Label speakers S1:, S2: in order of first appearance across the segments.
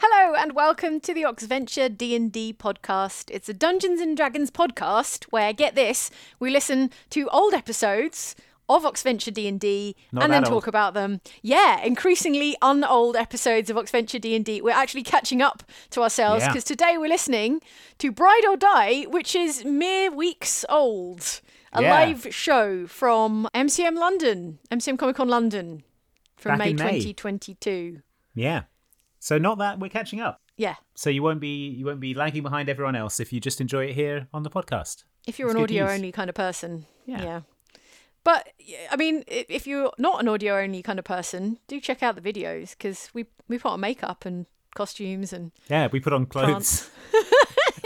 S1: Hello and welcome to the Oxventure D&D podcast. It's a Dungeons and Dragons podcast where get this, we listen to old episodes of Oxventure D&D
S2: Not
S1: and then
S2: that old.
S1: talk about them. Yeah, increasingly unold episodes of Oxventure D&D. We're actually catching up to ourselves
S2: Yeah.
S1: because today we're listening to Bride or Die, which is mere weeks old. A
S2: Yeah.
S1: live show from MCM London, MCM Comic Con London
S2: Back
S1: from May
S2: in May.
S1: 2022.
S2: Yeah. So not that we're catching up.
S1: Yeah.
S2: So you won't be you won't be lagging behind everyone else if you just enjoy it here on the podcast.
S1: If you're
S2: It's
S1: an
S2: good news.
S1: audio only kind of person, yeah.
S2: Yeah.
S1: But y- I mean, i- if you're not an audio only kind of person, do check out the videos because we we put on makeup and costumes and
S2: Yeah, we put on clothes.
S1: plants.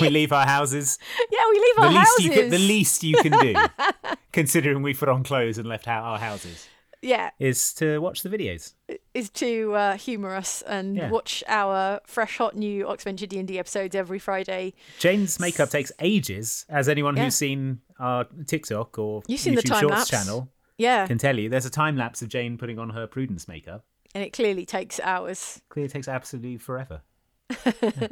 S2: we leave our houses.
S1: yeah, we leave
S2: The
S1: our
S2: least
S1: houses.
S2: you can, the least you can do, considering we put on clothes and left ho- our houses,
S1: yeah,
S2: is to watch the videos.
S1: is to uh, humour us and
S2: Yeah.
S1: watch our fresh, hot new Oxventure D and D episodes every Friday.
S2: Jane's makeup takes ages, as anyone
S1: Yeah.
S2: who's seen our TikTok or
S1: You've seen
S2: YouTube
S1: the time
S2: Shorts
S1: lapse.
S2: channel
S1: Yeah,
S2: can tell you. There's a time lapse of Jane putting on her Prudence makeup.
S1: and it clearly takes hours.
S2: Clearly takes absolutely forever. Yeah.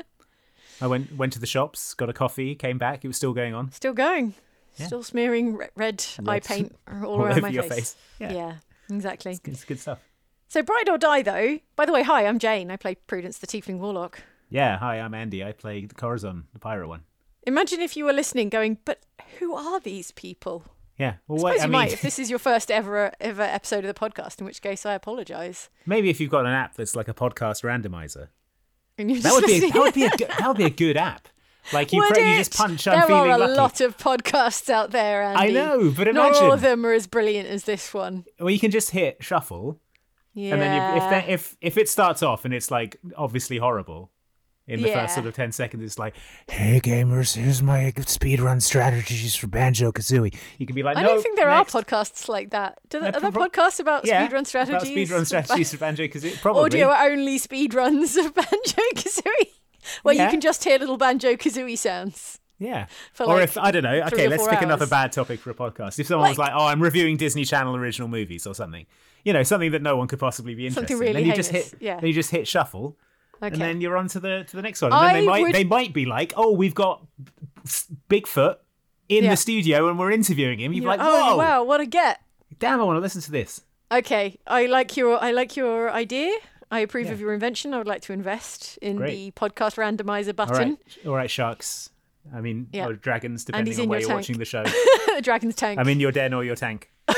S2: I went went to the shops, got a coffee, came back. It was still going on.
S1: Still going,
S2: Yeah.
S1: still smearing re- red eye
S2: Red
S1: paint all,
S2: all
S1: around
S2: over
S1: my
S2: your
S1: face.
S2: face.
S1: Yeah.
S2: Yeah.
S1: exactly.
S2: It's, it's good stuff.
S1: So Bride or Die though. By the way, hi, I'm Jane. I play Prudence the Tiefling Warlock.
S2: Yeah. Hi, I'm Andy. I play the Corazon, the pirate one.
S1: Imagine if you were listening going, but who are these people?
S2: Yeah. Well,
S1: Suppose
S2: wait,
S1: you
S2: I mean,
S1: might if this is your first ever ever episode of the podcast, in which case I apologise.
S2: maybe if you've got an app that's like a podcast randomizer,
S1: And you're
S2: that
S1: just
S2: would be a,
S1: listening-
S2: that would be a good, that would be a good app. Like you,
S1: Would
S2: pre- you
S1: it?
S2: just punch.
S1: There
S2: I'm feeling
S1: are a
S2: lucky.
S1: lot of podcasts out there, Andy.
S2: I know, but
S1: Not all of
S2: imagine.
S1: them are as brilliant as this one.
S2: Well, you can just hit shuffle,
S1: Yeah.
S2: and then if if, that, if if it starts off and it's like obviously horrible. In the
S1: Yeah.
S2: first sort of ten seconds, it's like
S3: Hey gamers, here's my speedrun strategies for Banjo Kazooie.
S2: you can be like,
S1: I
S2: no,
S1: don't think there
S2: next.
S1: are podcasts like that. Do there,
S2: No,
S1: are there
S2: prob-
S1: podcasts about
S2: yeah,
S1: speedrun
S2: about
S1: strategies?
S2: speedrun strategies for Banjo Kazooie. Probably
S1: audio only speedruns of Banjo Kazooie, where you
S2: Yeah.
S1: can just hear little Banjo Kazooie sounds.
S2: Yeah.
S1: for,
S2: or
S1: like,
S2: if I don't know,
S1: three
S2: okay,
S1: or
S2: let's
S1: four
S2: pick another
S1: hours.
S2: bad topic for a podcast. If someone was
S1: Like-
S2: like, "Oh, I'm reviewing Disney Channel original movies" or something, you know, something that no one could possibly be interested.
S1: Something
S2: in.
S1: really
S2: then you just
S1: heinous,
S2: hit,
S1: yeah.
S2: Then you just hit shuffle,
S1: Okay.
S2: and then you're on to the to the next one. And then
S1: I
S2: they might
S1: would-
S2: they might be like, "Oh, we've got Bigfoot in
S1: Yeah.
S2: the studio and we're interviewing him." You'd be
S1: You're "Oh,
S2: like, "Whoa,
S1: wow, what a get!
S2: damn, I want to listen to this."
S1: Okay, I like your I like your idea. I approve of your invention. I would like to invest in
S2: Great.
S1: the podcast randomizer
S2: All
S1: button,
S2: right, all right, sharks. I mean,
S1: Yeah.
S2: or dragons,
S1: he's
S2: depending
S1: in
S2: on where
S1: your
S2: you're
S1: tank.
S2: watching the show.
S1: Dragon's Tank.
S2: I mean, your den or your tank.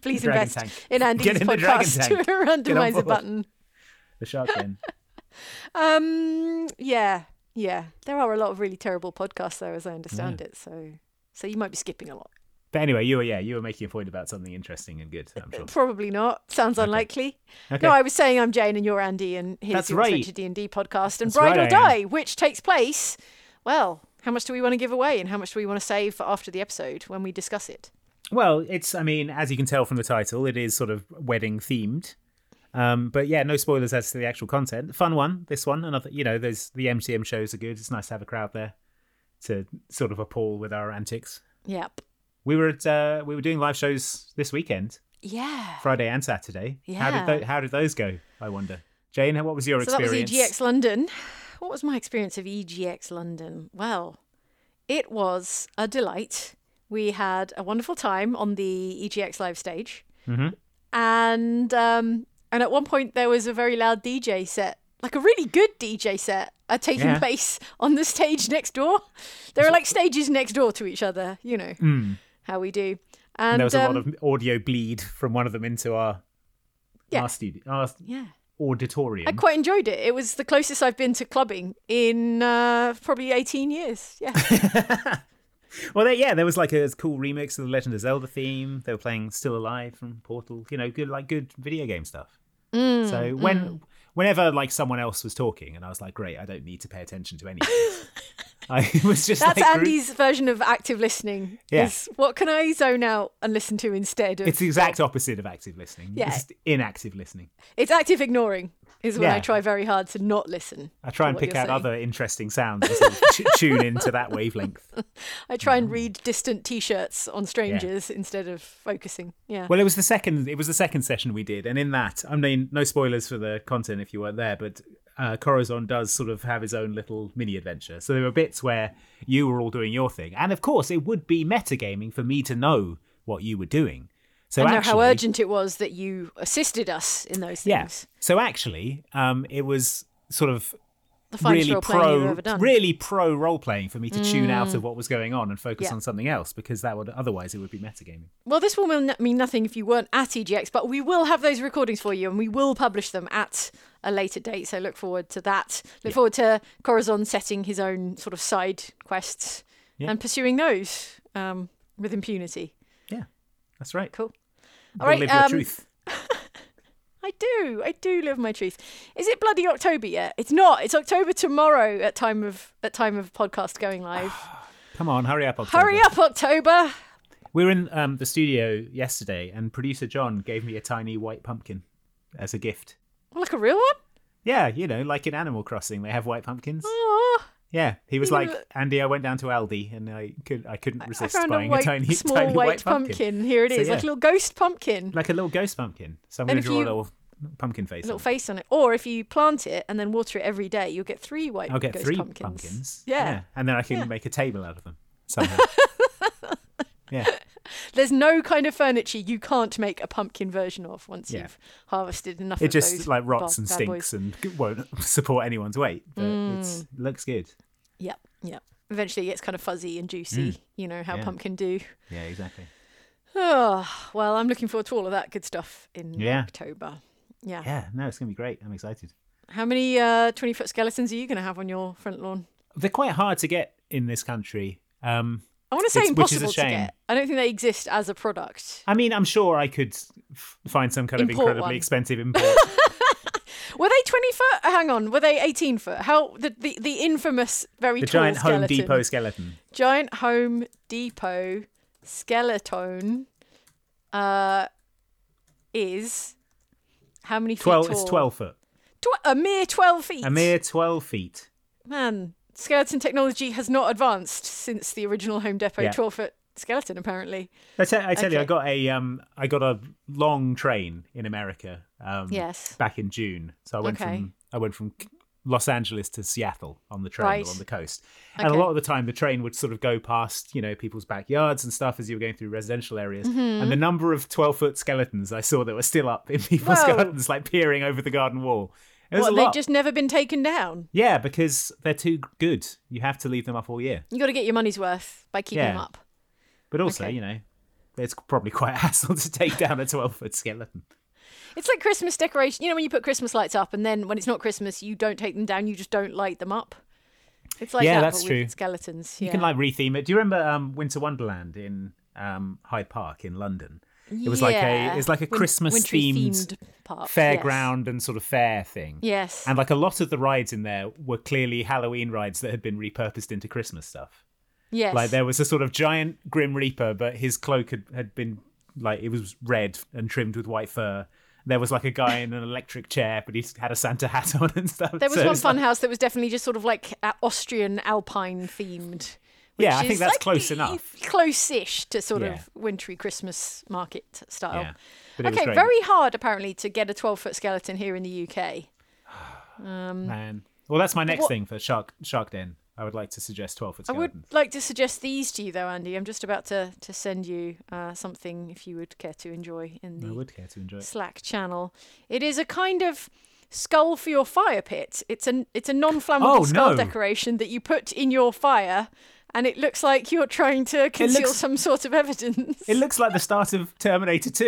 S1: please
S2: Dragon
S1: invest
S2: Tank.
S1: in Andy's
S2: Get in the Dragon
S1: podcast
S2: Tank. Get on
S1: randomizer
S2: board.
S1: button.
S2: The shark den.
S1: Um, yeah, yeah. There are a lot of really terrible podcasts, though, as I understand it. So, so you might be skipping a lot.
S2: But anyway, you were yeah, you were making a point about something interesting and good. I'm sure.
S1: Probably not. Sounds unlikely.
S2: Okay.
S1: No, I was saying I'm Jane and you're Andy, and here's
S2: That's
S1: the
S2: right.
S1: Adventure D and D podcast and
S2: That's
S1: Bride or
S2: right, I
S1: Die, which takes place. Well, how much do we want to give away, and how much do we want to save for after the episode when we discuss it?
S2: Well, it's I mean, as you can tell from the title, it is sort of wedding themed. Um, but yeah, no spoilers as to the actual content. Fun one, this one. Another, you know, there's the MCM shows are good. It's nice to have a crowd there to sort of appall with our antics.
S1: Yep.
S2: We were at, uh, we were doing live shows this weekend,
S1: Yeah.
S2: Friday and Saturday. How
S1: Yeah.
S2: did tho- how did those go? I wonder. Jane, what was your
S1: So
S2: experience?
S1: that was EGX London. What was my experience of EGX London? Well, it was a delight. We had a wonderful time on the EGX live stage,
S2: Mhm.
S1: and um, and at one point there was a very loud DJ set, like a really good DJ set, uh, taking
S2: Yeah.
S1: place on the stage next door. There are like stages next door to each other, you know
S2: Mm.
S1: how we do.
S2: And
S1: And
S2: there was a lot
S1: um,
S2: of audio bleed from one of them into our
S1: Yeah.
S2: our, studio, our
S1: yeah.
S2: auditorium.
S1: I quite enjoyed it. It was the closest I've been to clubbing in uh, probably 18 years. Yeah.
S2: Well, there, yeah, there was like a cool remix of the Legend of Zelda theme. They were
S1: Mm,
S2: Mm, playing Still Alive from Portal. You know, good like good video game stuff. so when whenever like someone else was talking, and I was like, great, I don't need to pay attention to anything. I was just
S1: That's
S2: like, gro-
S1: Andy's version of active listening.
S2: Yeah.
S1: Is what can I zone out and listen to instead? Of,
S2: It's e the exact opposite of active listening.
S1: Yeah.
S2: It's inactive listening.
S1: It's active ignoring is when I
S2: Yeah.
S1: try very hard to not listen.
S2: I try
S1: to
S2: and
S1: what
S2: pick
S1: you're
S2: out
S1: saying.
S2: other interesting sounds and sort of t- tune into that wavelength.
S1: I try
S2: Mm.
S1: and read distant T-shirts on strangers instead of focusing. Yeah.
S2: Well, it was the second. It was the second session we did, and in that, I mean, no spoilers for the content if you weren't there, but uh, Corazon does sort of have his own little mini adventure. So there were bits where you were all doing your thing, and of course, it would be metagaming for me to know what you were doing. So
S1: I know
S2: actually,
S1: how urgent it was that you assisted us in those
S2: Yeah.
S1: things.
S2: So actually, um, it was sort of
S1: The finest
S2: really
S1: role playing you've
S2: pro,
S1: ever done. Mm.
S2: really pro role playing for me to tune out of what was going on and focus
S1: Yeah.
S2: on something else because that would otherwise it would be metagaming.
S1: Well, this will mean mean nothing if you weren't at EGX, but we will have those recordings for you and we will publish them at a later date. So look forward to that. Look forward to Corazon setting his own sort of side quests and pursuing those um, with impunity.
S2: Yeah, that's right.
S1: Cool.
S2: Gotta
S1: All right.
S2: live your
S1: um,
S2: truth.
S1: I do. I do live my truth. Is it bloody October yet? It's not. It's October tomorrow at time of at time of podcast going live.
S2: Come on, hurry up, October.
S1: Hurry up, October.
S2: We were in um, the studio yesterday, and producer John gave me a tiny white pumpkin as a gift.
S1: Like a real one?
S2: Yeah, you know, like in Animal Crossing, they have white pumpkins.
S1: Aw.
S2: Yeah, he was
S1: You
S2: like,
S1: know-
S2: Andy, I went down to Aldi, and I could I couldn't
S1: I
S2: resist
S1: found a,
S2: buying
S1: white,
S2: a tiny
S1: small
S2: tiny
S1: white,
S2: white
S1: pumpkin. Here it
S2: So,
S1: is, like
S2: yeah.
S1: a little ghost pumpkin,
S2: like a little ghost pumpkin. So I'm
S1: And
S2: going
S1: if
S2: to draw
S1: you-
S2: a little pumpkin face.
S1: a little
S2: on it.
S1: face on it. Or if you plant it and then water it every day, you'll get three white
S2: I'll get
S1: ghost
S2: three
S1: pumpkins.
S2: pumpkins.
S1: Yeah.
S2: and then I can
S1: Yeah.
S2: make a table out of them somehow. yeah,
S1: There's no kind of furniture you can't make a pumpkin version of once
S2: Yeah.
S1: you've harvested enough
S2: it
S1: of
S2: just
S1: those
S2: like rots
S1: bad-
S2: and
S1: bad
S2: stinks
S1: boys. Mm.
S2: and won't support anyone's weight, but it's looks good.
S1: Yep, yep. Eventually it gets kind of fuzzy and juicy. You know how
S2: Mm. Yeah.
S1: pumpkin do.
S2: Yeah, exactly.
S1: Oh, well, I'm looking forward to all of that good stuff in
S2: Yeah.
S1: October. Yeah.
S2: Yeah, no, it's gonna be great. I'm excited.
S1: How many uh, 20 foot skeletons are you going to have on your front lawn?
S2: They're quite hard to get in this country. Um,
S1: I want to say
S2: It's- which is a
S1: impossible to
S2: shame.
S1: get. I don't think they exist as a product.
S2: I mean, I'm sure I could f- find some kind of
S1: Import
S2: incredibly
S1: one.
S2: expensive import.
S1: Were they 20 foot? Hang on. Were they 18 foot? How the the, the infamous very
S2: the
S1: tall
S2: giant
S1: skeleton.
S2: Home Depot skeleton.
S1: Giant Home Depot skeleton uh is how many feet
S2: Twelve.
S1: tall?
S2: It's twelve foot.
S1: Tw- a mere 12 feet.
S2: A mere twelve feet.
S1: Man, skeleton technology has not advanced since the original Home Depot
S2: Yeah.
S1: 12 foot skeleton apparently.
S2: I te- I tell you, I
S1: Okay.
S2: got a um, I got a long train in America. Um,
S1: Yes.
S2: Back in June, so I went
S1: Okay.
S2: from I went from Los Angeles to Seattle on the train
S1: Right.
S2: or on the coast, and
S1: Okay.
S2: a lot of the time the train would sort of go past you know people's backyards and stuff as you were going through residential areas,
S1: Mm-hmm.
S2: and the number of twelve foot skeletons I saw that were still up in people's
S1: Whoa.
S2: gardens, like peering over the garden wall. It was
S1: What,
S2: a
S1: they've
S2: lot.
S1: just never been taken down.
S2: Yeah, because they're too good. You have to leave them up all year.
S1: You got to get your money's worth by keeping
S2: Yeah.
S1: them up.
S2: But also,
S1: Okay.
S2: you know, it's probably quite a hassle to take down a twelve foot skeleton.
S1: It's like Christmas decoration. You know when you put Christmas lights up, and then when it's not Christmas, you don't take them down. You just don't light them up. It's like
S2: Yeah,
S1: that,
S2: that's
S1: but
S2: true.
S1: With skeletons.
S2: You can like retheme it. Do you remember um, Winter Wonderland in um, Hyde Park in London? It was like a it's like a Christmas themed
S1: park.
S2: fairground and sort of fair thing.
S1: Yes.
S2: And like a lot of the rides in there were clearly Halloween rides that had been repurposed into Christmas stuff.
S1: Yes.
S2: Like there was a sort of giant Grim Reaper, but his cloak had, had been like it was red and trimmed with white fur. There was like a guy in an electric chair, but he had a Santa hat on and stuff.
S1: There was
S2: So it
S1: one fun
S2: like-
S1: house that was definitely just sort of like uh, Austrian alpine themed. which
S2: Yeah, I think
S1: is,
S2: that's
S1: like,
S2: close enough.
S1: Close-ish to sort
S2: Yeah.
S1: of wintry Christmas market style.
S2: Yeah. But it was
S1: Okay,
S2: great.
S1: very hard apparently to get a 12-foot skeleton here in the Um, UK.
S2: Man. Um, Well, that's my next
S1: Mm. what-
S2: thing for Shark Shark Den. I would like to suggest twelve foot
S1: I would
S2: skeletons.
S1: like to suggest these to you, though, Andy. I'm just about to, to send you uh, something if you would care to enjoy in
S2: I
S1: the
S2: would care to enjoy it.
S1: Slack channel. It is a kind of skull for your fire pit. It's an it's a non-flammable
S2: Oh,
S1: skull
S2: no.
S1: decoration that you put in your fire, and it looks like you're trying to conceal
S2: looks-
S1: some sort of evidence.
S2: It looks like the start of Terminator 2.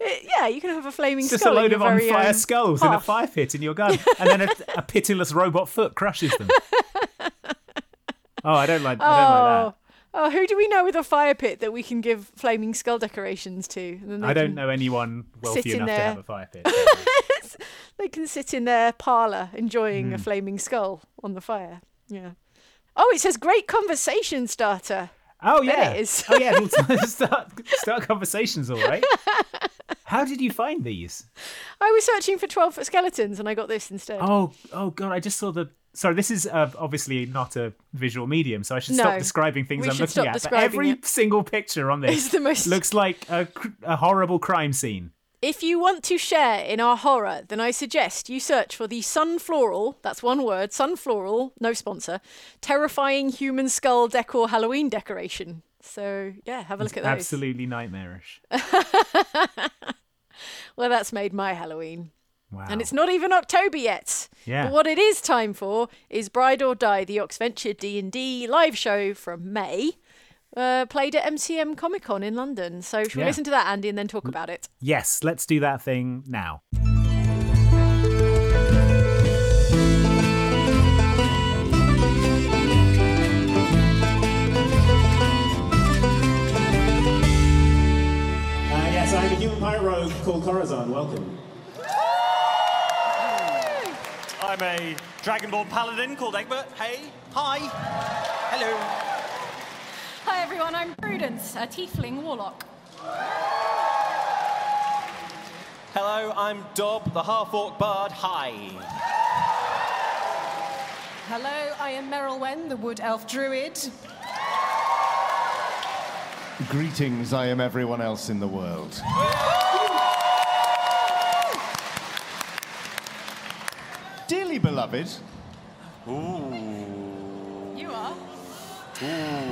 S1: eh, yeah, you can have a flaming
S2: Just a
S1: skull. in
S2: load
S1: your
S2: of on
S1: very um,
S2: fire
S1: own
S2: skulls in a
S1: hearth.
S2: fire pit in your garden. And then a, a pitiless robot foot crushes them. Oh, I don't like, I don't like
S1: Oh. Oh, who do we know with a fire pit that we can give flaming skull decorations to? And
S2: that.
S1: then they
S2: I
S1: can-
S2: don't know anyone
S1: Sit
S2: wealthy
S1: in
S2: enough to
S1: Oh, there.
S2: have a fire pit.
S1: they can sit in their parlor enjoying
S2: Hmm.
S1: a flaming skull on the fire. Yeah. Oh, it says great conversation starter.
S4: Oh
S1: There
S4: yeah,
S1: it is.
S4: oh yeah. it'll start start conversations, all right. How did you find these?
S1: I was searching for 12 foot skeletons and I got this instead.
S4: Oh oh god, I just saw the. Sorry, this is uh, obviously not a visual medium, so I should
S1: No.
S4: stop describing things
S1: We
S4: I'm
S1: should
S4: looking
S1: stop
S4: at. But
S1: describing
S4: every
S1: it.
S4: single picture on
S1: It's
S4: this
S1: the most.
S4: looks like a, cr- a horrible crime scene.
S1: If you want to share in our horror, then I suggest you search for the Sun Floral, that's one word, Sun Floral, no sponsor, terrifying human skull decor Halloween decoration. So, yeah, have a look at those.
S4: Absolutely nightmarish.
S1: Well, that's made my Halloween.
S4: Wow.
S1: And it's not even October yet.
S4: Yeah.
S1: But what it is time for is Bride or Die, the Oxventure D&D live show from May, uh, played at MCM Comic Con in London. So shall we
S4: Yeah.
S1: listen to that, Andy, and then talk about it?
S4: yes, let's do that thing now.
S5: Uh, Uh, yes, I'm a human pirate rogue called Corazon. Welcome.
S6: I'm a Dragon Ball paladin called Egbert. Hey, hi, hello.
S7: Hi everyone, I'm Prudence, a tiefling warlock.
S6: Hello, I'm Dob, the half-orc bard. Hi.
S8: Hello, I am Meryl Wen, the Wood Elf Druid.
S9: Greetings, I am everyone else in the world. Dearly beloved,
S7: You are?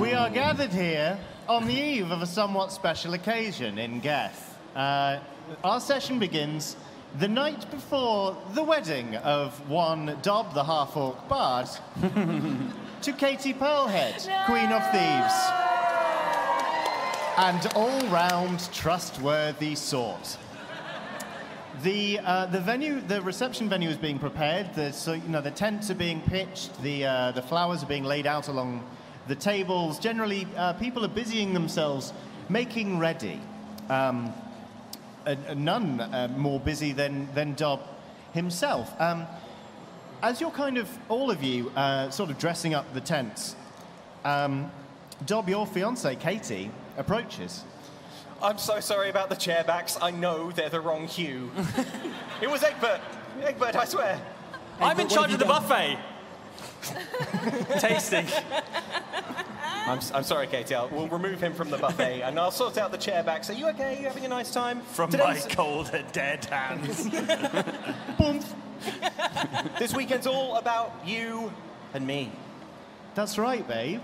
S9: we are gathered here on the eve of a somewhat special occasion in Geth. Uh, our session begins the night before the wedding of one Dob the half orc bard to Katie Pearlhead, Queen of Thieves. and all-round trustworthy sort. The, uh, the venue, the reception venue is being prepared. The, so, you know, the tents are being pitched. The, uh, the flowers are being laid out along the tables. Generally, uh, people are busying themselves making ready. Um, and- and none uh, more busy than, than Dob himself. Um, as you're kind of, all of you, uh, sort of dressing up the tents, um, Dob, your fiancée, Katie, approaches.
S6: I'm so sorry about the chairbacks. I know they're the wrong hue. it was Egbert. Egbert, I swear. I'm in charge of the buffet. Tasting. I'm, s- I'm sorry, Katie. I'll, we'll remove him from the buffet, and I'll sort out the chairbacks. Are you okay? Are you having a nice time? From
S2: my colder dead hands.
S6: this weekend's all about you and me.
S9: That's right, babe.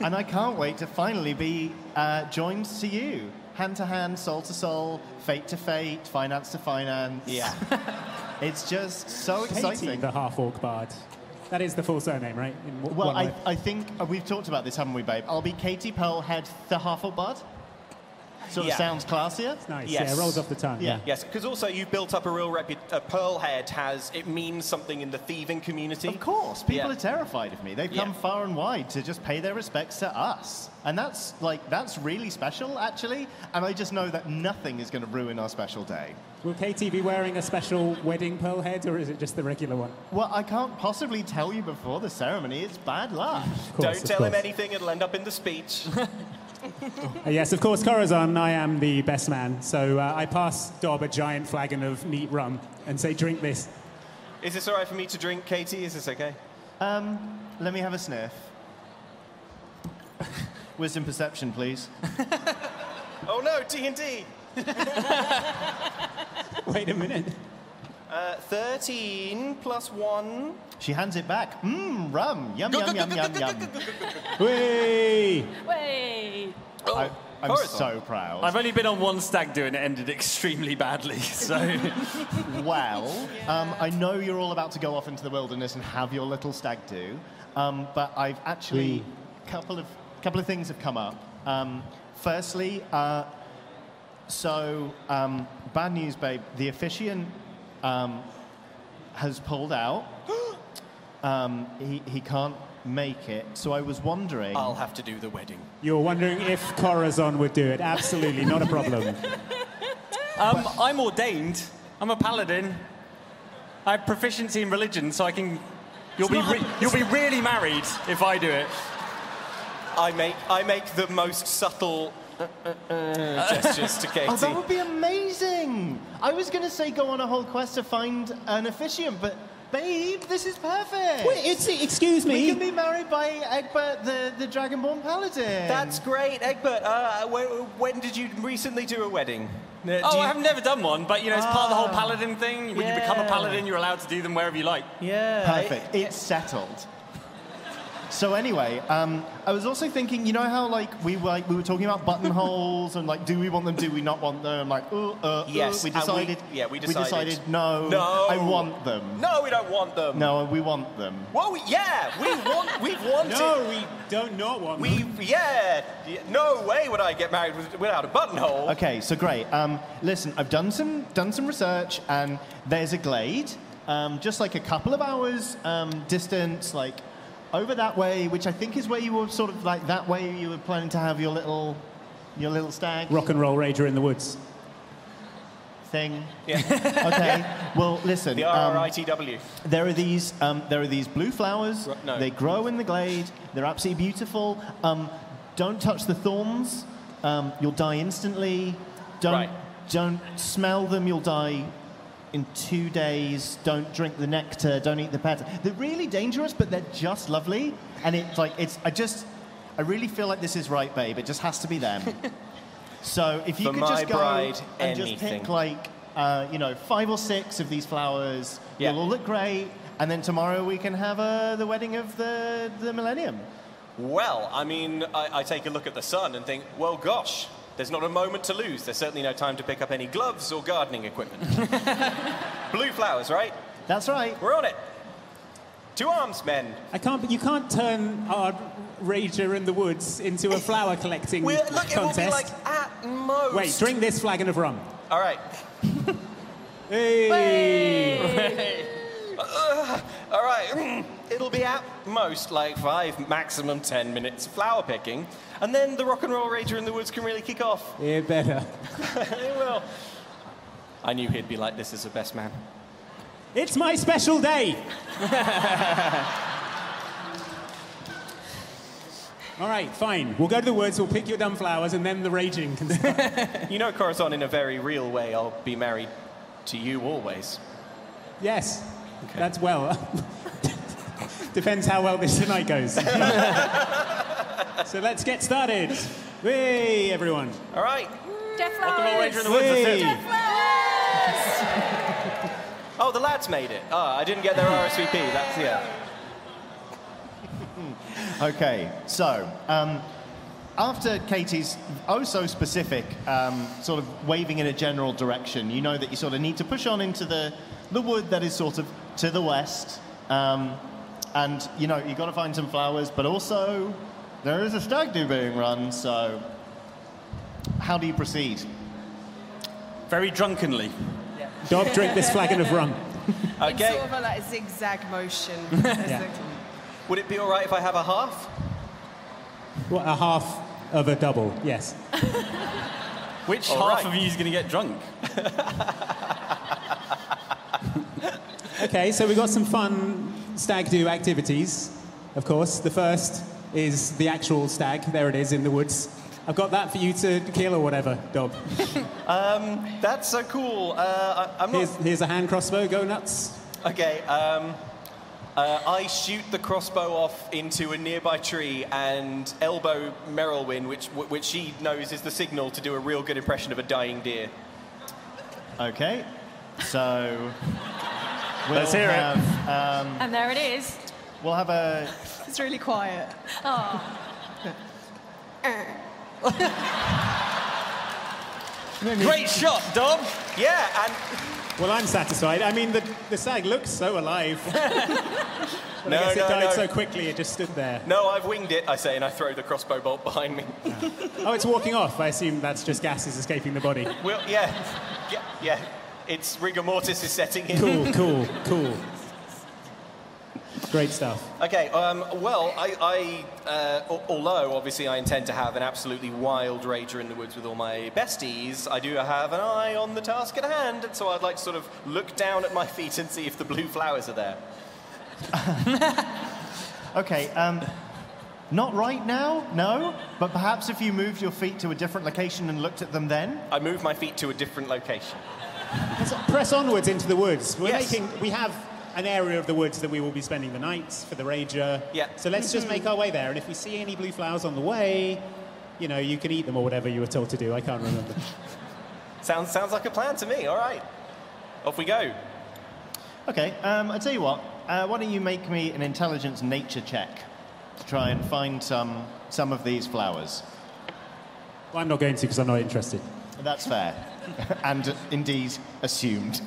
S9: and I can't wait to finally be uh, joined to you. Hand to hand, soul to soul, fate to fate, finance to finance.
S6: Yeah.
S9: It's just so
S2: Katie,
S9: exciting.
S2: the half orc bard. That is the full surname, right? In w-
S9: Well,
S2: one
S9: I,
S2: word.
S9: I think uh, we've talked about this, haven't we, babe? I'll be Katie Pearlhead the Hufflebud. Sort
S6: Yeah.
S9: of sounds classier.
S2: nice.
S6: yes.
S2: Yeah, rolls off the tongue.
S9: Yeah.
S2: Yeah.
S6: Yes, because also you built up a real repu- uh, Pearl Head has it means something in the thieving community.
S9: Of course, people
S6: Yeah.
S9: are terrified of me. They've come
S6: Yeah.
S9: far and wide to just pay their respects to us. And that's like that's really special actually, and I just know that nothing is going to ruin our special day.
S2: Will Katie be wearing a special wedding pearl head, or is it just the regular one?
S9: Well, I can't possibly tell you before the ceremony. It's bad luck.
S2: Of course,
S6: Don't
S2: of
S6: tell him
S2: course.
S6: anything; it'll end up in the speech.
S2: Uh, yes, of course, Corazon. I am the best man, so uh, I pass Dob a giant flagon of neat rum and say, "Drink this."
S6: Is this all right for me to drink, Katie? Is this okay?
S9: Um, let me have a sniff. Wisdom perception, please.
S6: Oh no, D and D.
S2: Wait a minute.
S6: Uh, Thirteen plus one.
S9: She hands it back. Mmm, rum. Yum, yum, yum, yum, yum.
S2: Whee!
S7: Way!
S9: I, I'm
S6: Corazon.
S9: so proud.
S10: Oh, I've only been on one stag do and it ended extremely badly. So
S9: Well, um, I know you're all about to go off into the wilderness and have your little stag do, um, but I've actually couple of couple of things have come up. Um, firstly, uh, so um, bad news, babe. The officiant um, has pulled out. um, he he can't make it. So I was wondering.
S6: I'll have to do the wedding.
S2: You're wondering if Corazon would do it. Absolutely, not a problem.
S10: um, I'm ordained. I'm a paladin. I have proficiency in religion, so I can. You'll be re- you'll be really married if I do it.
S6: I make I make the most subtle uh, uh, uh, gestures to Katie.
S9: Oh, that would be amazing. I was going to say go on a whole quest to find an officiant, but babe, this is perfect.
S2: Wait, it's- excuse me?
S9: We can be married by Egbert, the, the Dragonborn Paladin.
S6: That's great, Egbert. Uh, when, when did you recently do a wedding? Uh, do
S10: oh,
S6: you-
S10: I have never done one, but you know, it's part of the whole
S6: Ah.
S10: paladin thing. When you become a
S6: Yeah.
S10: paladin, you're allowed to do them wherever you like.
S6: Yeah.
S9: Perfect. It's settled. So anyway, um, I was also thinking, you know how like we were, like we were talking about buttonholes and like, do we want them? Do we not want them? Like, ooh, uh, ooh,
S6: Yes,
S9: we
S6: and we-
S9: decided.
S6: yeah, we decided.
S9: no.
S6: No.
S9: I want them.
S6: No, we don't want them.
S9: No, we want them.
S6: Well, we, yeah, we want. We want
S9: No,
S6: it.
S2: we don't not want.
S6: We yeah. yeah, No way would I get married with- without a buttonhole.
S9: Okay, so great. Um, listen, I've done some done some research, and there's a glade, um, just like a couple of hours um, distance, like over that way, which I think is where you were sort of like that way you were planning to have your little your little stag
S2: Rock and roll rager in the woods.
S9: thing. okay. Well, listen.
S6: The
S9: um,
S6: RRITW.
S9: there are these um, there are these blue flowers.
S6: no.
S9: They grow in the glade. They're absolutely beautiful. Um, don't touch the thorns. Um, you'll die instantly. Don't don't smell them. You'll die in two days. Don't drink the nectar. Don't eat the petal. They're really dangerous, but they're just lovely. And it's like it's I just I really feel like this is right, babe. It just has to be them. so if you
S6: For
S9: could
S6: my
S9: just go
S6: bride,
S9: and just
S6: anything.
S9: pick like uh, you know five or six of these flowers. They'll all look great, and then tomorrow we can have uh, the wedding of the the millennium.
S6: Well, I mean, I, I take a look at the sun and think, well, gosh, there's not a moment to lose. There's certainly no time to pick up any gloves or gardening equipment. Blue flowers, right?
S9: That's right.
S6: We're on it. Two arms, men.
S2: I can't. You can't turn our rager in the woods into a flower collecting
S6: We're, look, it will be like
S2: contest.
S6: at most.
S2: Wait, drink this flagon of rum.
S6: All right.
S2: Hey.
S6: Ugh, all right. Mm. It'll be at most like five, maximum ten minutes of flower picking, and then the rock and roll rager in the woods can really kick off.
S2: Yeah, better.
S6: it will. I knew he'd be like this as a best man.
S2: It's my special day. All right, fine. We'll go to the woods. We'll pick your dumb flowers, and then the raging can start.
S6: You know, Corazon, in a very real way, I'll be married to you always.
S2: Yes, that's well. Depends how well this tonight goes. so let's get started. Hey, everyone.
S6: All right.
S7: Death
S6: Rock and roll
S7: flowers.
S6: rager in the woods. that's it.
S7: Death flowers.
S6: Oh, the lads made it. Ah, I didn't get their RSVP. That's yeah.
S9: Hmm. Okay, so um, after Katie's oh so specific um, sort of waving in a general direction, you know that you sort of need to push on into the, the wood that is sort of to the west. Um, and you know, you've got to find some flowers, but also there is a stag do being run, so how do you proceed?
S10: Very drunkenly.
S2: Don't drink this flagon of rum.
S11: It's
S6: Okay.
S11: sort of a like, zigzag motion.
S6: Would it be all right if I have a half?
S2: What, a half of a double, yes.
S10: Which
S2: All right.
S10: half of you is going to get drunk?
S2: Okay, so we've got some fun stag do activities, of course. The first is the actual stag. There it is in the woods. I've got that for you to kill or whatever, Dob.
S6: Um, that's so cool. Uh, I, I'm not.
S2: Here's, here's a hand crossbow. Go nuts.
S6: Okay. Um, uh, I shoot the crossbow off into a nearby tree and elbow Merylwyn, which which she knows is the signal to do a real good impression of a dying deer.
S9: Okay, so we'll
S6: Let's hear it.
S9: have, Um,
S7: and there it is.
S9: we'll have a
S11: It's really quiet.
S7: Oh.
S10: Great shot, Dob.
S6: Yeah, and
S2: Well, I'm satisfied. I mean, the, the stag looks so alive. But I
S6: No,
S2: guess it
S6: no,
S2: died
S6: no.
S2: so quickly it just stood there.
S6: No, I've winged it. I say, and I throw the crossbow bolt behind me.
S2: Oh, it's walking off. I assume that's just gases escaping the body.
S6: Well, yeah, yeah, yeah. It's rigor mortis is setting in.
S2: Cool, cool, cool. Great stuff.
S6: Okay, um, well, I, I uh, al- although obviously I intend to have an absolutely wild rager in the woods with all my besties, I do have an eye on the task at hand, and so I'd like to sort of look down at my feet and see if the blue flowers are there.
S9: Okay, um, not right now, no, but perhaps if you moved your feet to a different location and looked at them then.
S6: I move my feet to a different location.
S2: Press onwards into the woods. We're
S6: Yes.
S2: making, we have an area of the woods that we will be spending the night for the rager.
S6: Yeah.
S2: So let's just make our way there. And if we see any blue flowers on the way, you know, you can eat them or whatever you were told to do. I can't remember.
S6: Sounds, sounds like a plan to me, all right. Off we go.
S9: Okay, um, I tell you what, uh, why don't you make me an intelligence nature check to try and find some, some of these flowers?
S2: Well, I'm not going to because I'm not interested.
S9: That's fair. and indeed assumed.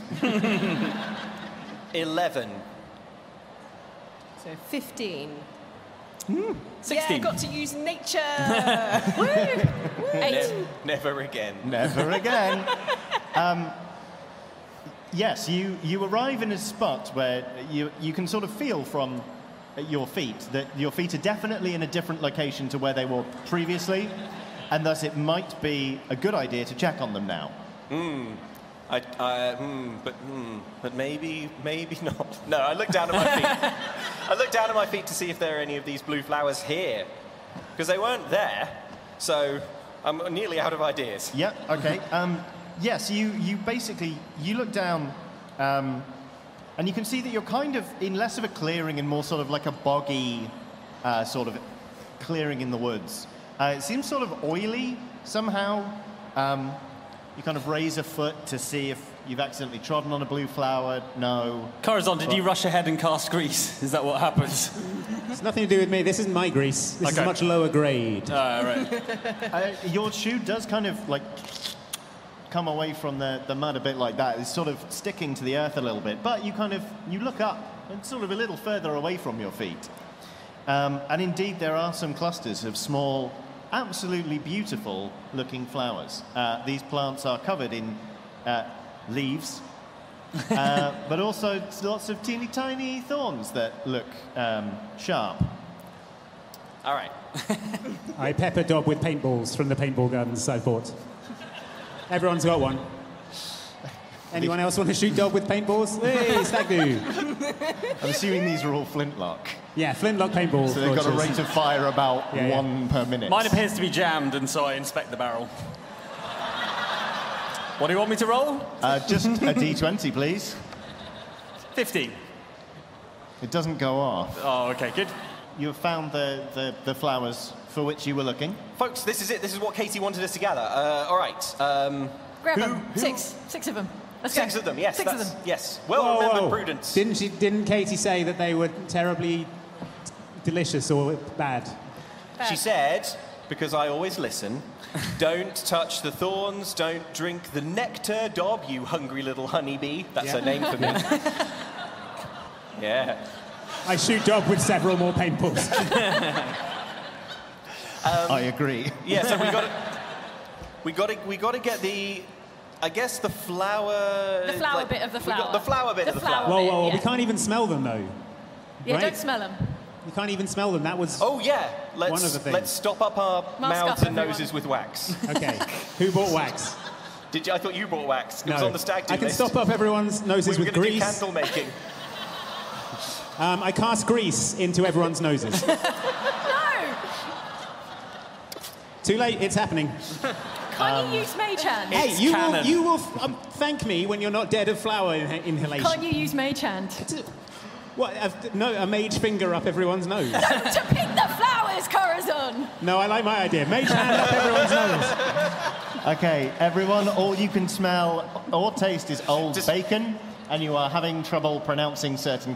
S6: 11.
S11: So 15. Yeah,
S6: 16.
S11: got to use nature. Woo! Woo!
S6: Ne- never again.
S9: Never again. um, yes, you, you arrive in a spot where you, you can sort of feel from your feet that your feet are definitely in a different location to where they were previously, and thus it might be a good idea to check on them now.
S6: Hmm. I, I, hmm, but, hmm, but maybe, maybe not. No, I look down at my feet. I look down at my feet to see if there are any of these blue flowers here, because they weren't there. So I'm nearly out of ideas.
S9: Yep. Okay. Um, yes. You you basically you look down, um, and you can see that you're kind of in less of a clearing and more sort of like a boggy uh, sort of clearing in the woods. Uh, it seems sort of oily somehow. Um, you kind of raise a foot to see if you've accidentally trodden on a blue flower. No.
S10: Corazon, did you rush ahead and cast grease? Is that what happens?
S2: It's nothing to do with me. This isn't my grease. This
S10: Okay.
S2: is much lower grade.
S9: uh, your shoe does kind of like come away from the, the mud a bit like that. It's sort of sticking to the earth a little bit, but you kind of you look up and sort of a little further away from your feet. Um, and indeed, there are some clusters of small, absolutely beautiful looking flowers. Uh, these plants are covered in uh, leaves, uh, but also lots of teeny tiny thorns that look um, sharp.
S6: All right.
S2: I pepper Dob with paintballs from the paintball guns I bought. Everyone's got one. Anyone else want to shoot Dob with paintballs? Hey, stag do.
S9: I'm assuming these are all flintlock.
S2: Yeah, flintlock paintballs.
S9: So they've got a
S2: launchers.
S9: rate of fire about
S2: Yeah, yeah.
S9: one per minute.
S10: Mine appears to be jammed, and so I inspect the barrel. What do you want me to roll?
S9: Uh, just a d20, please.
S10: 15.
S9: It doesn't go off.
S10: Oh, okay, good.
S9: You have found the, the, the flowers for which you were looking.
S6: Folks, this is it. This is what Katie wanted us to gather. Uh, all right. Um,
S7: Grab
S6: who-
S7: them.
S6: who-
S7: Six. Six of them. Let's
S6: Six
S7: go.
S6: of them, yes.
S7: Six of
S6: that's-
S7: them.
S6: Yes. Well
S2: Whoa,
S6: remembered,
S2: whoa.
S6: Prudence.
S2: Oh. Didn't she? Didn't Katie say that they were terribly delicious or bad?
S6: She said, because I always listen, don't touch the thorns, don't drink the nectar, Dob, you hungry little honeybee. That's
S2: Yeah.
S6: her name for me. yeah.
S2: I shoot Dob with several more paintballs.
S9: I agree.
S6: Um, Yeah, so we got to we got to we got to get the I guess the flower
S7: The flower bit of the
S6: we got
S7: flower.
S6: The flower bit
S7: The
S6: of the
S7: flower
S6: flower.
S2: whoa, whoa,
S7: bit,
S2: whoa! We
S7: yeah.
S2: can't even smell them though.
S7: Yeah,
S2: Right?
S7: don't smell them.
S2: You can't even smell them. That was
S6: Oh yeah, let's
S2: One of the things.
S6: let's stop up our mouths
S7: up,
S6: and
S7: everyone.
S6: noses with wax.
S2: okay. Who bought wax?
S6: Did you, I thought you brought wax. It was
S2: No.
S6: on the stag do
S2: I can
S6: list.
S2: stop up everyone's noses
S6: we were
S2: with
S6: gonna do
S2: grease.
S6: candle making.
S2: Um, I cast grease into everyone's noses.
S7: No!
S2: Too late, it's happening. Um,
S7: Can't
S6: Um,
S7: you use Mage Hand?
S2: hey, you
S10: canon.
S2: will, you will f- um, thank me when you're not dead of flower in- inhalation.
S7: Can't you use Mage Hand?
S2: What? I've, no, a mage finger up everyone's nose.
S7: to pick the flowers, Corazon!
S2: no, I like my idea. Mage hand up everyone's nose.
S9: Okay, everyone, all you can smell or taste is old
S6: Just-
S9: bacon, and you are having trouble pronouncing certain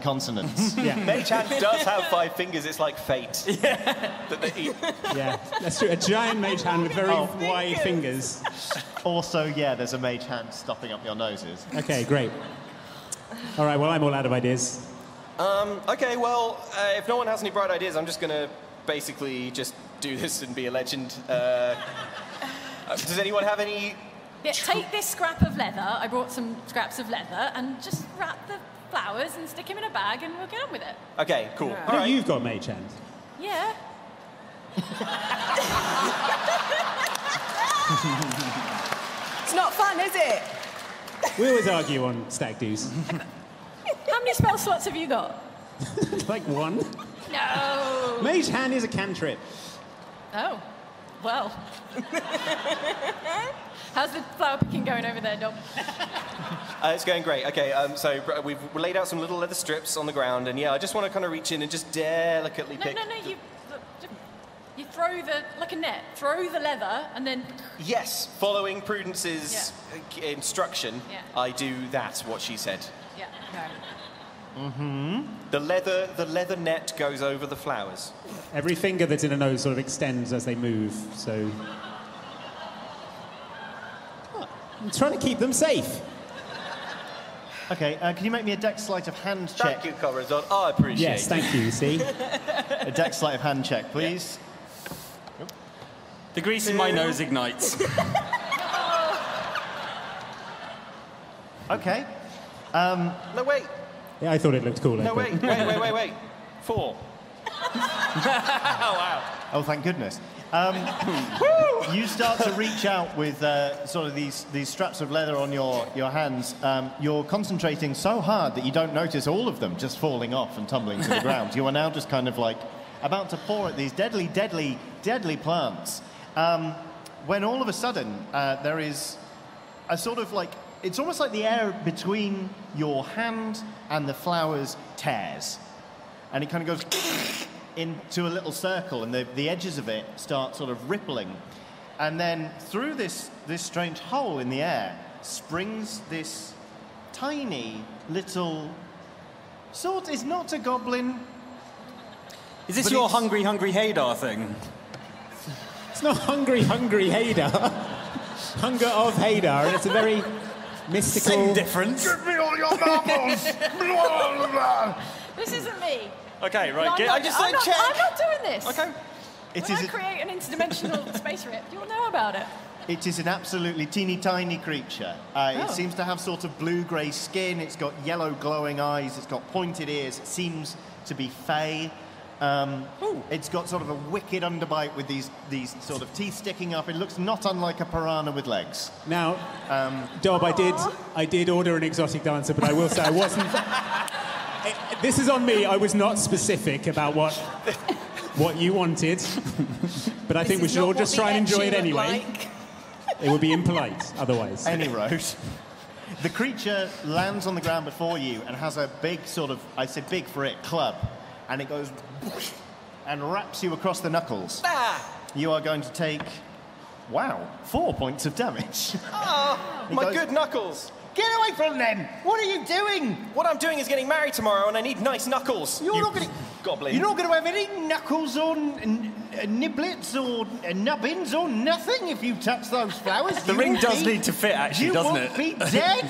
S9: consonants.
S2: Yeah,
S6: Mage hand does have five fingers. It's like fate. That they eat.
S2: yeah. That's true. A giant mage hand with very
S9: Oh.
S2: wide fingers.
S9: also, yeah, there's a mage hand stopping up your noses.
S2: Okay, great. All right, well, I'm all out of ideas.
S6: Um, okay, well, uh, if no one has any bright ideas, I'm just gonna basically just do this and be a legend. Uh, uh, does anyone have any?
S7: Yeah, take this scrap of leather. I brought some scraps of leather and just wrap the flowers and stick him in a bag and we'll get on with it.
S6: Okay, cool.
S2: No,
S6: All right.
S2: you've got May Chen.
S7: Yeah.
S11: It's not fun, is it?
S2: we always argue on stag do's.
S7: How many spell slots have you got?
S2: like one.
S7: No.
S2: Mage hand is a cantrip.
S7: Oh, well. How's the flower picking going over there, Dom?
S6: Uh, it's going great. Okay, um, so br- we've laid out some little leather strips on the ground, and yeah, I just want to kind of reach in and just delicately
S7: No,
S6: pick.
S7: no, no. You, you throw the like a net. Throw the leather and then
S6: Yes, following Prudence's uh, instruction,
S7: Yeah.
S6: I do that. What she said.
S7: yeah.
S2: Mm-hmm.
S6: The leather, the leather net goes over the flowers.
S2: Every finger that's in a nose sort of extends as they move, so. I'm trying to keep them safe.
S9: Okay, uh, can you make me a deck sleight of hand check?
S6: Thank you, Corazon. Oh, I appreciate.
S2: Yes, thank you, see?
S9: a deck sleight of hand check, please.
S10: The grease in my nose ignites.
S9: Okay. Um,
S6: no, wait.
S2: Yeah, I thought it looked cooler.
S6: No, wait,
S2: but-
S6: wait, wait, wait, wait. Four. wow.
S9: Oh, thank goodness. Um, you start to reach out with uh, sort of these, these straps of leather on your, your hands. Um, you're concentrating so hard that you don't notice all of them just falling off and tumbling to the ground. You are now just kind of like about to pour at these deadly, deadly, deadly plants. Um, when all of a sudden uh, there is a sort of like it's almost like the air between your hand and the flowers tears and it kind of goes into a little circle and the, the edges of it start sort of rippling and then through this this strange hole in the air springs this tiny little sort is not a goblin
S10: Is this
S9: But
S10: your
S9: it's-
S10: hungry, hungry Hadar thing?
S2: It's not hungry, hungry Hadar. Hunger of Hadar, and it's a very mystical.
S10: Same difference.
S2: Give
S9: me all your marbles!
S7: This isn't me.
S10: Okay, right.
S7: No, I'm
S10: Get,
S7: not,
S10: I just
S7: I'm
S10: said
S7: not,
S10: check.
S7: I'm not doing this. Okay.
S9: It
S7: when
S9: is
S7: I
S9: a-
S7: create an interdimensional space rip, you'll know about it.
S9: It is an absolutely teeny tiny creature. Uh,
S7: Oh.
S9: It seems to have sort of blue grey skin, it's got yellow glowing eyes, it's got pointed ears, it seems to be fey. Um, it's got sort of a wicked underbite with these, these sort of teeth sticking up. It looks not unlike a piranha with legs. Um,
S2: Now, Dob, I did, I did order an exotic dancer, but I will say I wasn't. Eh, this is on me. I was not specific about what what you wanted, but I think we should all just try and enjoy it anyway. It would be impolite otherwise.
S9: Any road. The creature lands on the ground before you and has a big sort of, I say big for it, club, and it goes whoosh and wraps you across the knuckles.
S6: Ah!
S9: You are going to take, wow, four points of damage.
S6: Oh,
S9: He
S6: my
S9: goes-
S6: good knuckles.
S9: Get away from them! What are you doing?
S6: What I'm doing is getting married tomorrow, and I need nice knuckles. You're not going to. Goblin.
S9: You're not going to have any knuckles or n- n- niblets or n- nubbins or nothing if you touch those flowers.
S10: The
S9: You
S10: ring
S9: will
S10: does
S9: be-
S10: need to fit, actually,
S9: you
S10: doesn't
S9: will
S10: it?
S9: be dead.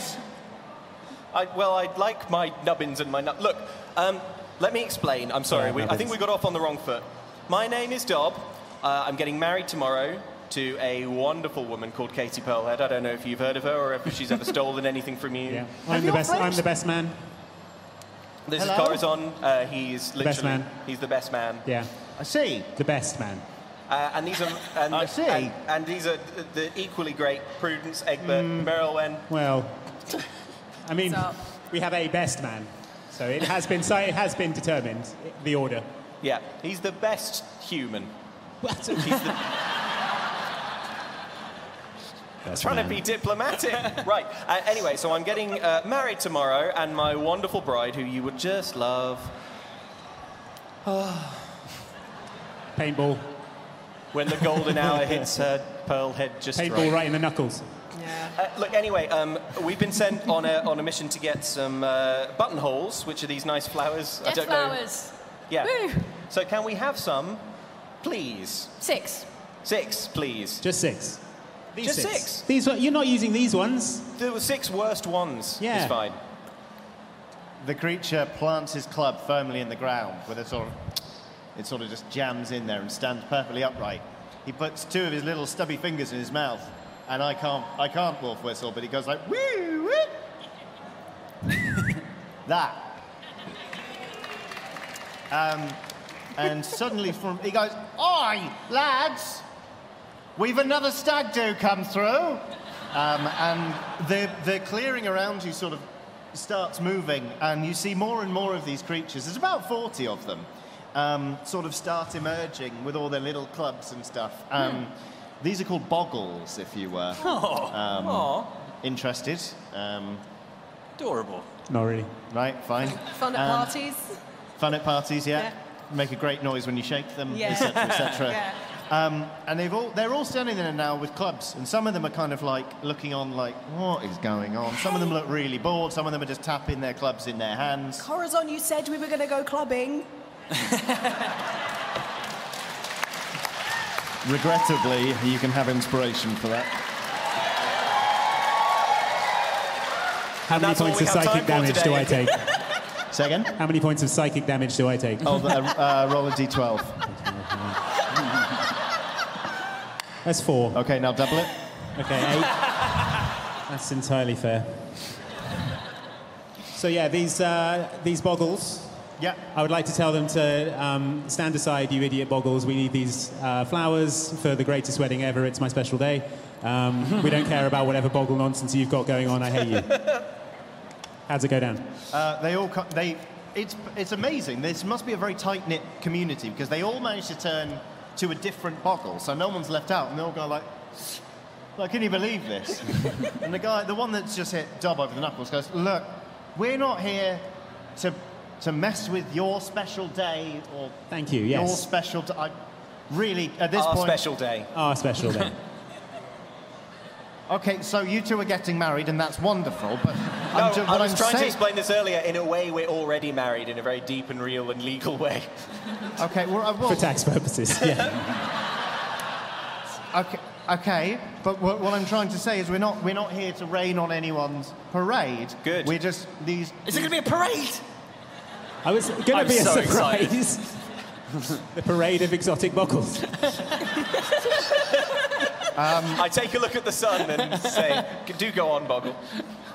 S6: I, well, I'd like my nubbins and my nut. Look, um, let me explain. I'm sorry.
S10: Sorry,
S6: we, I think
S10: nubbins.
S6: we got off on the wrong foot. My name is Dob. Uh, I'm getting married tomorrow to a wonderful woman called Katie Pearlhead. I don't know if you've heard of her or if she's ever stolen anything from you.
S2: I'm the best. I'm the best man.
S6: This
S2: Hello?
S6: is Corazon. Uh, he's literally
S2: best man.
S6: he's the best man.
S2: Yeah.
S9: I see.
S2: The best man.
S6: Uh, and these are and, I see. And, and these are the equally great Prudence, Egbert,
S10: Mm.
S6: Merylwen.
S2: Well, I mean, we have a best man, so it has been so it has been determined the order.
S6: Yeah, he's the best human.
S2: What?
S6: He's the trying to be diplomatic. right. Uh, anyway, so I'm getting uh, married tomorrow, and my wonderful bride, who you would just love,
S9: Ah.
S2: Paintball.
S6: when the golden hour hits her pearl head just
S2: Paintball
S6: right.
S2: right. in the knuckles.
S6: Uh, look, anyway, um, we've been sent on a, on a mission to get some uh, buttonholes, which are these nice flowers. I
S7: Death
S6: don't
S7: flowers.
S6: know. Yeah. So can we have some, please?
S7: Six.
S6: Six, please.
S2: Just six. These
S6: Just
S2: six.
S6: six.
S2: These one- you're not using these ones.
S6: The six worst ones.
S2: Yeah.
S6: It's fine.
S9: The creature plants his club firmly in the ground with a sort of. It sort of just jams in there and stands perfectly upright. He puts two of his little stubby fingers in his mouth, and I can't, I can't wolf whistle, but he goes like, woo, woo. that. Um, and suddenly from he goes, Oi, lads, we've another stag do come through. Um, and the, the clearing around you sort of starts moving, and you see more and more of these creatures. There's about 40 of them um, sort of start emerging with all their little clubs and stuff. Um, These are called boggles, if you were
S10: Hmm.
S9: um,
S10: Oh, aw.
S9: interested. Um,
S10: Adorable.
S2: Not really.
S9: Right, fine.
S11: Fun at
S9: Um,
S11: parties.
S9: Fun at parties, yeah. Make a great noise when you shake them,
S11: Yeah.
S9: etc., etc.
S11: Yeah.
S9: Um, and they've all, they're all standing there now with clubs, and some of them are kind of like looking on, like, what is going on? Some of them look really bored, some of them are just tapping their clubs in their hands.
S11: Corazon, you said we were going to go clubbing.
S9: Regrettably, you can have inspiration for that.
S2: How many
S9: That's all
S2: points
S9: we
S2: of
S9: have time
S2: psychic
S9: for
S2: damage do I
S9: today.
S2: take?
S9: Say again?
S2: How many points of psychic damage do I take?
S9: Oh, the- uh, roll a d12.
S2: That's four.
S9: Okay, now double it.
S2: Okay, eight. That's entirely fair. So yeah, these uh, these boggles.
S9: Yeah.
S2: I would like to tell them to um, stand aside, you idiot boggles. We need these uh, flowers for the greatest wedding ever. It's my special day. Um, we don't care about whatever boggle nonsense you've got going on. I hate you. How's it go down?
S9: Uh, they all co- they. It's it's amazing. This must be a very tight knit community because they all managed to turn to a different boggle, so no one's left out, and they all go like, like, can you believe this? and the guy, the one that's just hit dub over the knuckles, goes, look, we're not here to to mess with your special day or
S2: thank you.
S9: your
S2: Yes.
S9: special. d I really at this
S2: Our
S9: point
S2: special
S6: day.
S2: Our Oh, special day.
S9: okay, so you two are getting married, and that's wonderful. But I'm ju-
S6: no, I
S9: what
S6: was
S9: I'm
S6: trying to
S9: saying-
S6: explain this earlier. In a way, we're already married in a very deep and real and legal way.
S9: Okay, well, I will.
S2: for tax purposes. Yeah.
S9: Okay, okay, but what, what I'm trying to say is we're not we're not here to rain on anyone's parade. Good. We're just these.
S6: Is it going to be a parade?
S2: I was going to
S9: I'm
S2: be a
S9: so
S2: surprise. the parade of exotic boggles.
S9: Um,
S6: I take a look at the sun and say, "Do go on, Boggle."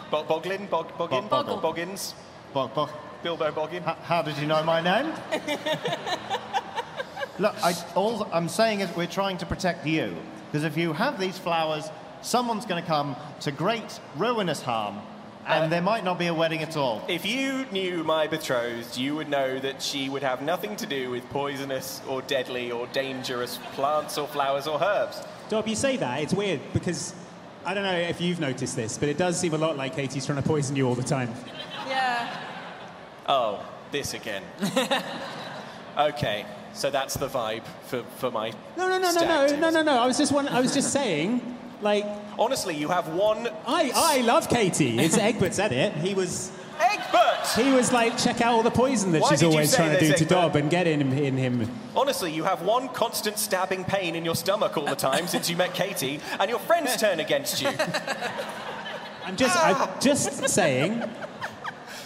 S6: Bo- Boglin, Bog- Boggin,
S9: Boggle.
S6: Boggins,
S9: Bog, bog.
S6: Bilbo Boggin.
S9: How, how did you know my name? Look, I, all I'm saying is we're trying to protect you because if you have these flowers, someone's going to come to great ruinous harm,
S2: Uh,
S9: and there might not be a wedding at all.
S6: If you knew my betrothed, you would know that she would have nothing to do with poisonous or deadly or dangerous plants or flowers or herbs.
S2: Dob, you say that, it's weird because I don't know if you've noticed this, but it does seem a lot like Katie's trying to poison you all the time.
S11: Yeah.
S6: Oh, this again. okay, so that's the vibe for, for my.
S2: No, no, no, no, no, no, no, no. I was just one, I was just saying, like.
S6: Honestly, you have one.
S2: I, I love Katie. It's Egbert said it. He was.
S6: Egbert!
S2: He was like, check out all the poison that
S6: Why
S2: she's
S6: did you
S2: always
S6: say
S2: trying to do
S6: this,
S2: to
S6: Egbert?
S2: Dob and get in, in him.
S6: Honestly, you have one constant stabbing pain in your stomach all the time since you met Katie, and your friends turn against you.
S2: I'm just, I'm just saying.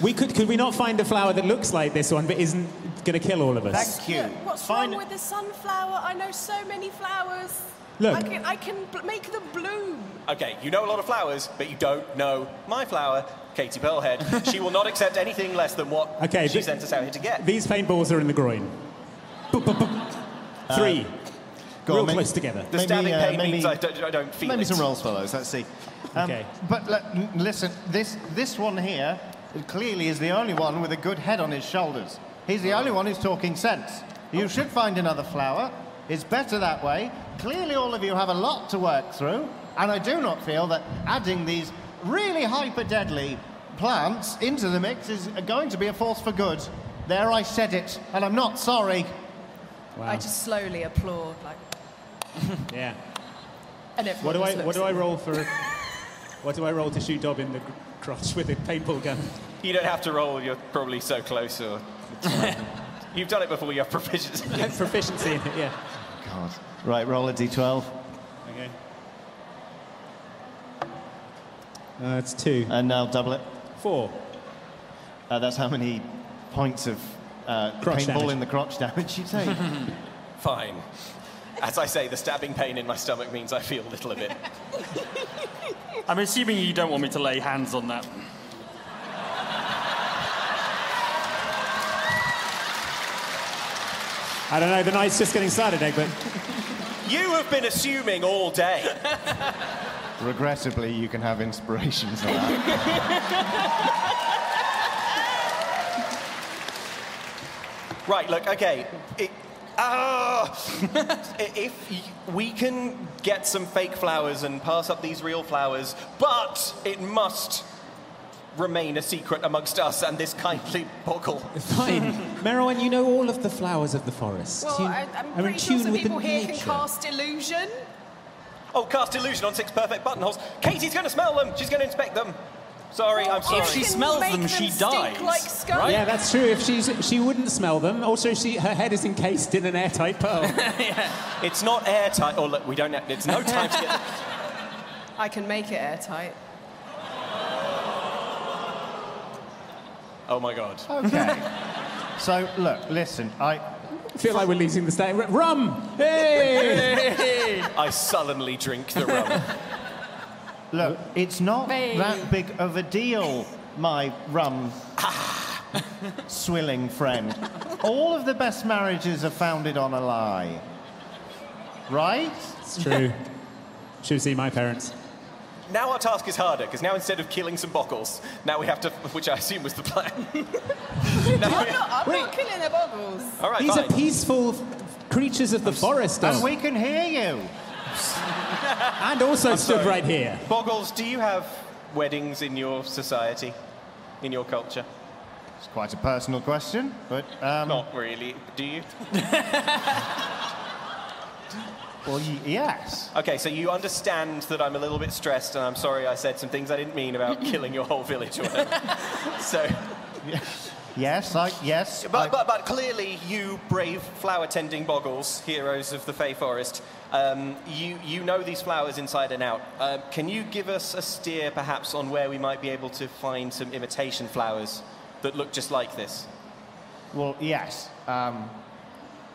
S2: We could, could we not find a flower that looks like this one but isn't going to kill all of us?
S11: What's wrong with the sunflower? I know so many flowers.
S2: Look.
S11: I can, I can bl- make them bloom.
S6: Okay, you know a lot of flowers, but you don't know my flower, Katie Pearlhead. she will not accept anything less than what
S2: Okay,
S6: she
S2: but-
S6: sent us out here to get.
S2: These paintballs are in the groin. Boop, boop, boop.
S11: Uh,
S2: Three.
S9: Uh, go on,
S2: Real
S9: make-
S2: close together.
S6: The stabbing
S9: uh,
S6: pain
S9: maybe-
S6: means I don't, I don't feel
S9: Maybe
S6: it.
S9: some rolls for those. Let's see. Um,
S2: Okay.
S9: But le- n- listen, this this one here clearly is the only one with a good head on his shoulders. He's the only one who's talking sense. You should find another flower. It's better that way. Clearly, all of you have a lot to work through, and I do not feel that adding these really hyper deadly plants into the mix is going to be a force for good. There, I said it, and I'm not sorry.
S11: I just slowly applaud, like,
S2: Yeah.
S11: and everyone
S2: What do I
S11: just
S2: what
S11: looks
S2: do I
S11: at me.
S2: roll for? what do I roll to shoot Dob in the crotch with a paintball gun?
S6: You don't have to roll, you're probably so close. Or You've done it before, you have proficiency.
S2: Proficiency in it, yeah.
S9: God. Right, roll a d12.
S2: Okay. That's Uh, two.
S9: And Uh, now double it.
S2: Four.
S9: Uh, that's how many points of uh,
S2: Crotch
S9: paintball
S2: damage.
S9: in the crotch damage you take.
S6: Fine. As I say, the stabbing pain in my stomach means I feel little of it.
S10: I'm assuming you don't want me to lay hands on that.
S2: I don't know, the night's just getting started, Egbert.
S6: You have been assuming all day.
S9: Regrettably, you can have inspirations for that.
S6: Right, look, okay. It, ah! if y- we can get some fake flowers and pass up these real flowers, but it must remain a secret amongst us and this kindly boggle.
S12: Fine. Merowyn, you know all of the flowers of the forest.
S11: Well,
S12: you
S11: I, I'm
S12: are
S11: pretty
S12: in
S11: sure
S12: tune
S11: some
S12: with
S11: people
S12: the
S11: here can
S12: nature.
S11: cast illusion.
S6: Oh, cast illusion on six perfect buttonholes. Katie's gonna smell them. She's gonna inspect them. Sorry, I'm sorry.
S11: If she smells them, she dies. like skunk.
S2: Yeah, that's true. If she's, she wouldn't smell them. Also, she her head is encased in an airtight pearl.
S6: It's not airtight. Oh, look, we don't have. It's no time to get.
S8: I can make it airtight.
S6: Oh my god.
S9: Okay. so, look, listen, I.
S2: feel like we're losing the state. Rum! Hey!
S6: I sullenly drink the rum.
S9: Look, it's not
S6: Hey.
S9: that big of a deal, my rum swilling friend. All of the best marriages are founded on a lie. Right?
S2: It's true. Should have seen my parents.
S6: Now our task is harder because now instead of killing some bockles, now we have to, which I assume was the plan.
S8: I'm not, I'm not killing the boggles.
S6: All right,
S2: These
S6: fine.
S2: are peaceful f- creatures of the forest.
S9: And
S2: Dom.
S9: we can hear you.
S2: and also
S6: I'm
S2: stood
S6: sorry.
S2: right here.
S6: Boggles, do you have weddings in your society, in your culture?
S9: It's quite a personal question, but. Um,
S6: Not really. Do you?
S9: Well, y- yes.
S6: Okay, so you understand that I'm a little bit stressed, and I'm sorry I said some things I didn't mean about killing your whole village. Or whatever. so,
S9: Yes, I. Yes.
S6: but, but, but clearly, you brave flower tending boggles, heroes of the Fey Forest, um, you, you know these flowers inside and out. Uh, can you give us a steer, perhaps, on where we might be able to find some imitation flowers that look just like this?
S9: Well, yes. Um,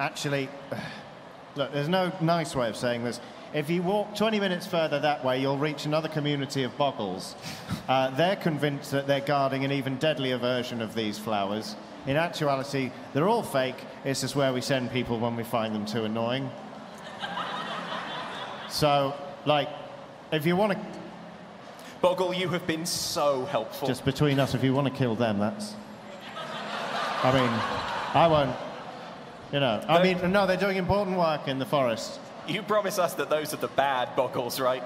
S9: actually, look, there's no nice way of saying this. If you walk 20 minutes further that way, you'll reach another community of boggles. Uh, they're convinced that they're guarding an even deadlier version of these flowers. In actuality, they're all fake. It's just where we send people when we find them too annoying. So, like, if you want to,
S6: Boggle, you have been so helpful.
S9: just between us, if you want to kill them, that's. I mean, I won't. You know, I mean, no, they're doing important work in the forest.
S6: You promise us that those are the bad boggles, right?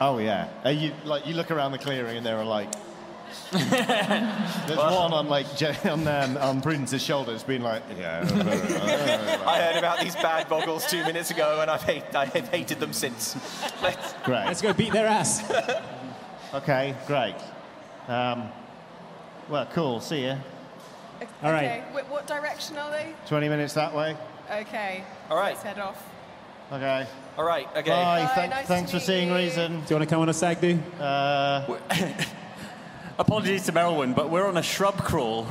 S9: Oh yeah, Uh, you like you look around the clearing and there are like there's one on like Je- on um, on Prudence's shoulder. It's been like
S2: Oh,
S9: yeah,
S6: I heard about these bad boggles two minutes ago, and I've hate, I have hated them since. Let's-
S9: great.
S2: Let's go beat their ass.
S9: okay, great. Um, well, cool. See ya. All right.
S11: Okay. Wh- what direction are they?
S9: Twenty minutes that way.
S11: Okay.
S6: All right.
S11: Let's head off.
S9: Okay.
S6: All right. Okay.
S9: Bye.
S11: Bye,
S9: Thank-
S11: nice to
S9: thanks for
S11: meet
S9: seeing Reason.
S2: Do you want to come on a sag do?
S9: Uh,
S10: Apologies to Merylwyn, but we're on a shrub crawl.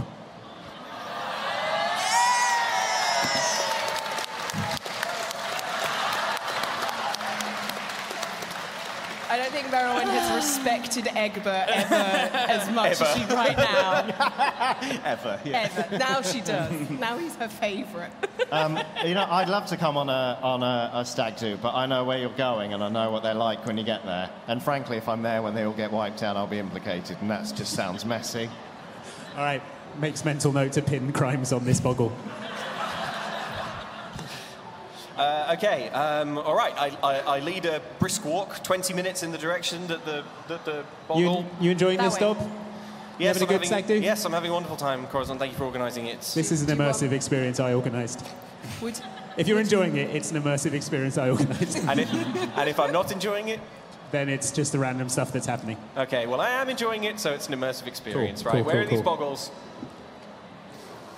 S8: I don't think Merowyn has respected Egbert ever Uh, as much as she
S6: Ever.
S8: right now.
S6: Ever.
S8: Ever. Now she does. Now he's her favourite.
S9: um, you know, I'd love to come on a on a, a stag do, but I know where you're going and I know what they're like when you get there. And frankly, if I'm there when they all get wiped out, I'll be implicated, and that just sounds messy.
S2: All right, makes mental note to pin crimes on this boggle.
S6: Uh, okay. Um, all right. I, I, I lead a brisk walk, 20 minutes in the direction that the that the boggle.
S2: You, you enjoying
S6: That
S2: this,
S6: way.
S2: Dob? You
S6: yes,
S2: having a
S6: I'm
S2: good
S6: having,
S2: stag do?
S6: Yes, I'm having a wonderful time, Corazon. Thank you for organising it.
S2: This is an immersive experience I organised.
S8: Would,
S2: If you're enjoying it, it's an immersive experience I organised.
S6: and, if, and if I'm not enjoying it,
S2: then it's just the random stuff that's happening.
S6: okay. Well, I am enjoying it, so it's an immersive experience,
S2: Cool,
S6: right?
S2: cool,
S6: Where
S2: cool,
S6: are these
S2: cool.
S6: boggles?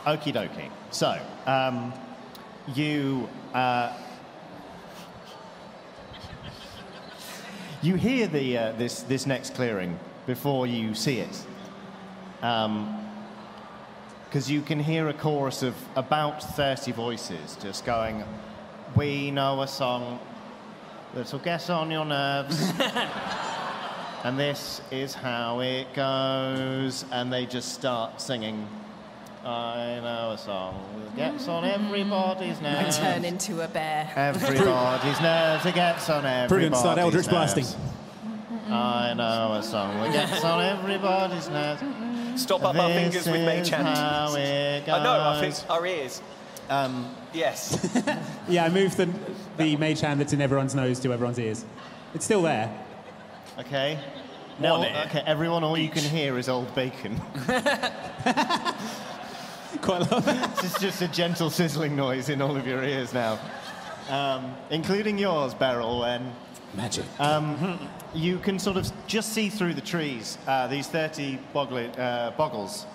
S9: Okie dokie. So, um, you uh, you hear the uh, this this next clearing before you see it, because you can hear a chorus of about thirty voices just going, "We know a song that'll get on your nerves." And this is how it goes. And they just start singing I know a song that gets on everybody's
S8: I
S9: nerves.
S8: turn into a bear.
S9: Everybody's nerves, it gets on everybody's
S2: Prudence, start Eldritch
S9: nerves.
S2: blasting.
S9: I know a song that gets on everybody's nerves.
S6: Stop up our
S9: This
S6: fingers with
S9: is
S6: Mage Hand.
S9: how it
S6: I know, our,
S9: goes.
S6: fingers, our ears.
S9: Um,
S6: yes.
S2: Yeah, I moved the, the mage hand that's in everyone's nose to everyone's ears. It's still there.
S9: Okay. No,
S2: One ear.
S9: okay, everyone, all you can hear is old bacon.
S2: Quite a lot.
S9: it's just a gentle sizzling noise in all of your ears now, um, including yours, Beryl, when.
S12: Magic.
S9: Um, you can sort of just see through the trees. Uh, these 30 bogli- uh, boggles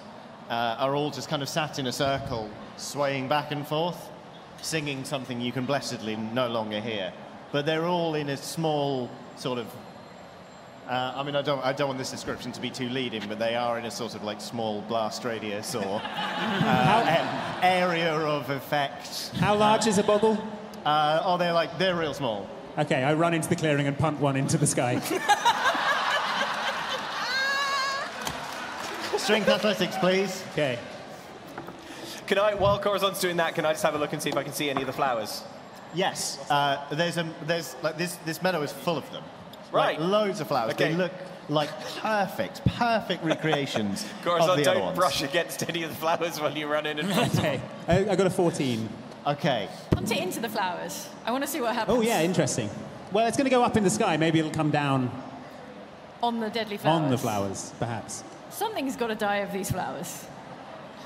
S9: uh, are all just kind of sat in a circle, swaying back and forth, singing something you can blessedly no longer hear. But they're all in a small sort of. Uh, I mean, I don't, I don't want this description to be too leading, but they are in a sort of like small blast radius or uh, a- area of effect.
S2: How large is a boggle?
S9: Uh, oh, they're like, they're real small.
S2: Okay, I run into the clearing and punt one into the sky.
S9: Strength athletics, please.
S2: Okay.
S6: Can I, while Corazon's doing that, can I just have a look and see if I can see any of the flowers?
S9: Yes, uh, there's a there's like this this meadow is full of them.
S6: Right.
S9: Like, loads of flowers.
S6: Okay.
S9: They look like perfect, perfect recreations of
S6: Corazon,
S9: the
S6: don't
S9: other ones.
S6: brush against any of the flowers while you run in and
S2: okay. I, I got a 14.
S9: Okay.
S7: Punt it into the flowers. I want to see what happens.
S2: Oh, yeah, interesting. Well, it's going to go up in the sky. Maybe it'll come down
S7: On the deadly flowers.
S2: on the flowers, perhaps.
S7: Something's got to die of these flowers.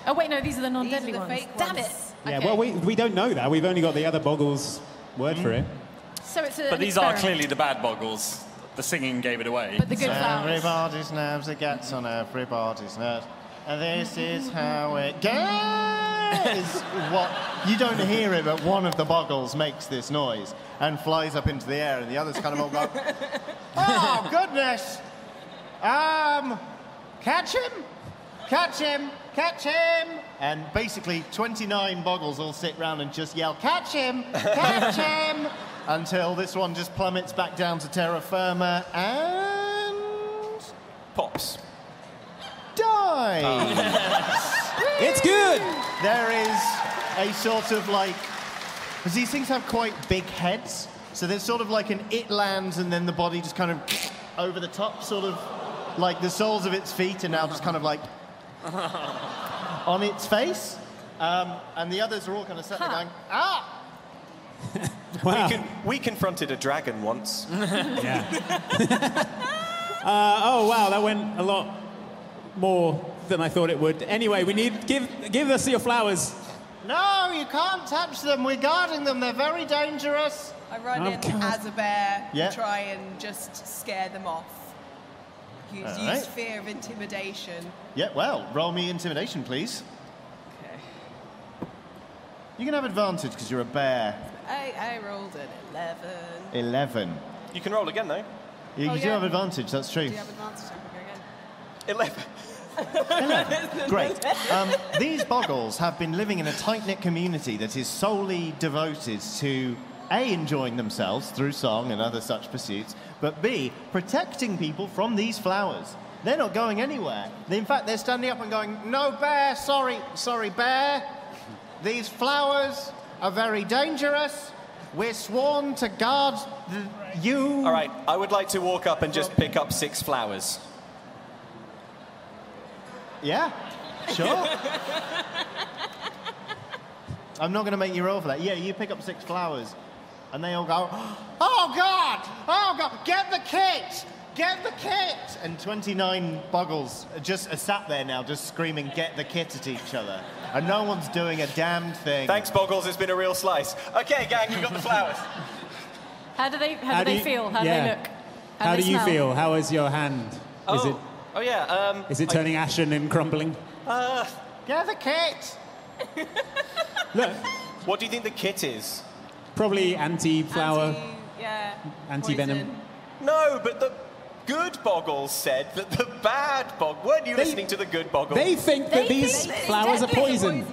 S7: Oh wait, no, these are the non-deadly ones. Damn it!
S2: Yeah,
S7: Okay.
S2: well, we, we don't know that. We've only got the other boggle's word for it.
S7: So it's a,
S10: But
S7: an
S10: these are
S7: experiment.
S10: clearly the bad boggles. The singing gave it away.
S7: But the good flowers.
S9: Everybody's nerves, it gets on everybody's nerves. And this is how it goes. what you don't hear it, but one of the boggles makes this noise and flies up into the air, and the others kind of all go, "Oh goodness! Um, catch him! Catch him! Catch him!" And basically, 29 boggles all sit round and just yell, "Catch him! Catch him!" until this one just plummets back down to terra firma and
S6: pops.
S10: Oh.
S9: Dies.
S2: it's good.
S9: There is a sort of like because these things have quite big heads, so there's sort of like an it lands and then the body just kind of over the top, sort of like the soles of its feet are now just kind of like on its face, um, and the others are all kind of sat there going, ah.
S6: we, con- we confronted a dragon once.
S7: Mm-hmm.
S2: yeah. Uh, oh wow, that went a lot more than I thought it would. Anyway, we need give give us your flowers.
S9: No, you can't touch them. We're guarding them. They're very dangerous.
S8: I run
S2: Oh,
S8: in
S2: God.
S8: as a bear
S2: Yeah.
S8: and try and just scare them off. Use,
S9: All
S8: use
S9: right.
S8: fear of intimidation.
S9: Yeah, well, roll me intimidation, please. You can have advantage because you're a bear.
S8: I, I rolled an 11.
S9: 11.
S6: You can roll again, though.
S9: You,
S8: Oh,
S9: you do
S8: yeah.
S9: have advantage, that's true.
S8: advantage?
S9: Great. Um, these boggles have been living in a tight knit community that is solely devoted to A, enjoying themselves through song and other such pursuits, but B, protecting people from these flowers. They're not going anywhere. They- In fact, they're standing up and going, No, bear, sorry, sorry, bear. These flowers are very dangerous. We're sworn to guard the, you.
S6: All right, I would like to walk up and just pick up six flowers.
S9: Yeah, sure. I'm not going to make you roll for that. Yeah, you pick up six flowers, and they all go, "Oh God! Oh God! Get the kit! Get the kit!" And 29 buggles are just are sat there now, just screaming, "Get the kit!" at each other, and no one's doing a damn thing.
S6: Thanks, Boggles. It's been a real slice. Okay, gang, we've got the flowers.
S7: How do they? How, do,
S2: How do
S7: they
S2: you-
S7: feel? How do
S2: yeah.
S7: they look?
S2: How,
S7: they
S2: do you
S7: smell?
S2: feel? How is your hand? Is it
S6: Oh yeah. Um,
S2: is it
S6: I-
S2: turning ashen and crumbling?
S6: Uh,
S9: Get the kit.
S2: Look,
S6: what do you think the kit is?
S2: probably anti-flower,
S8: Yeah.
S2: anti-venom.
S6: No, but the good Boggles said that the bad Bog. Weren't you listening to the good Boggles?
S2: They think that these flowers are poison.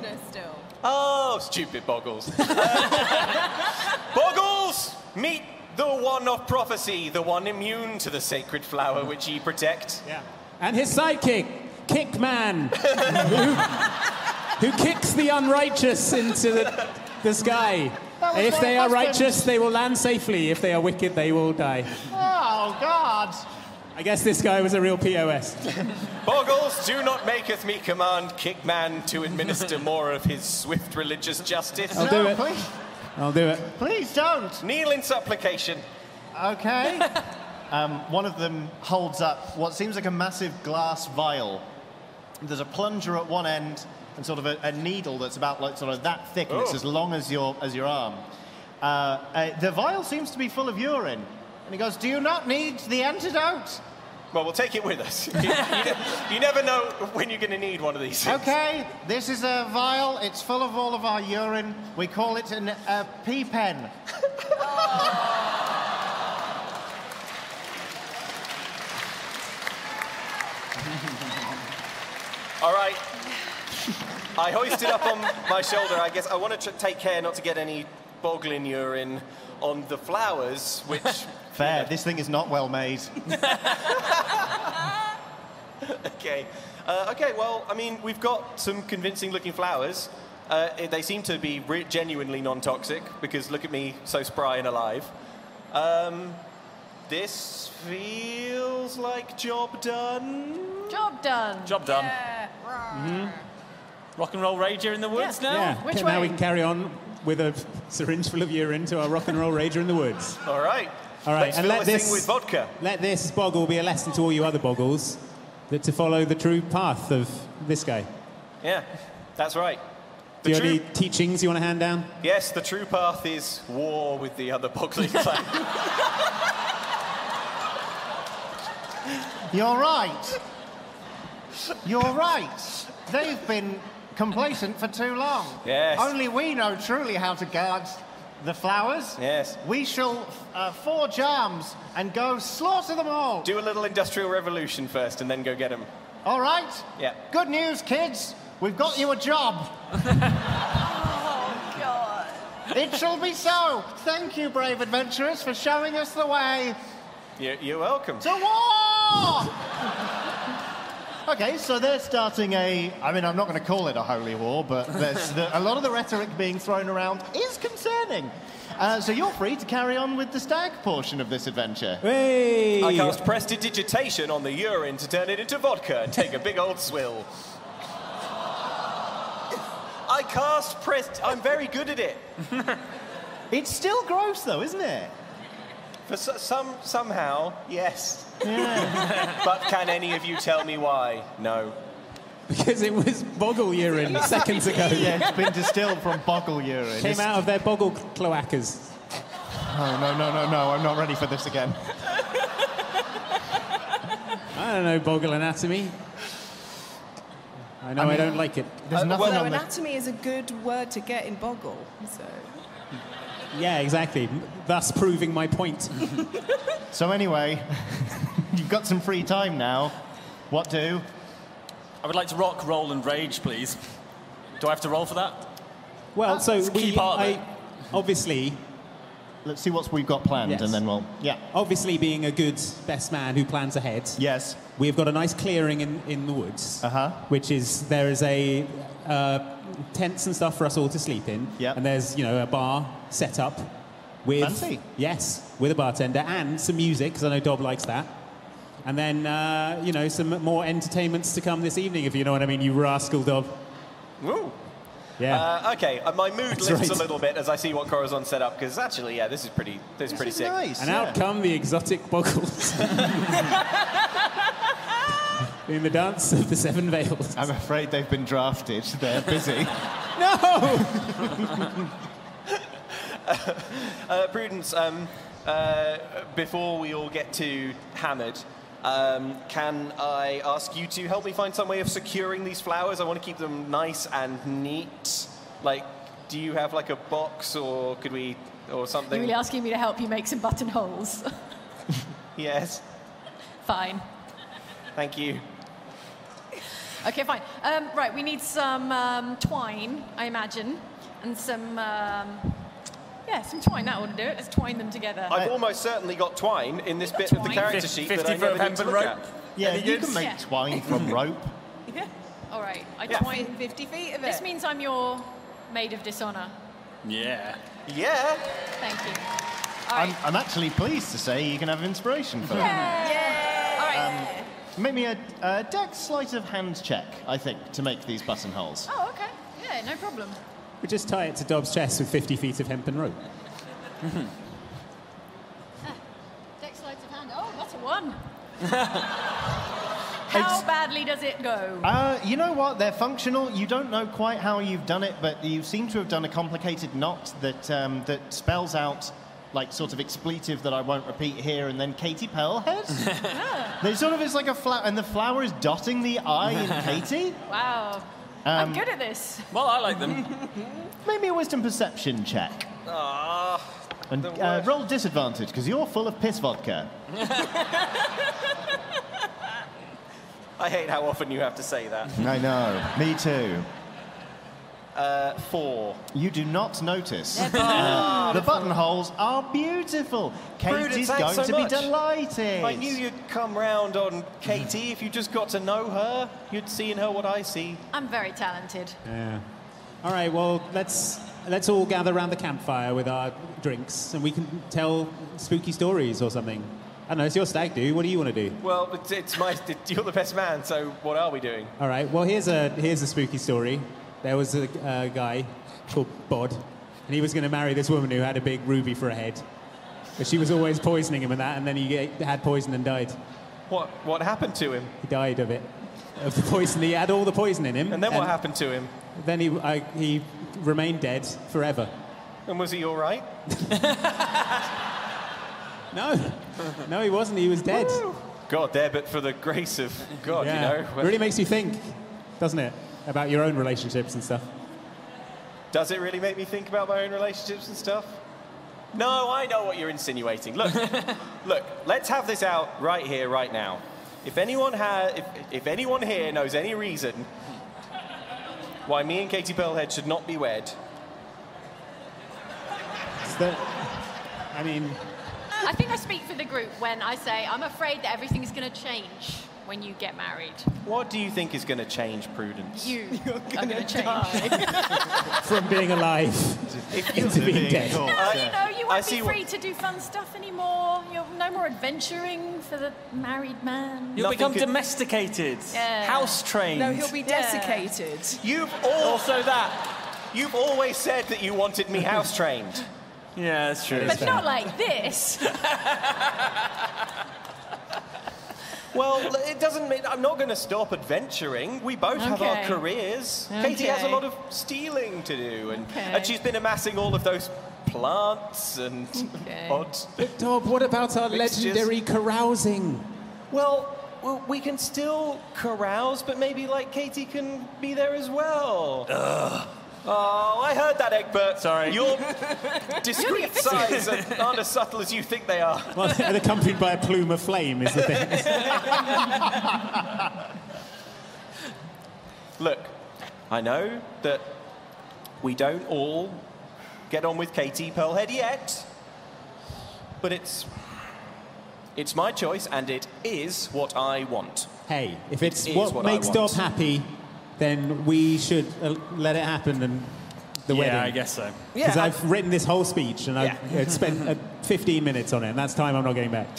S6: Oh, stupid Boggles. Boggles, meet the one of prophecy, the one immune to the sacred flower which ye protect.
S2: Yeah. And his sidekick, Kickman, who, who kicks the unrighteous into the, the sky.
S9: That was
S2: If
S9: my
S2: they are
S9: husband.
S2: righteous, they will land safely. If they are wicked, they will die.
S9: Oh, God.
S2: I guess this guy was a real POS.
S6: Boggles, do not maketh me command Kickman to administer more of his swift religious justice.
S2: I'll do it. I'll do it.
S9: Please don't.
S6: Kneel in supplication.
S9: Okay. um, one of them holds up what seems like a massive glass vial. There's a plunger at one end and sort of a, a needle that's about like sort of that thick and it's
S6: Oh.
S9: as long as your as your arm. Uh, uh, the vial seems to be full of urine, and he goes, "Do you not need the antidote?"
S6: Well, we'll take it with us. You, you- you never know when you're going to need one of these. things.
S9: Okay, this is a vial. It's full of all of our urine. We call it an, a pee pen.
S6: All right. I hoist it up on my shoulder. I guess I want to tr- take care not to get any boggling urine on the flowers, which
S9: Fair. This thing is not well made.
S6: Okay. Uh, okay, well, I mean, we've got some convincing looking flowers. Uh, eh, they seem to be re- genuinely non toxic because look at me, so spry and alive. Um, this feels like job done.
S7: Job done.
S10: Job
S2: Um,
S10: done.
S7: Yeah.
S10: Rock and roll rager in the woods now?
S2: Yeah. Can- Now we carry on with a syringe full of urine to our rock and roll rager in the woods.
S6: All right.
S2: All right,
S6: Let's
S2: and
S6: fill
S2: let
S6: this,
S2: this
S6: thing with vodka.
S2: Let this boggle be a lesson to all you other boggles that to follow the true path of this guy.
S6: Yeah, that's right.
S2: Do you have any teachings you want to hand down?
S6: Yes, the true path is war with the other boggling clan.
S9: You're right. You're right. They've been complacent for too long.
S6: Yes.
S9: Only we know truly how to guard the flowers.
S6: Yes.
S9: We shall uh, forge arms and go slaughter them all.
S6: Do a little industrial revolution first and then go get them.
S9: All right?
S6: Yeah.
S9: Good news, kids. We've got you a job. It shall be so. Thank you, brave adventurers, for showing us the way
S6: You're, you're welcome.
S9: to war. okay, so they're starting a. I mean, I'm not going to call it a holy war, but there's the, a lot of the rhetoric being thrown around is concerning. Uh, so you're free to carry on with the stag portion of this adventure.
S2: Hey!
S6: I cast prestidigitation on the urine to turn it into vodka and take a big old swill. I cast prest. I'm very good at it.
S9: It's still gross, though, isn't it?
S6: For s- some somehow, yes.
S9: Yeah.
S6: but can any of you tell me why? No.
S2: Because it was boggle urine seconds ago.
S9: yeah, it's been distilled from boggle urine.
S2: Came out of their boggle cloacas.
S9: Oh, no, no, no, no. I'm not ready for this again.
S2: I don't know boggle anatomy. I know I,
S9: I mean,
S2: don't like it.
S9: there's Uh, nothing well-
S11: Although
S9: on the-
S11: anatomy is a good word to get in Boggle, so.
S2: Yeah, exactly. Thus proving my point.
S9: So, anyway, you've got some free time now. What do?
S10: I would like to rock, roll, and rage, please. Do I have to roll for that?
S2: well, so
S10: It's a key
S2: we,
S10: part of
S2: I,
S10: it.
S2: obviously,
S9: Let's see what we've got planned,
S2: Yes.
S9: and then we'll. Yeah.
S2: obviously being a good best man who plans ahead,
S9: Yes.
S2: we've got a nice clearing in, in the woods,
S9: Uh-huh.
S2: which is there is a uh, tents and stuff for us all to sleep in,
S9: Yep.
S2: and there's you know a bar set up with
S9: Fancy.
S2: yes with a bartender and some music because I know Dob likes that. And then, uh, you know, some more entertainments to come this evening, if you know what I mean, you rascal Dob.
S6: Ooh.
S2: Yeah.
S6: Uh, okay, uh, my mood
S2: That's
S6: lifts
S2: right.
S6: a little bit as I see what Corazon set up because actually, yeah, this is pretty. This is pretty
S9: is
S6: sick.
S9: nice.
S2: and
S9: yeah.
S2: out come the exotic boggles. In the dance of the seven veils.
S9: I'm afraid they've been drafted. They're busy.
S2: No!
S6: Uh, Prudence, um, uh, before we all get too hammered, um, can I ask you to help me find some way of securing these flowers? I want to keep them nice and neat. Like, do you have like a box, or could we, or
S7: You're
S6: something?
S7: really asking me to help you make some buttonholes.
S6: Yes,
S7: fine.
S6: thank you.
S7: Okay, fine. Um, right, we need some um, twine, I imagine, and some. Um, yeah, some twine. That ought to do it. Let's twine them together.
S9: Uh,
S6: I've almost certainly got twine in this bit of the
S7: twine.
S6: character
S10: Fif-
S6: sheet
S10: 50
S6: that I
S10: for
S6: never
S10: a
S6: need to
S10: hempen
S6: look
S10: rope?
S6: at.
S9: Yeah,
S10: Any
S9: you
S10: goods?
S9: can make
S7: Yeah.
S9: twine from rope.
S7: Yeah. All right. I
S6: Yeah.
S7: twine 50 feet of it. This means I'm your maid of dishonor.
S6: Yeah. Yeah.
S7: Thank you.
S9: I'm, I'm actually pleased to say you can have inspiration for that.
S7: All right.
S6: Um,
S9: Make me a, a dex sleight of hand check, I think, to make these buttonholes.
S7: oh, okay. Yeah, no problem.
S2: We just tie it to Dob's chest with 50 feet of hempen rope.
S7: Dex sleight of hand. Oh, that's a one. How badly does it go?
S9: Uh, you know what? They're functional. You don't know quite how you've done it, but you seem to have done a complicated knot that um, that spells out like sort of expletive that I won't repeat here, and then Katie Pell has. they sort of it's like a flower, and the flower is dotting the I in Katie.
S7: Wow.
S9: Um,
S7: I'm good at this.
S10: Well, I like them.
S9: Maybe a wisdom perception check,
S10: Ah.
S9: and uh, roll disadvantage because you're full of piss vodka.
S6: I hate how often you have to say that.
S9: I know. Me too.
S6: Uh, four.
S9: You do not notice.
S6: That's
S9: Uh, the
S6: beautiful.
S9: buttonholes are beautiful.
S6: Bruder,
S9: Katie's
S6: thanks
S9: going
S6: so
S9: to be
S6: much.
S9: delighted.
S6: I knew you'd come round on Katie. If you just got to know her, you'd see in her what I see.
S7: I'm very talented.
S2: Yeah. All right. Well, let's let's all gather around the campfire with our drinks, and we can tell spooky stories or something. I don't know. It's your stag do. What do you want to do?
S6: Well, it's, it's my. You're the best man, so what are we doing?
S2: All right. Well, here's a here's a spooky story. There was a, a guy called Bod, and he was going to marry this woman who had a big ruby for a head, but she was always poisoning him and that, and then he get, had poison and died.
S6: What what happened to him?
S2: He died of it, of the poison. He had all the poison in him.
S6: And then what happened to him?
S2: Then he I, he remained dead forever.
S6: And was he all right?
S2: No, no, he wasn't. He was dead.
S6: God, there, but for the grace of God, you know.
S2: really makes you think, doesn't it, about your own relationships and stuff.
S6: Does it really make me think about my own relationships and stuff? No, I know what you're insinuating. Look, look, let's have this out right here, right now. If anyone ha- if, if anyone here knows any reason why me and Katie Pearlhead should not be wed,
S2: It's that, I mean,
S7: I think I speak for the group when I say I'm afraid that everything's going to change when you get married.
S6: what do you think is going to change Prudence?
S7: You are going to change.
S2: from being alive into being dead.
S7: No, you know, you won't be free to do fun stuff anymore. You're no more adventuring for the married man.
S10: You'll become domesticated,
S7: Yeah.
S10: house trained.
S8: No, he'll be
S7: Yeah.
S8: desiccated.
S6: You've all- also that. You've always said that you wanted me house trained.
S10: Yeah, that's true.
S7: But not like this.
S6: Well, l- it doesn't mean I'm not going to stop adventuring. We both have our
S7: Okay.
S6: careers. Katie has a
S7: Okay.
S6: lot of stealing to do, and,
S7: Okay.
S6: and she's been amassing all of those plants and odd.
S2: But Dob, what about our
S6: Mixtures.
S2: legendary carousing?
S6: Well, w- we can still carouse, but maybe like Katie can be there as well. Oh, I heard that, Egbert. Sorry. Your discreet sides are, aren't as subtle as you think they are.
S2: Well, and accompanied by a plume of flame is the thing.
S6: Look, I know that we don't all get on with Katie Pearlhead yet, but it's it's my choice and it is what I want.
S2: Hey, if it's
S6: It is
S2: what,
S6: what I
S2: makes Dob
S6: want.
S2: happy, then we should uh, let it happen and the
S10: yeah,
S2: wedding.
S10: I guess so.
S2: Because I've written this whole speech and I've uh, spent uh, 15 minutes on it, and that's time I'm not getting back.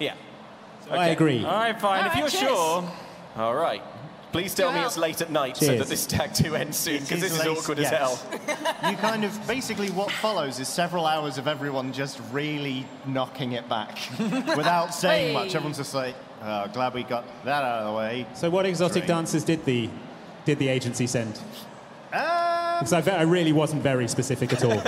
S6: Yeah.
S2: I agree.
S10: All right, fine. if you're sure.
S6: All right. Please tell me it's late at night so
S2: Cheers.
S6: that this tag two ends soon because this is
S9: late,
S6: awkward as
S9: yes.
S6: hell.
S9: you kind of basically what follows is several hours of everyone just really knocking it back without saying much.
S2: Hey.
S9: Everyone's just like, oh, glad we got that out of the way.
S2: So, what exotic
S9: Great.
S2: dancers did the did the agency send?
S9: Um,
S2: Because I, ve- I really wasn't very specific at all.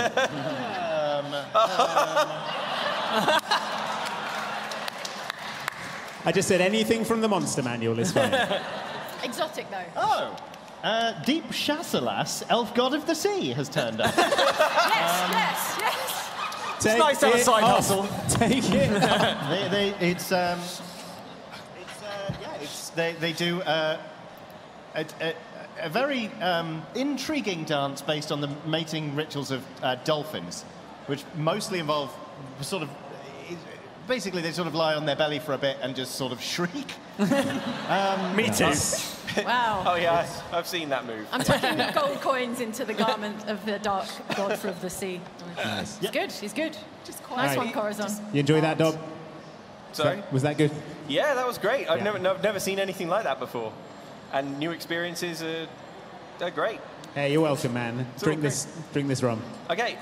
S2: I just said anything from the Monster Manual is fine.
S7: Exotic though.
S9: Oh. Uh, Deep Shasalas, elf god of the sea, has turned up. Um,
S7: yes, yes.
S9: Take
S10: nice to have a
S9: it
S10: side
S9: off.
S10: hustle.
S2: Take it.
S9: they, they, it's, um, it's, uh, yeah, it's, they, they do uh, a, a, a very um, intriguing dance based on the mating rituals of uh, dolphins, which mostly involve sort of basically they sort of lie on their belly for a bit and just sort of shriek. um,
S6: Me too.
S7: Wow.
S6: Oh yeah, I- I've seen that move.
S7: I'm tucking gold coins into the garment of the dark god of the sea.
S2: Nice.
S7: He's good. He's good. Just nice
S2: Right.
S7: one, Corazon.
S2: You enjoy that, Dob?
S6: Sorry.
S2: Was that good?
S6: Yeah, that was great. I've
S2: Yeah.
S6: never, no, I've never seen anything like that before, and new experiences are, are great.
S2: Hey, you're welcome, man. Drink this. Drink this rum.
S6: Okay.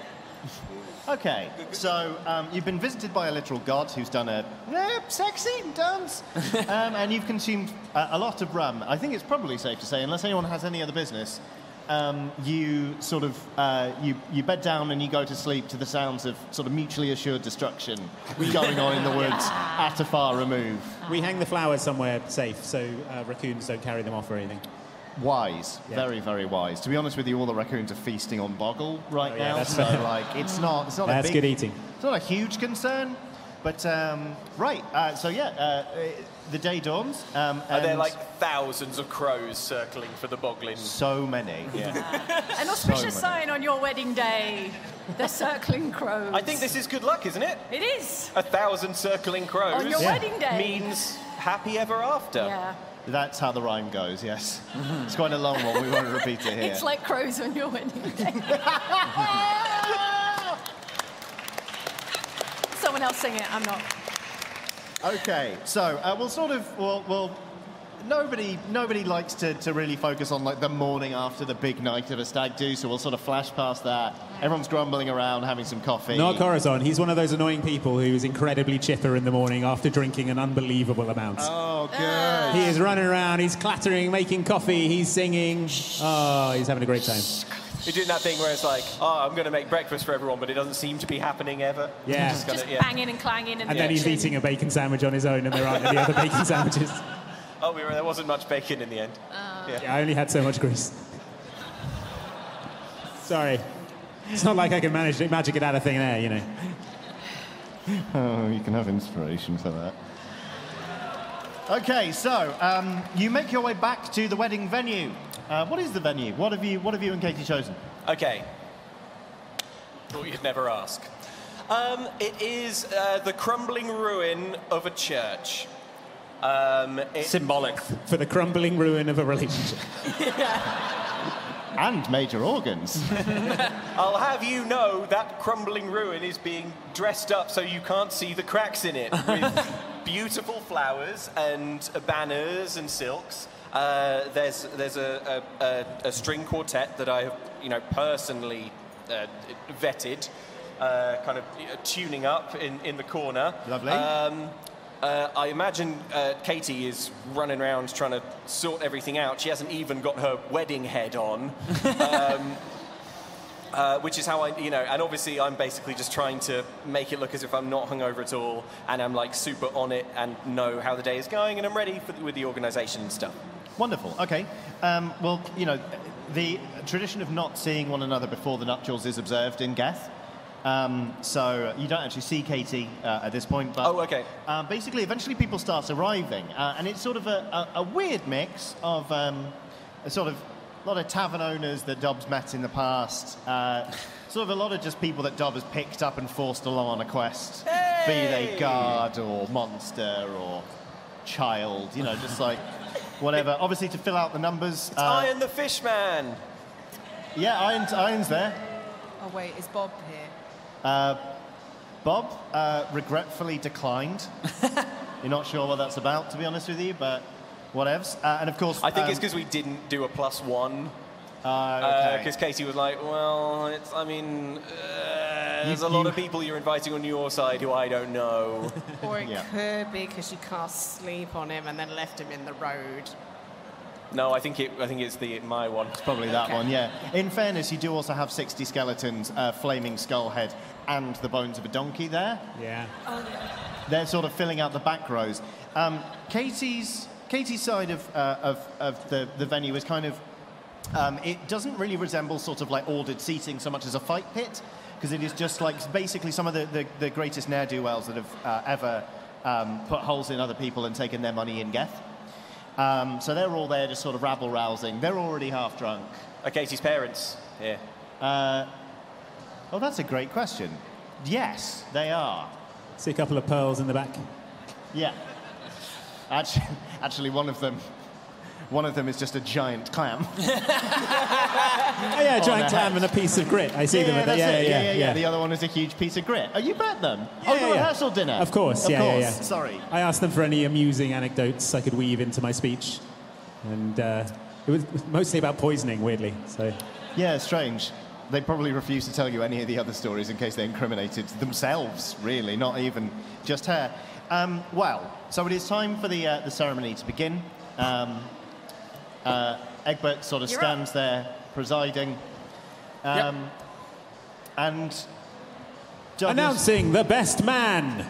S9: Okay, so um, you've been visited by a literal god who's done a eh, sexy dance, um, and you've consumed a, a lot of rum. I think it's probably safe to say, unless anyone has any other business, um, you sort of uh, you you bed down and you go to sleep to the sounds of sort of mutually assured destruction going on in the woods at a far remove.
S2: We hang the flowers somewhere safe so uh, raccoons don't carry them off or anything.
S9: Wise, very very wise. To be honest with you, all the raccoons are feasting on boggle right
S2: Oh, yeah,
S9: now,
S2: that's
S9: so
S2: fair.
S9: like it's not it's not
S2: That's
S9: a big,
S2: good eating.
S9: It's not a huge concern, but um, right. Uh, so yeah, uh, uh, the day dawns. Um,
S6: Are there
S9: and
S6: like thousands of crows circling for the boglin?
S9: so many?
S6: Yeah.
S7: An
S9: Sorry,
S7: auspicious
S9: madam.
S7: sign on your wedding day. The circling crows.
S6: I think this is good luck, isn't it?
S7: It is.
S6: A thousand circling crows.
S7: On your Yeah. wedding day.
S6: means happy ever after.
S7: Yeah.
S9: That's how the rhyme goes. Yes,
S6: Mm-hmm.
S9: it's quite a long one. We won't repeat it here.
S7: It's like crows on your wedding day. Someone else sing it. I'm not.
S9: Okay, so uh, we'll sort of well, well nobody nobody likes to, to really focus on like the morning after the big night of a stag do, so we'll sort of flash past that. Everyone's grumbling around, having some coffee.
S2: Not Corazon. He's one of those annoying people who is incredibly chipper in the morning after drinking an unbelievable amount.
S9: Oh, good.
S2: He is running around. He's clattering, making coffee. He's singing. Oh, he's having a great time.
S6: You're doing that thing where it's like, oh, I'm going to make breakfast for everyone, but it doesn't seem to be happening ever.
S2: Yeah.
S6: Just gonna-
S7: Just
S6: yeah.
S7: banging and clanging and.
S2: And then he's eating a bacon sandwich on his own, and there aren't any other bacon sandwiches.
S6: Oh, we were, there wasn't much bacon in the end.
S7: Oh.
S2: Yeah, I only had so much grease. Sorry. It's not like I can manage magic it out of thin air, you know.
S9: Oh, you can have inspiration for that. Okay, so um, you make your way back to the wedding venue. Uh, what is the venue? What have you What have you and Katie chosen?
S6: Okay. Thought you'd never ask. Um, it is uh, the crumbling ruin of a church. Um, it-
S2: Symbolic. For the crumbling ruin of a relationship.
S9: And major organs.
S6: I'll have you know that crumbling ruin is being dressed up so you can't see the cracks in it with beautiful flowers and uh, banners and silks. Uh, there's there's a, a, a, a string quartet that I have you know personally uh, vetted, uh, kind of uh, tuning up in, in the corner.
S9: Lovely.
S6: Um, uh, I imagine uh, Katie is running around trying to sort everything out. She hasn't even got her wedding head on. Um, uh, which is how I, you know, and obviously I'm basically just trying to make it look as if I'm not hungover at all, and I'm like super on it and know how the day is going, and I'm ready for, with the organisation and stuff.
S9: Wonderful. Okay. Um, well, you know, the tradition of not seeing one another before the nuptials is observed in Geth. Um, so you don't actually see Katie uh, at this point. But, oh,
S6: okay.
S9: Uh, basically, eventually people start arriving, uh, and it's sort of a, a, a weird mix of um, a sort of a lot of tavern owners that Dobbs met in the past. Uh, Sort of a lot of just people that Dob has picked up and forced along on a quest, be they guard or monster or child, you know, just like whatever. Obviously, to fill out the numbers. uh,
S6: It's Iron the Fish Man.
S9: Yeah, Iron's, Iron's there.
S8: Oh wait, is Bob here?
S9: Uh, Bob uh, regretfully declined. You're not sure what that's about, to be honest with you, but whatevs. Uh, and of course,
S6: I think
S9: um,
S6: it's
S9: Uh,
S6: because we didn't do a plus one.
S9: okay.
S6: Because Katie was like, well, it's, I mean, uh, there's a lot of people you're inviting on your side who I don't know.
S13: Or it
S6: Yeah.
S13: could be because she cast sleep on him and then left him in the road.
S6: no, I think it. I think it's the my one. It's
S9: probably that one, yeah. In fairness, you do also have 60 skeletons, uh, flaming skull head, and the bones of a donkey there.
S2: Yeah.
S9: they're sort of filling out the back rows. Um, Katie's Katie's side of uh, of, of the, the venue is kind of um, it doesn't really resemble sort of like ordered seating so much as a fight pit because it is just like basically some of the, the, the greatest ne'er do wells that have uh, ever um, put holes in other people and taken their money in Geth. Um, so they're all there just sort of rabble rousing. They're already half drunk.
S6: Are Katie's parents? Yeah.
S9: oh, Uh, well, that's a great question. Yes, they are.
S2: See a couple of pearls in the back.
S9: Yeah. Actually, actually, one of them, one of them is just a giant clam.
S2: Oh, yeah, a giant clam and a piece of grit. I see
S9: yeah,
S2: them. at the-
S9: that's
S2: yeah,
S9: it.
S2: yeah,
S9: yeah, The other one is a huge piece of grit. Are you bet them? oh,
S2: yeah,
S9: the
S2: yeah.
S9: rehearsal dinner.
S2: Of course,
S9: Of
S2: yeah, yeah,
S9: course.
S2: yeah.
S9: Sorry.
S2: I asked them for any amusing anecdotes I could weave into my speech, and uh, it was mostly about poisoning, weirdly. So
S9: Yeah, strange. They probably refuse to tell you any of the other stories in case they incriminated themselves, really, not even just her. Um, well, so it is time for the, uh, the ceremony to begin. Um, uh, Egbert sort of
S14: You're up.
S9: stands there presiding. Um, And. Douglas-
S2: announcing the best man,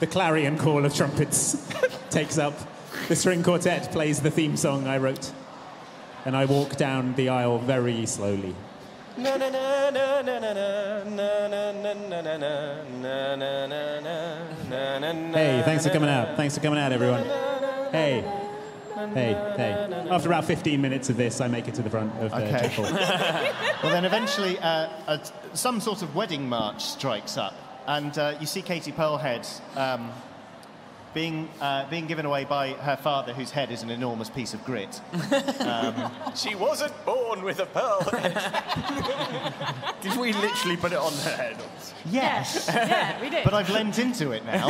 S2: the clarion call of trumpets takes up. The string quartet plays the theme song I wrote, and I walk down the aisle very slowly.
S6: Na na na na na na na na na na na na na na na na na na
S2: Hey, thanks for coming out. Thanks for coming out, everyone. Hey. Hey, hey. After about 15 minutes of this, I make it to the front of the
S9: Okay.
S2: chapel.
S9: well, then eventually, uh, a, some sort of wedding march strikes up, and uh, you see Katie Pearlhead um, being uh, being given away by her father, whose head is an enormous piece of grit. Um,
S6: She wasn't born with a pearl head. Did we literally put it on her head?
S9: yes,
S6: Yeah, we did.
S9: But I've lent into it now.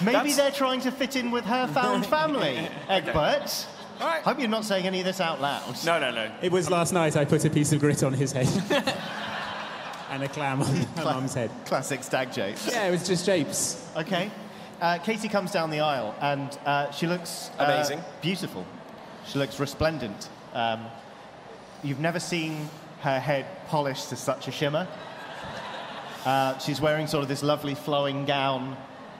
S9: Maybe they're trying to fit in with her found family, Egbert. Hope you're not saying any of this out loud.
S2: No, no, no. It was last night I put a piece of grit on his head. and a clam on my mum's head.
S9: Classic stag japes.
S2: Yeah, it was just japes.
S9: Okay. Uh, Katie comes down the aisle and uh, she looks uh,
S6: Amazing.
S9: beautiful. She looks resplendent. Um, you've never seen her head polished to such a shimmer. Uh, she's wearing sort of this lovely flowing gown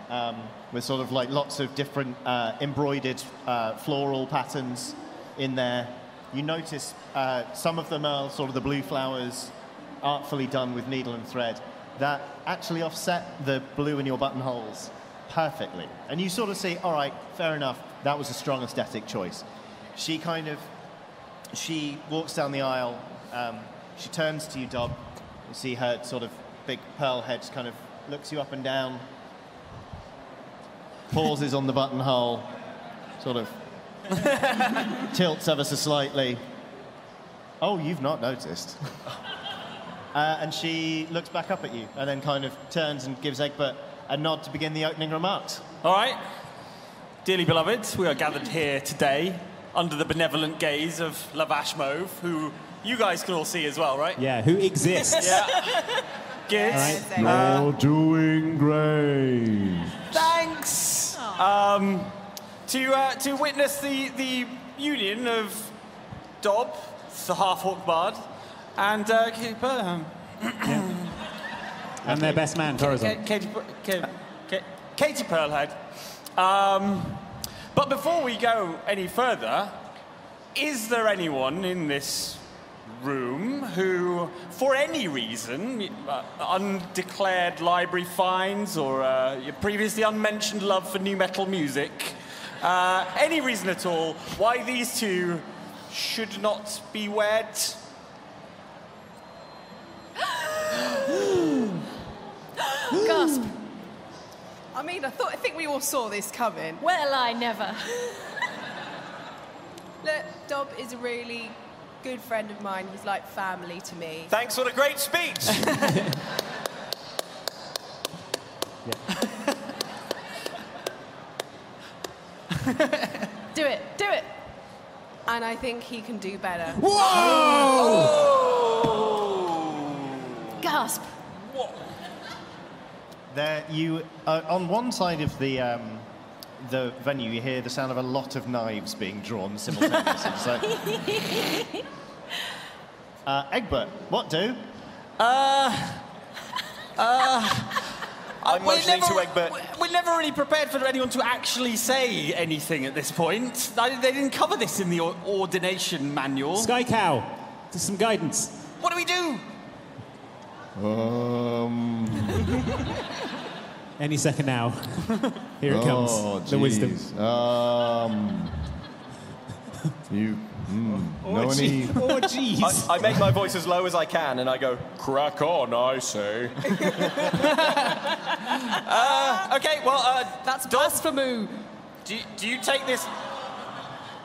S9: um, with sort of like lots of different uh, embroidered uh, floral patterns in there. You notice uh, some of them are sort of the blue flowers artfully done with needle and thread that actually offset the blue in your buttonholes perfectly. And you sort of see, all right, fair enough, that was a strong aesthetic choice. She kind of she walks down the aisle. Um, she turns to you, Dob. You see her sort of big pearl head just kind of looks you up and down, pauses on the buttonhole, sort of tilts ever so slightly. Oh, you've not noticed. Uh, and she looks back up at you and then kind of turns and gives Egbert a nod to begin the opening remarks.
S10: All right. Dearly beloved, we are gathered here today under the benevolent gaze of Lavash Mauve, who you guys can all see as well, right?
S2: Yeah, who exists?
S10: yeah. Good. uh,
S15: You're doing great.
S10: Thanks. Um, to uh, to witness the the union of Dob, the half orc bard, and uh, Katie Pelham.
S2: And their best man, Corazon.
S10: Katie, Katie, Katie, Katie Pearlhead. Um, but before we go any further, is there anyone in this room who, for any reason, uh, undeclared library fines or uh, your previously unmentioned love for new metal music, uh, any reason at all why these two should not be wed?
S7: Gasp.
S13: I mean, I thought I think we all saw this coming.
S7: Well, I never.
S13: Look, Dob is a really good friend of mine. He's like family to me.
S6: Thanks, what a great speech!
S13: Do it, do it. And I think he can do better.
S7: Whoa!
S16: Oh.
S13: Gasp.
S9: There, you uh, on one side of the um, the venue, you hear the sound of a lot of knives being drawn simultaneously. so, uh, Egbert, what do?
S10: Uh, uh,
S6: I'm
S10: we're
S6: motioning
S10: never-
S6: to Egbert.
S10: We're never really prepared for anyone to actually say anything at this point. I, they didn't cover this in the or- ordination manual.
S2: Sky Cow, just some guidance.
S10: What do we do?
S9: Oh,
S15: Um.
S2: Any second now. Here it comes.
S15: Oh,
S2: The wisdom.
S15: jeez. Um.
S17: You. Mm, no
S6: Oh,
S17: any.
S6: gee- I, I make my voice as low as I can and I go, crack on, I say. uh, okay, well, uh, that's blasphemy. Do you, do you take this?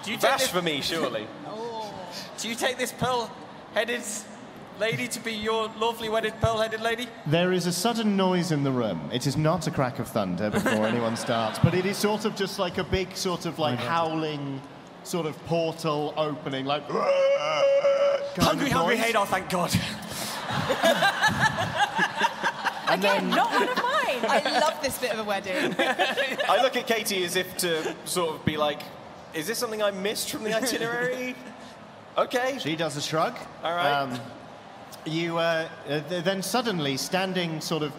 S6: Do you take blasphemy, surely?
S10: Oh.
S6: do you take this pearl-headed lady to be your lawfully wedded pearl-headed lady?
S14: There is a sudden noise in the room. It is not a crack of thunder before anyone starts, but it is sort of just like a big sort of like howling sort of portal opening, like
S6: Hungry, hungry Hadar, thank God.
S10: Again, not one of mine. I love this bit of a wedding.
S6: I look at Katie as if to sort of be like, is this something I missed from the itinerary? okay.
S14: She does a shrug. Um,
S6: All right.
S14: you uh, uh, th- then suddenly standing sort of,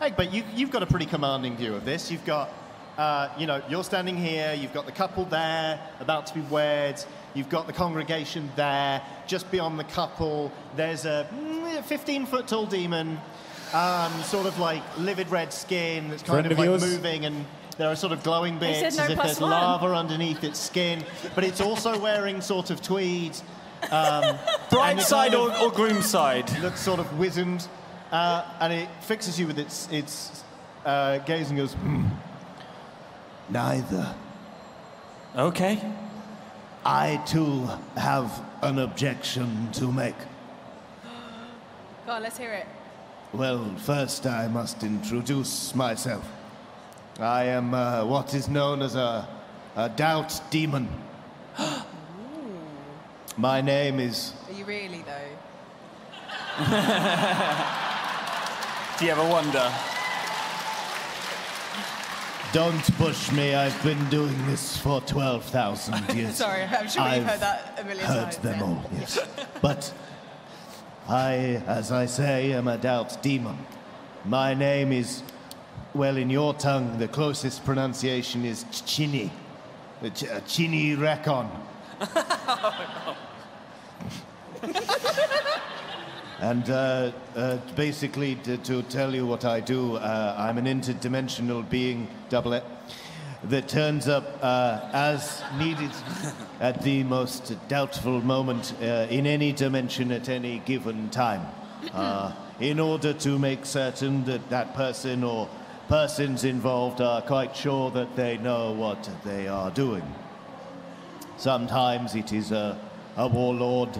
S14: like, but you you've got a pretty commanding view of this. You've got, uh, you know, you're standing here. You've got the couple there about to be wed. You've got the congregation there, just beyond the couple. There's a 15 foot tall demon, um, sort of like livid red skin that's kind
S2: Friend
S14: of
S2: of
S14: like
S2: yours?
S14: moving, and there are sort of glowing
S2: They
S14: bits
S2: said no
S14: as if
S2: plus
S14: there's
S2: one.
S14: lava underneath its skin, but it's also wearing sort of tweed. Um,
S6: Bride
S14: and it
S6: side
S14: kind of
S6: or- or groom side?
S14: Looks sort of wizened, uh, and it fixes you with its its uh, gaze and goes, "Hmm, Neither.
S6: Okay.
S9: I too have an objection to make.
S13: Go on, let's hear it.
S9: Well, first I must introduce myself. I am uh, what is known as a, a doubt demon. My name is.
S13: Are you really though?
S6: Do you ever wonder?
S9: Don't push me. I've been doing this for 12,000 years.
S13: Sorry, I'm sure you've
S9: I've
S13: heard that a million
S9: heard
S13: times,
S9: them
S13: yeah.
S9: all, yes. but I, as I say, am a doubt demon. My name is, well, in your tongue, the closest pronunciation is Chini. The Ch- uh, Chini Rakon. And uh, uh, basically, to, to tell you what I do, uh, I'm an interdimensional being, double it, that turns up uh, as needed at the most doubtful moment uh, in any dimension at any given time, uh, in order to make certain that that person or persons involved are quite sure that they know what they are doing. Sometimes it is a, a warlord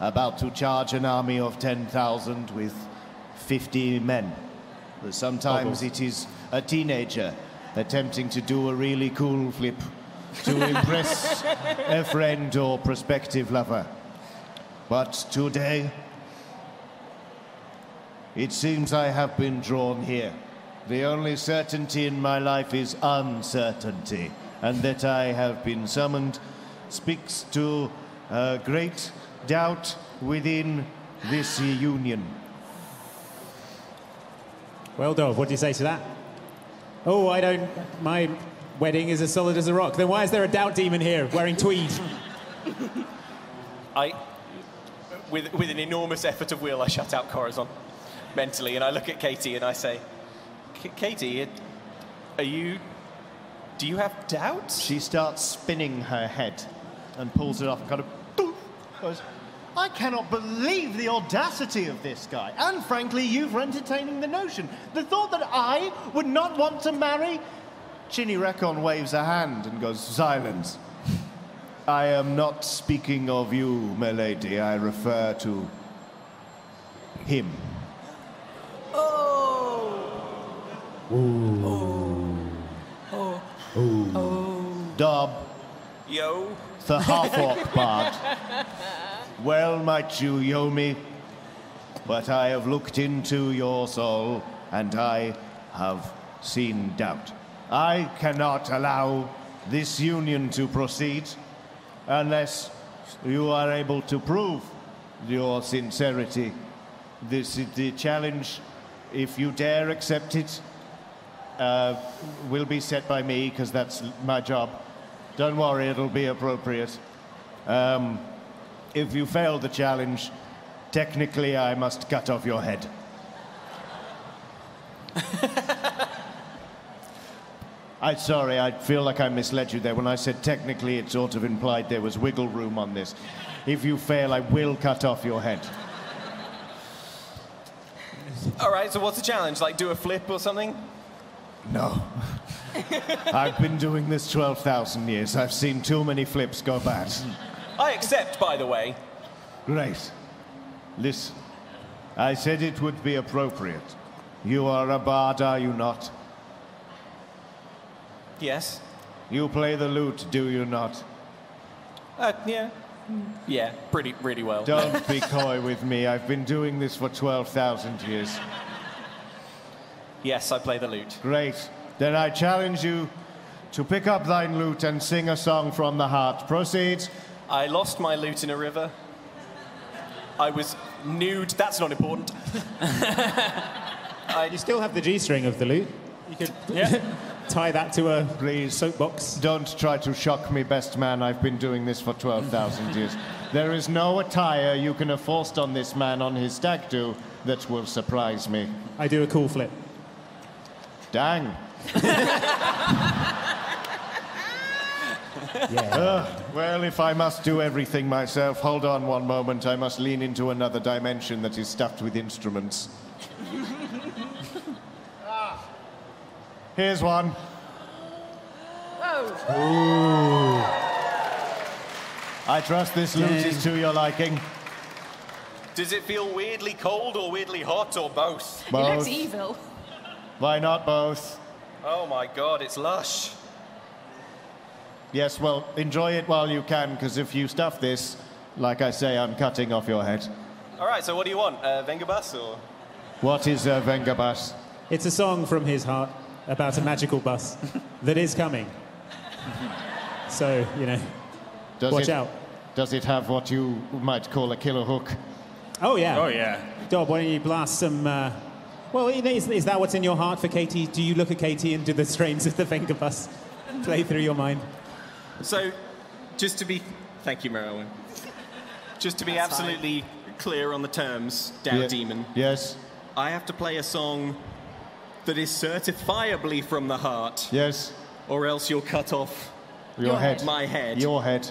S9: about to charge an army of 10,000 with 50 men. But Sometimes
S14: Bubbles.
S9: it is a teenager attempting to do a really cool flip to impress a friend or prospective lover. But today, it seems I have been drawn here. The only certainty in my life is uncertainty, and that I have been summoned speaks to a great doubt within this union.
S2: Well, Dove, what do you say to that? Oh, I don't. My wedding is as solid as a rock. Then why is there a doubt demon here wearing tweed?
S6: I, with, with an enormous effort of will, I shut out Corazon mentally, and I look at Katie and I say, "K- Katie, it- are you? Do you have doubts?
S14: She starts spinning her head and pulls it off and kind of. "Dunk," goes, I cannot believe the audacity of this guy. And frankly, you for entertaining the notion. The thought that I would not want to marry.
S9: Chinny Rekon waves a hand and goes, Silence. I am not speaking of you, milady. I refer to him.
S3: Oh.
S9: Dob,
S6: Yo.
S9: the half orc bard. Well might you yomi, but I have looked into your soul and I have seen doubt. I cannot allow this union to proceed unless you are able to prove your sincerity. This is the challenge. If you dare accept it, uh, will be set by me because that's l- my job. Don't worry, it'll be appropriate. Um, if you fail the challenge, technically I must cut off your head. I sorry, I feel like I misled you there when I said technically it sort of implied there was wiggle room on this. If you fail, I will cut off your head.
S6: All right, so what's the challenge? Like, do a flip or something?
S9: No. I've been doing this 12,000 years. I've seen too many flips go bad.
S6: I accept, by the way.
S9: Great. Listen, I said it would be appropriate. You are a bard, are you not?
S6: Yes.
S9: You play the lute, do you not?
S6: Uh, yeah. Yeah, pretty, really well.
S9: Don't be coy with me. I've been doing this for 12,000 years.
S6: yes, I play the lute.
S9: Great. Then I challenge you to pick up thine lute and sing a song from the heart. Proceed.
S6: I lost my lute in a river. I was nude. That's not important. I,
S2: You still have the G string of the lute. You could
S9: Tie that to a Please. soapbox. Don't try to shock me, best man. I've been doing this for 12,000 years. There is no attire you can have forced on this man on his stag do that will surprise me. I do a cool flip. Dang. Ugh, well, if I must do everything myself, hold on one moment. I must lean into another dimension that is stuffed with instruments. Here's one. Ooh. I trust this loot is to your liking.
S6: does it feel weirdly cold or weirdly hot or both?
S9: It looks Both.
S6: evil.
S9: Why not both?
S6: Oh my god, it's lush.
S9: Yes, well, enjoy it while you can, because if you stuff this, like I say, I'm cutting off your head.
S6: All right, so what do you want? Uh, Vengabus or?
S9: What is a Vengabus?
S2: It's a song from his heart about a magical bus that is coming. So, you know, watch
S9: it,
S2: out.
S9: Does it have what you might call a killer hook?
S2: Oh, yeah.
S9: Oh, yeah.
S2: Dob, why don't you blast some. Uh, well, you know, is, is that what's in your heart for Katie? Do you look at Katie and do the strains of the Venga bus play through your mind?
S6: So, just to be, thank you, Merowyn. Just to be absolutely clear on the terms, Dow
S9: Yeah.
S6: Demon,
S9: Yes,
S6: I have to play a song that is certifiably from the heart,
S9: yes.
S6: or else you'll cut off
S9: Your, head.
S6: my head.
S9: Your head.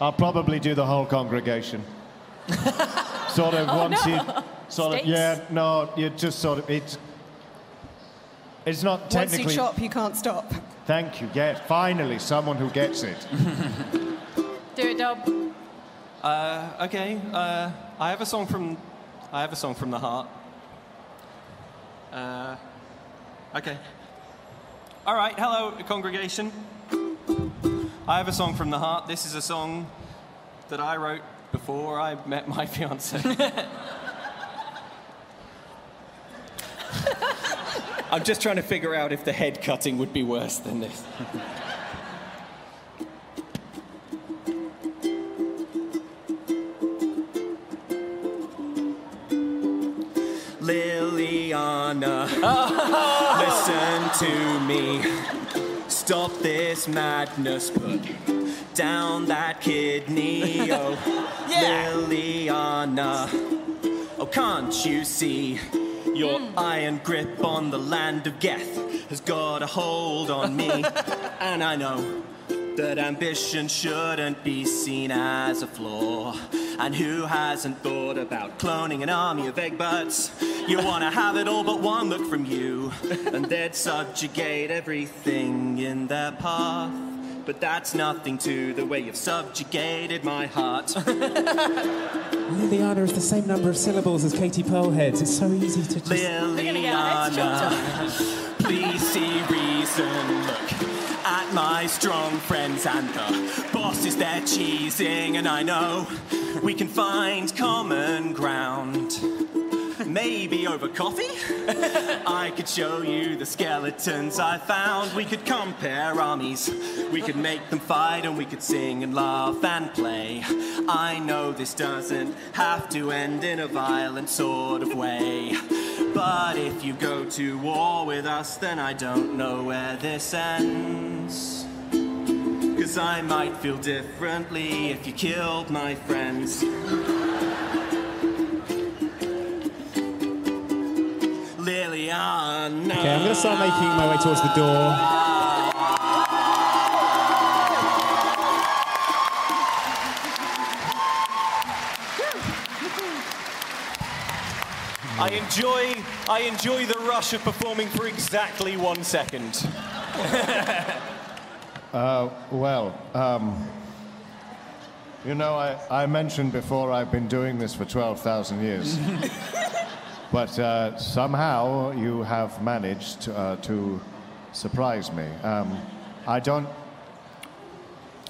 S9: I'll probably do the whole congregation. sort
S13: Oh,
S9: of once you. Sort
S13: Stakes?
S9: of. Yeah, no, you just sort of. It's, it's not
S13: Once
S9: technically.
S13: you chop, you can't stop.
S9: Thank you. Yeah, finally, someone who gets it.
S18: Do it, Dob.
S6: Uh, okay, uh, I have a song from, I have a song from the heart. Uh, okay. All right, hello congregation. I have a song from the heart. This is a song that I wrote before I met my fiance. I'm just trying to figure out if the head cutting would be worse than this. Liliana, listen to me. Stop this madness. Put down that kidney. Oh, Liliana. Oh, can't you see? Your iron grip on the land of Geth has got a hold on me. and I know that ambition shouldn't be seen as a flaw. And who hasn't thought about cloning an army of eggbots? You wanna have it all but one look from you, and they'd subjugate everything in their path. But that's nothing to the way you've subjugated my heart.
S19: Liliana is the same number of syllables as Katie Pearlheads. It's so easy to just.
S6: Liliana, please see reason. Look at my strong friends and the bosses they're cheesing, and I know we can find common ground. Maybe over coffee? I could show you the skeletons I found. We could compare armies. We could make them fight and we could sing and laugh and play. I know this doesn't have to end in a violent sort of way. But if you go to war with us, then I don't know where this ends. Cause I might feel differently if you killed my friends. Liliana.
S2: Okay, I'm going to start making my way towards the door.
S6: I enjoy, I enjoy the rush of performing for exactly one second.
S9: Uh, well, um, you know, I, I mentioned before I've been doing this for 12,000 years. but uh, somehow you have managed uh, to surprise me. Um, I don't.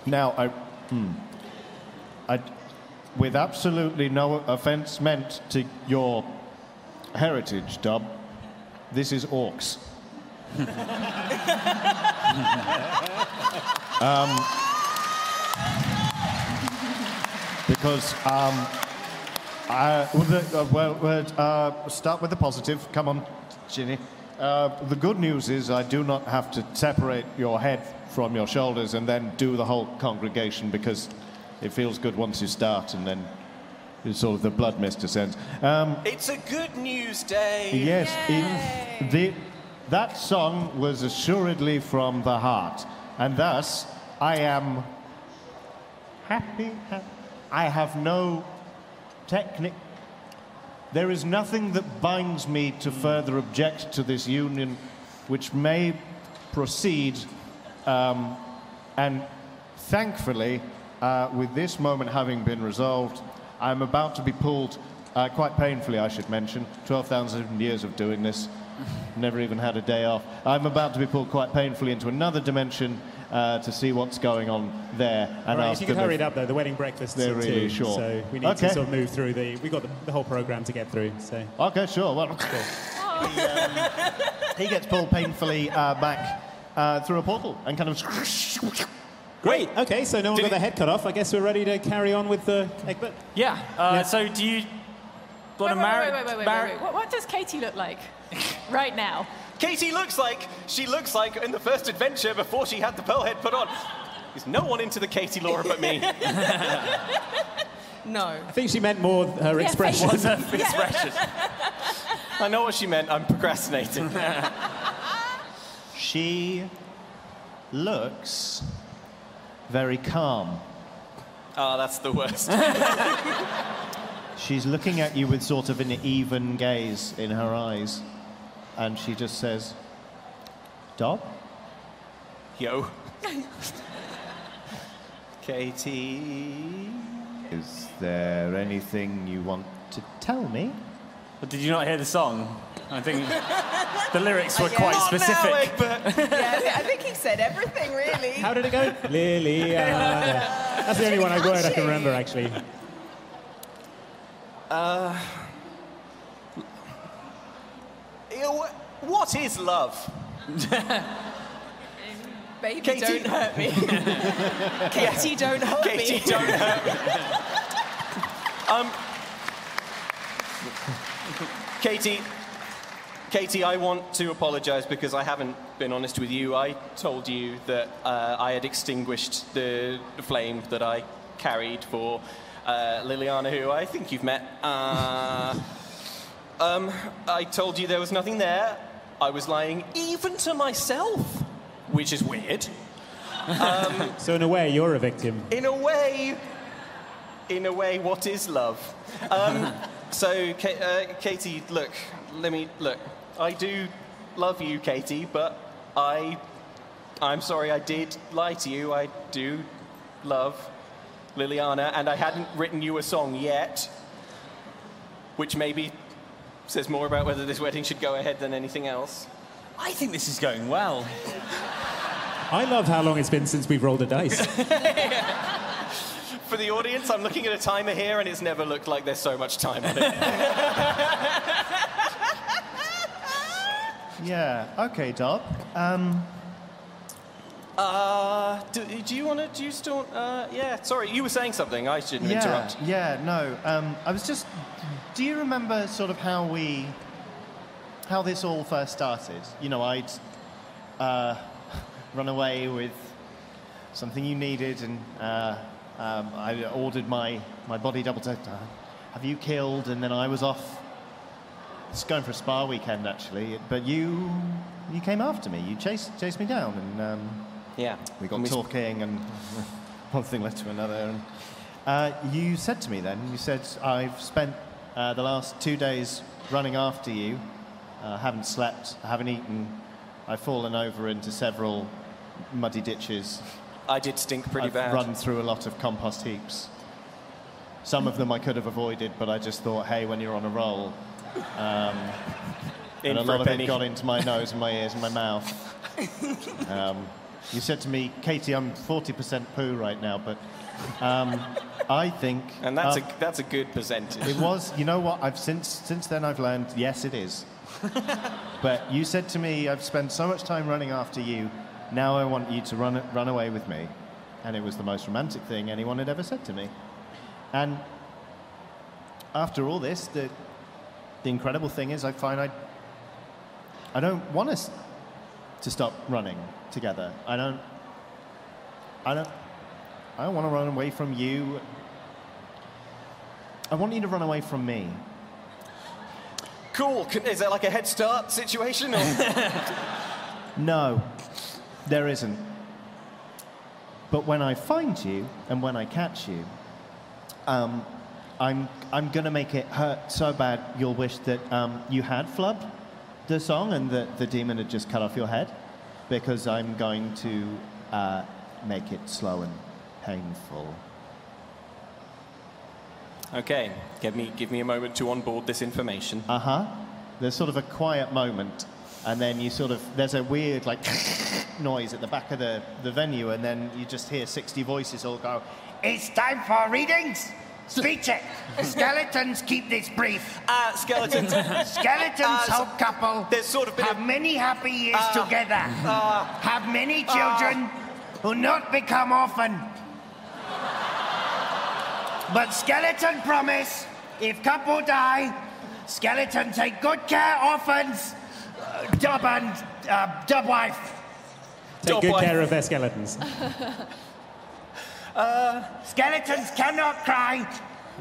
S9: Now, I, hmm. I, with absolutely no offense meant to your heritage, Dub, this is orcs. Um, because um, I, well, the- uh, well, well, uh, start with the positive. Come on, Ginny. Uh, the good news is I do not have to separate your head from your shoulders and then do the whole congregation because it feels good once you start and then it's sort of the blood mist descends. Um,
S6: It's a good news day.
S9: Yes, it, the, that song was assuredly from the heart, and thus I am happy. ha- I have no technic. There is nothing that binds me
S2: Hmm.
S9: to further object to this union, which may proceed. Um, and thankfully, uh, with this moment having been resolved, I'm about to be pulled uh, quite painfully, I should mention. 12,000 years of doing this, never even had a day off. I'm about to be pulled quite painfully into another dimension uh, to see what's going on there. And
S2: Right, if
S9: ask
S2: you can
S9: them
S2: hurry it up though, the wedding breakfast is
S9: They're
S2: at
S9: really
S2: two,
S9: short.
S2: so we need
S9: Okay.
S2: to sort of move through the. We got the, the whole program to get through. So
S9: Okay, sure. Well, he gets pulled painfully uh, back uh, through a portal and kind of.
S2: great. Okay, so no one got their head cut off. I guess we're ready to carry on with the Egbert.
S10: Yeah. Uh, So do you
S2: want to
S10: want to
S20: wait,
S10: marry?
S20: wait, wait, wait, wait,
S10: marry-
S20: wait,
S1: What, what does Katie look like right now?
S6: Katie looks like she looks like in the first adventure before she had the pearl head put on. There's no one into the Katie Laura but me.
S21: No.
S2: I think she meant more her
S6: Yeah,
S2: expression.
S6: thank you. Was her expression. I know what she meant. I'm procrastinating.
S9: She looks very calm.
S6: oh, that's the worst.
S9: She's looking at you with sort of an even gaze in her eyes, and she just says, Dob?
S6: Yo. Katie.
S9: Is there anything you want to tell me?
S10: But did you not hear the song? I think the lyrics were
S13: Yeah.
S10: quite
S13: Not now,
S10: specific.
S13: yeah, I thi- I think he said everything, really.
S2: How did it go? Liliana. That's the only one I word I can remember actually.
S6: Uh, ew, what is love?
S13: Baby,
S6: Katie-
S13: don't hurt me. Katie, don't hurt me.
S6: Katie, don't hurt me. um, Katie, Katie, I want to apologise because I haven't been honest with you. I told you that uh, I had extinguished the flame that I carried for uh, Liliana, who I think you've met. Uh, um, I told you there was nothing there. I was lying even to myself, which is weird. Um,
S2: so in a way, you're a victim.
S6: in a way, in a way, what is love? Um, so, Ka- uh, Katie, look, let me look. I do love you, Katie, but I, I'm sorry, I did lie to you. I do love Liliana, and I hadn't written you a song yet, which maybe says more about whether this wedding should go ahead than anything else. I think this is going well.
S2: I love how long it's been since we've rolled a dice.
S6: For the audience, I'm looking at a timer here, and it's never looked like there's so much time on it.
S9: Yeah, okay, Dob. Um,
S6: Uh, do, do you want to? Do you still? Uh, yeah. Sorry, you were saying something. I shouldn't
S9: yeah,
S6: interrupt.
S9: Yeah, no. Um, I was just. Do you remember sort of how we. how this all first started? You know, I'd uh, run away with something you needed and uh, um, I ordered my, my body double test. Uh, have you killed? And then I was off. It's going for a spa weekend, actually. But you. you came after me. You chased, chased me down and. Um,
S6: Yeah.
S9: we got
S6: And we-
S9: talking, and one thing led to another. And, uh, you said to me then, you said, I've spent uh, the last two days running after you. Uh, haven't slept, haven't eaten. I've fallen over into several muddy ditches.
S6: I did stink pretty
S9: I've
S6: bad.
S9: Run through a lot of compost heaps. Some of them I could have avoided, but I just thought, hey, when you're on a roll, um,
S6: In
S9: and a
S6: for a
S9: lot of
S6: penny.
S9: it got into my nose and my ears and my mouth. Um, you said to me, Katie, I'm 40% poo right now, but um, I think.
S6: And that's
S9: uh,
S6: a that's a good percentage.
S9: It was. You know what? I've since since then I've learned. Yes, it is. but you said to me, I've spent so much time running after you. Now I want you to run run away with me, and it was the most romantic thing anyone had ever said to me. And after all this, the the incredible thing is, I find I I don't want us to stop running together. I don't. I don't. I don't want to run away from you. I want you to run away from me.
S6: Cool. Can- Is that like a head start situation? Or?
S9: No, there isn't. But when I find you and when I catch you, um, I'm, I'm going to make it hurt so bad you'll wish that um, you had flubbed the song and that the demon had just cut off your head because I'm going to uh, make it slow and painful.
S6: okay. Give me give me a moment to onboard this information.
S9: Uh huh. There's sort of a quiet moment, and then you sort of there's a weird like noise at the back of the, the venue, and then you just hear 60 voices all go,
S3: It's time for readings. Speech it. Skeletons keep this brief.
S6: Uh, skeletons.
S3: skeletons,
S6: Uh, so-
S3: whole couple.
S6: There's sort of
S3: have many happy years
S6: Uh,
S3: together.
S6: uh,
S3: have many
S6: uh.
S3: children who not become orphan. But skeleton promise, if couple die, skeleton take good care orphans, uh, dub and uh, dub wife.
S2: Take good care of their skeletons.
S3: Uh, skeletons cannot cry,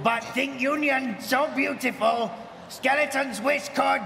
S3: but think union so beautiful. Skeletons wish could.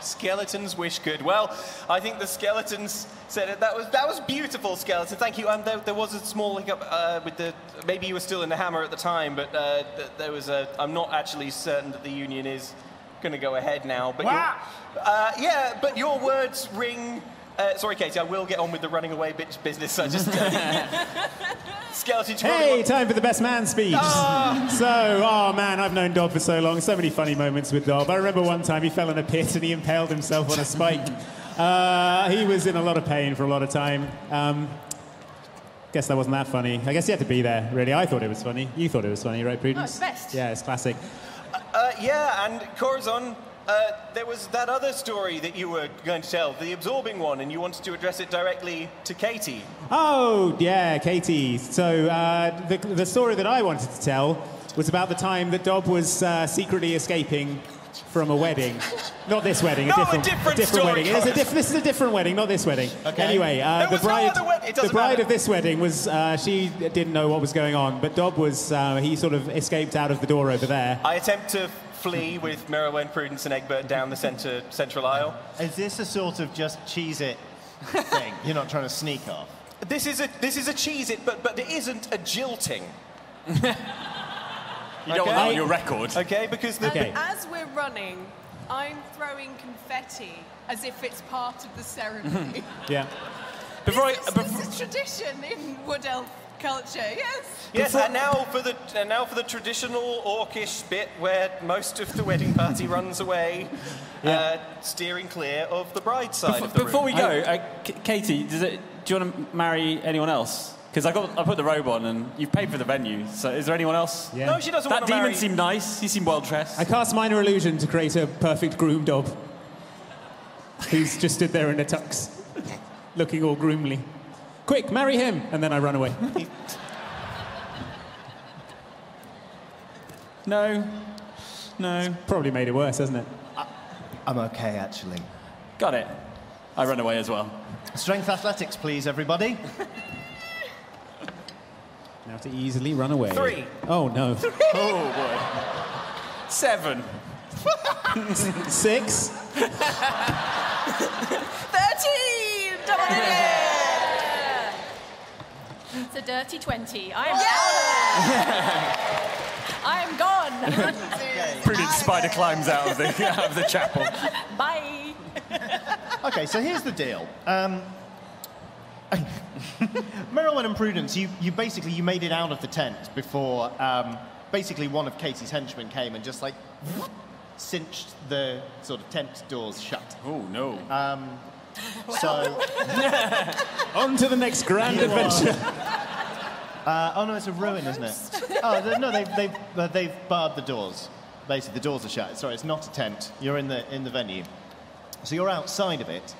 S6: Skeletons wish good. Well, I think the skeletons said it. That was that was beautiful, skeleton. Thank you. Um, there, there was a small hiccup uh, with the. Maybe you were still in the hammer at the time, but uh, th- there was a. I'm not actually certain that the union is going to go ahead now. But your-
S3: What?
S6: Uh, yeah, but your words ring. Uh, sorry, Katie. I will get on with the running away bitch business. I just uh, skeleton. you probably
S2: Hey, time for the best man speech.
S6: Ah.
S2: So, oh man, I've known Dob for so long. So many funny moments with Dob. I remember one time he fell in a pit and he impaled himself on a spike. Uh, he was in a lot of pain for a lot of time. Um, guess that wasn't that funny. I guess you had to be there, really. I thought it was funny. You thought it was funny, right, Prudence?
S6: No, it's best.
S2: Yeah, it's classic.
S6: Uh, yeah, and Corazon, uh, there was that other story that you were going to tell, the absorbing one, and you wanted to address it directly to Katie.
S2: Oh, yeah, Katie. So uh, the, the story that I wanted to tell was about the time that Dob was uh, secretly escaping from a wedding. Not this wedding, a
S6: No, a
S2: different,
S6: different
S2: different
S6: story,
S2: wedding. It is a
S6: guys.
S2: diff- this is a different wedding, not this wedding.
S6: Okay.
S2: Anyway, uh,
S6: There
S2: the
S6: was no
S2: bride,
S6: other wed- it
S2: the
S6: doesn't
S2: bride
S6: matter.
S2: of this wedding was, uh, she didn't know what was going on, but Dob was, uh, he sort of escaped out of the door over there.
S6: I attempt to flee with Merrowen, Prudence, and Egbert down the center, central aisle.
S9: Is this a sort of just cheese it thing? You're not trying to sneak off.
S6: This is a this is a cheese it, but but it isn't a jilting.
S10: You don't want that on your record.
S6: Okay, because the
S13: And as we're running, I'm throwing confetti as if it's part of the ceremony.
S2: Yeah.
S6: Mm-hmm. Before I,
S13: it's a tradition in Wood Elf culture, yes.
S6: Yes, and now for the and now for the traditional orcish bit where most of the wedding party runs away, uh, steering clear of the bride side of the
S10: Before we
S6: room.
S10: go, uh, K- Katie, does it, do you want to marry anyone else? Because I got I put the robe on and you've paid for the venue. So is there anyone else?
S2: Yeah. No, she doesn't
S10: That
S2: wanna
S10: demon
S2: marry-
S10: seemed nice. He seemed well dressed.
S2: I cast Minor Illusion to create a perfect groom Dob, who's just stood there in a tux, looking all groomly. Quick, marry him! And then I run away.
S10: No. No.
S2: Probably made it worse, hasn't it?
S9: I'm okay, actually.
S10: Got it. I run away as well.
S9: Strength athletics, please, everybody.
S2: Now to easily run away.
S10: Three.
S2: Oh no.
S10: Oh boy. Seven.
S2: Six.
S7: 13! Double it!
S11: It's a dirty 20.
S7: I am, I am gone.
S11: Okay.
S6: Prudent spider climbs out of the, out of the chapel.
S1: Bye.
S9: okay, so here's the deal. Um, Merylwyn and Prudence, you, you basically you made it out of the tent before um, basically one of Katie's henchmen came and just like cinched the sort of tent doors shut.
S10: Oh no!
S9: Um, so
S2: On to the next grand
S9: You are-
S2: adventure.
S9: Uh, oh no, it's a ruin, isn't it? Oh they, no, they've they've uh, they've barred the doors. Basically, the doors are shut. Sorry, it's not a tent. You're in the in the venue, so you're outside of it,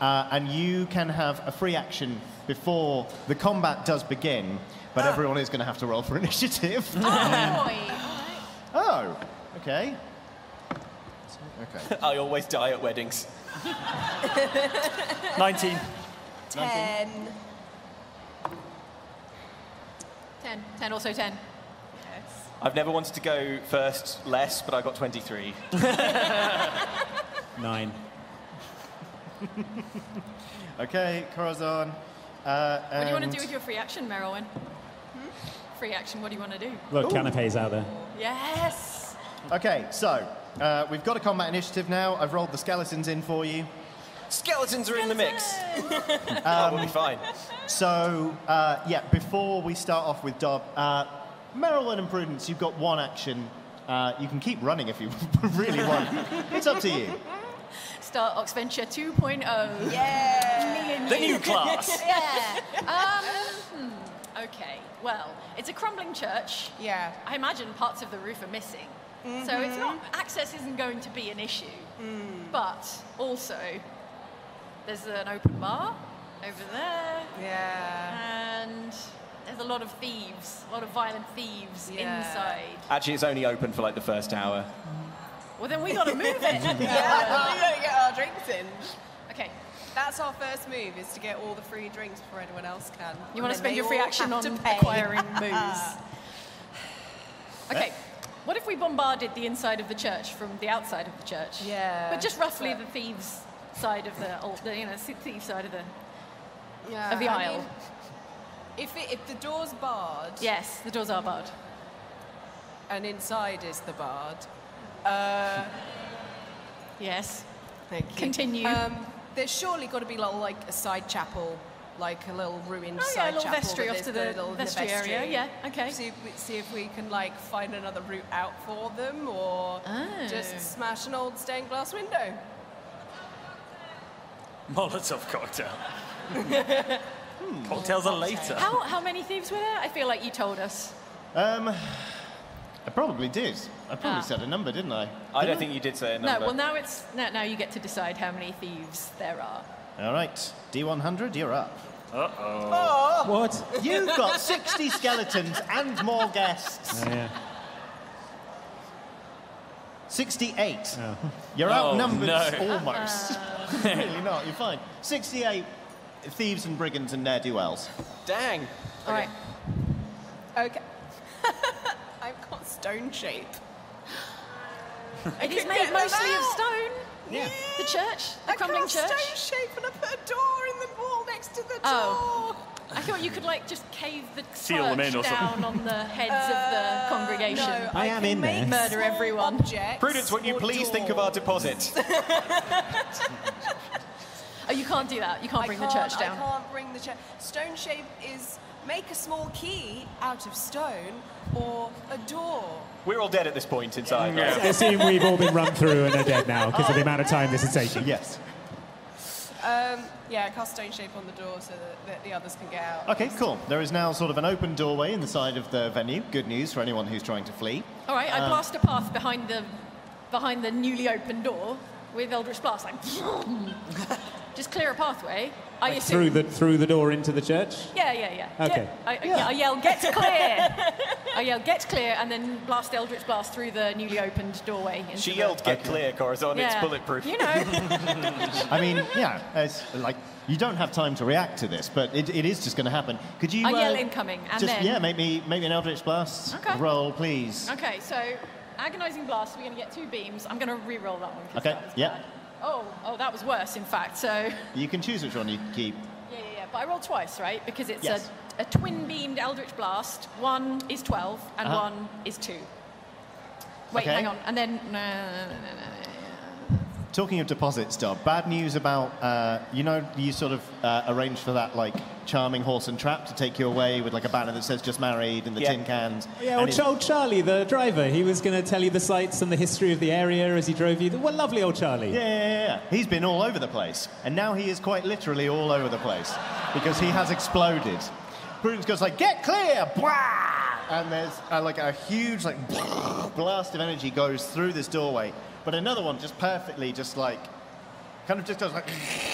S9: uh, and you can have a free action before the combat does begin. But everyone is going to have to roll for initiative.
S13: Ah.
S9: oh, okay. Okay.
S6: I always die at weddings. 19.
S1: Ten. Ten. Ten. Also ten.
S6: I've never wanted to go first less, but I got 23.
S2: Nine.
S9: Okay, Corazon. Uh,
S1: What do you want to
S9: and-
S1: do with your free action, Merylwyn? Hmm? Free action. What do you want to do?
S2: Look, canapes out there.
S1: Yes.
S9: Okay, so uh, we've got a combat initiative now. I've rolled the skeletons in for you.
S6: Skeletons are in the mix. oh,
S10: Um,
S6: we'll be fine.
S9: Um, So, uh, yeah, before we start off with Dob, uh, Marilyn and Prudence, you've got one action. Uh, you can keep running if you really want. it's up to you.
S1: Start Oxventure 2.0. Yeah.
S9: The new class.
S1: oh. yeah. Um, hmm, okay. Well, it's a crumbling church. Yeah. I imagine parts of the roof are missing. So it's not access isn't going to be an issue.
S13: Mm.
S1: But also there's an open bar over there. Yeah. And there's a lot of thieves, a lot of violent thieves inside.
S6: Actually, it's only open for like the first hour.
S1: Well, then we gotta move it.
S13: yeah, we gotta get our drinks in.
S1: Okay.
S13: That's our first move, is to get all the free drinks before anyone else can.
S1: You want to
S13: And then
S1: spend
S13: they
S1: your free
S13: all
S1: action on
S13: have to pay.
S1: acquiring booze. okay. What if we bombarded the inside of the church from the outside of the church?
S13: Yeah.
S1: But just roughly the thieves' side of the, or the you know, thief side of the.
S13: Yeah,
S1: of the
S13: I
S1: aisle.
S13: mean, if, it, if the door's barred.
S1: Yes, the doors are barred.
S13: And inside is the barred. Uh,
S1: yes.
S13: Thank you.
S1: Continue.
S13: Um, there's surely got to be little, like a side chapel, like a little ruined
S1: Oh, yeah, a
S13: side
S1: little
S13: chapel.
S1: vestry
S13: that
S1: off to
S13: there's
S1: the
S13: little-
S1: vestry area, yeah, okay.
S13: See if, we, see if we can like find another route out for them, or
S1: Oh.
S13: just smash an old stained glass window.
S10: Molotov cocktail. Hmm. Cocktails are later.
S1: How, how many thieves were there? I feel like you told us.
S9: Um, I probably did. I probably
S1: Ah.
S9: said a number, didn't I?
S6: I don't think you did say a
S1: No,
S6: number.
S1: well, now it's now, now you get to decide how many thieves there are.
S9: All right, D100, you're up.
S10: Uh oh.
S9: What? You've got 60 skeletons and more guests.
S2: yeah.
S9: 68. You're
S10: Oh,
S9: outnumbered
S6: Oh, no.
S9: almost. really not, you're fine. 68 thieves and brigands and ne'er do wells.
S6: Dang.
S13: All right. Okay. I've got stone shape.
S1: It is made mostly of stone.
S9: Yeah.
S1: The church, the
S13: I
S1: crumbling
S13: cast
S1: church.
S13: stone shape and I put a door in the wall next to the door.
S1: Oh. I thought you could like just cave the
S13: Seal
S1: church
S13: them in or
S1: down
S13: something.
S1: on the heads of the congregation.
S13: Uh, no,
S6: I I am can in make there.
S1: Murder
S6: small
S1: everyone.
S6: Prudence, won't you please think of our deposit?
S1: Oh, you can't do that. You can't
S13: I
S1: bring the
S13: can't-
S1: church down.
S13: I can't bring the church. Stone shape is make a small key out of stone or a door.
S6: We're all dead at this point inside.
S2: I
S6: right?
S2: assume we've all been run through and are dead now because of the amount of time this is taking.
S9: Yes.
S13: Um, yeah, I cast stone shape on the door so that, that the others can get out.
S9: Okay, cool. There is now sort of an open doorway in the side of the venue. Good news for anyone who's trying to flee.
S1: All right, I
S6: Uh.
S9: Um,
S1: blast a path behind the behind the newly opened door with Eldritch Blast. Like, just clear a pathway. I assume.
S2: Through the through the door into the church.
S1: Yeah, yeah, yeah.
S2: Okay.
S1: Get- I, yeah. I yell, get clear! I yell, get clear, and then blast Eldritch Blast through the newly opened doorway. into
S6: She
S1: the-
S6: yelled, get clear, Corazon, it's
S1: Yeah.
S6: bulletproof.
S1: You know.
S9: I mean, yeah, it's like you don't have time to react to this, but it, it is just going to happen. Could you?
S1: I yell
S9: uh,
S1: incoming, and
S9: just,
S1: then.
S9: yeah, make me make me an eldritch blast
S1: Okay.
S9: roll, please.
S1: Okay, so agonizing blast. We're going to get two beams. I'm going to re-roll that one. 'cause
S9: Okay,
S1: that was-
S9: yeah.
S1: Oh, oh, that was worse, in fact. So yeah,
S9: You can choose which one you keep.
S1: yeah, yeah. But I rolled twice, right? Because it's
S9: Yes.
S1: a, a twin beamed eldritch blast. One is twelve, and
S9: Uh-huh.
S1: one is two.
S7: Wait,
S9: Okay.
S7: hang on. And then. No, no, no, no, no.
S9: Talking of deposits, Dob, bad news about, uh, you know, you sort of uh, arranged for that, like, charming horse and trap to take you away with, like, a banner that says just married and the tin cans.
S12: Yeah,
S9: and
S12: old,
S9: it-
S12: Char- old Charlie, the driver, he was going to tell you the sights and the history of the area as he drove you. Well, lovely old Charlie.
S9: Yeah, yeah, yeah, yeah. He's been all over the place. And now he is quite literally all over the place because he has exploded. Bruton's goes like, get clear! Blah! And there's uh, like a huge like blast of energy goes through this doorway. But another one just perfectly just like, kind of just goes like,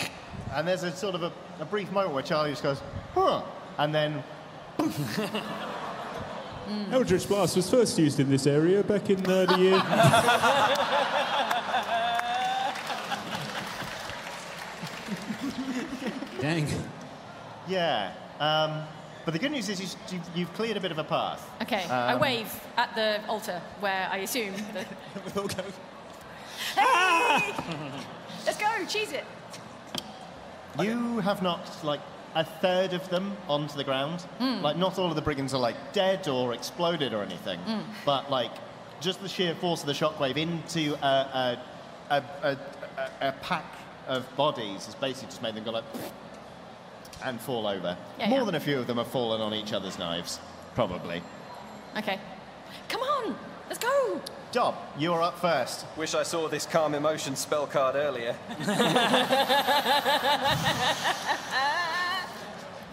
S9: and there's a sort of a, a brief moment where Charlie just goes, huh. And then
S2: Eldritch Blast was first used in this area back in uh, the year.
S12: Dang.
S9: Yeah. Um, but the good news is you- you, you've cleared a bit of a path.
S7: Okay, I
S9: Um,
S7: wave at the altar where I assume that.
S9: we all go. Ah!
S7: Hey! Let's go, cheese it!
S9: You have knocked like a third of them onto the ground.
S7: Mm.
S9: Like not all of the brigands are like dead or exploded or anything,
S7: Mm.
S9: but like just the sheer force of the shockwave into a a, a, a, a, a pack of bodies has basically just made them go like and fall over.
S7: Yeah,
S9: More
S7: yeah.
S9: than a few of them have fallen on each other's knives, probably.
S7: Okay. Come on, let's go!
S9: Dob, you're up first.
S6: Wish I saw this calm emotion spell card earlier. but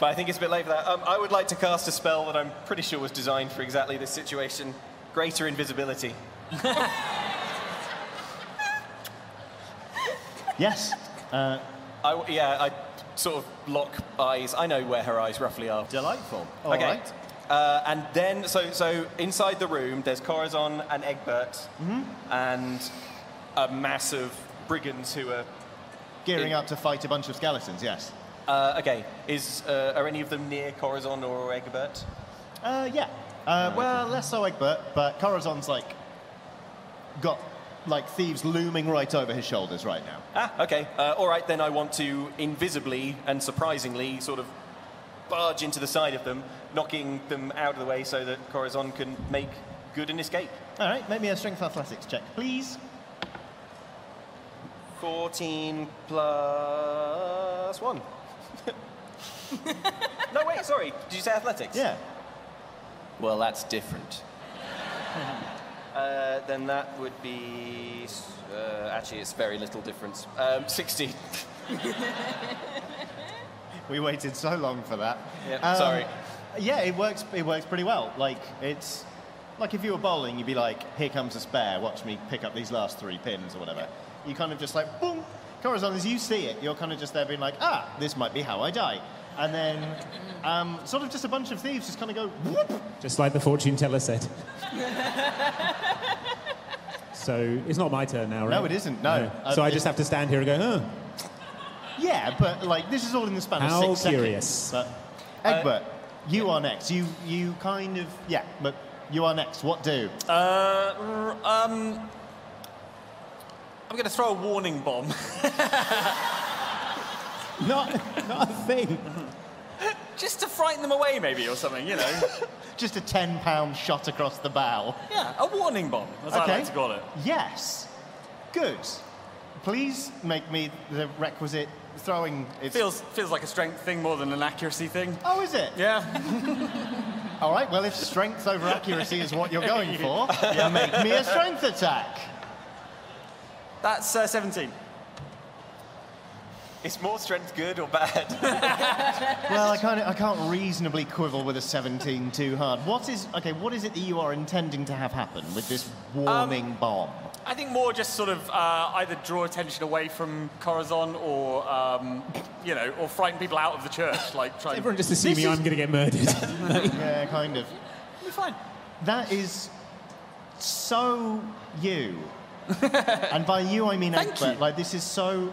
S6: I think it's a bit late for that. Um, I would like to cast a spell that I'm pretty sure was designed for exactly this situation Greater Invisibility.
S9: Yes. Uh,
S6: I, yeah, I sort of lock eyes. I know where her eyes roughly are.
S9: Delightful. All
S6: Okay.
S9: right.
S6: Uh, and then, so so inside the room, there's Corazon and Egbert,
S9: Mm-hmm.
S6: and a mass of brigands who are
S9: Gearing
S6: in-
S9: up to fight a bunch of skeletons, yes.
S6: Uh, okay, is uh, are any of them near Corazon or Egbert?
S9: Uh, yeah. Uh, well, less so Egbert, but Corazon's like got like thieves looming right over his shoulders right now.
S6: Ah, okay. Uh, all right, then I want to invisibly and surprisingly sort of barge into the side of them, knocking them out of the way so that Corazon can make good an escape.
S9: All right, make me a strength athletics check, please.
S6: 14 plus 1. no, wait, sorry. Did you say athletics?
S9: Yeah.
S6: Well, that's different. Uh, then that would be. Uh, actually, it's very little difference. Um, 16.
S9: We waited so long for that. Um,
S6: Yeah, sorry.
S9: Yeah, it works. It works pretty well. Like it's like if you were bowling, you'd be like, "Here comes a spare. Watch me pick up these last three pins or whatever." You kind of just like boom. Corazon, as you see it, you're kind of just there being like, "Ah, this might be how I die," and then um, sort of just a bunch of thieves just kind of go whoop
S12: Just like the fortune teller said. so it's not my turn now, right?
S9: No, it isn't, no.
S12: so
S9: Uh,
S12: I just have to stand here and go, huh?
S9: Yeah, but like this is all in the span
S12: How
S9: of six
S12: curious.
S9: seconds.
S6: Uh,
S9: But Egbert, you are next. You you kind of yeah, but you are next. What do?
S6: Uh, r- um, I'm going to throw a warning bomb.
S9: not, not a thing.
S6: Just to frighten them away, maybe, or something, you know.
S9: Just a ten pound shot across the bow.
S6: yeah, a warning bomb, as I like to call it.
S9: Yes. Good. Please make me the requisite throwing. It
S6: feels feels like a strength thing more than an accuracy thing.
S9: Oh, is it?
S6: Yeah.
S9: All right. Well, if strength over accuracy is what you're going for, make me a strength attack.
S6: That's uh, 17. Is more strength good or bad?
S9: Well, I can't, I can't reasonably quibble with a 17 too hard. What is okay? What is it that you are intending to have happen with this
S6: Um,
S9: warning bomb?
S10: I think more just sort of uh, either draw attention away from Corazon or, um, you know, or frighten people out of the church. Like, try
S12: Everyone just assuming I'm going to get murdered.
S9: yeah, kind of.
S10: You're fine.
S9: That is so you, and by you I mean Egbert. Like this is so.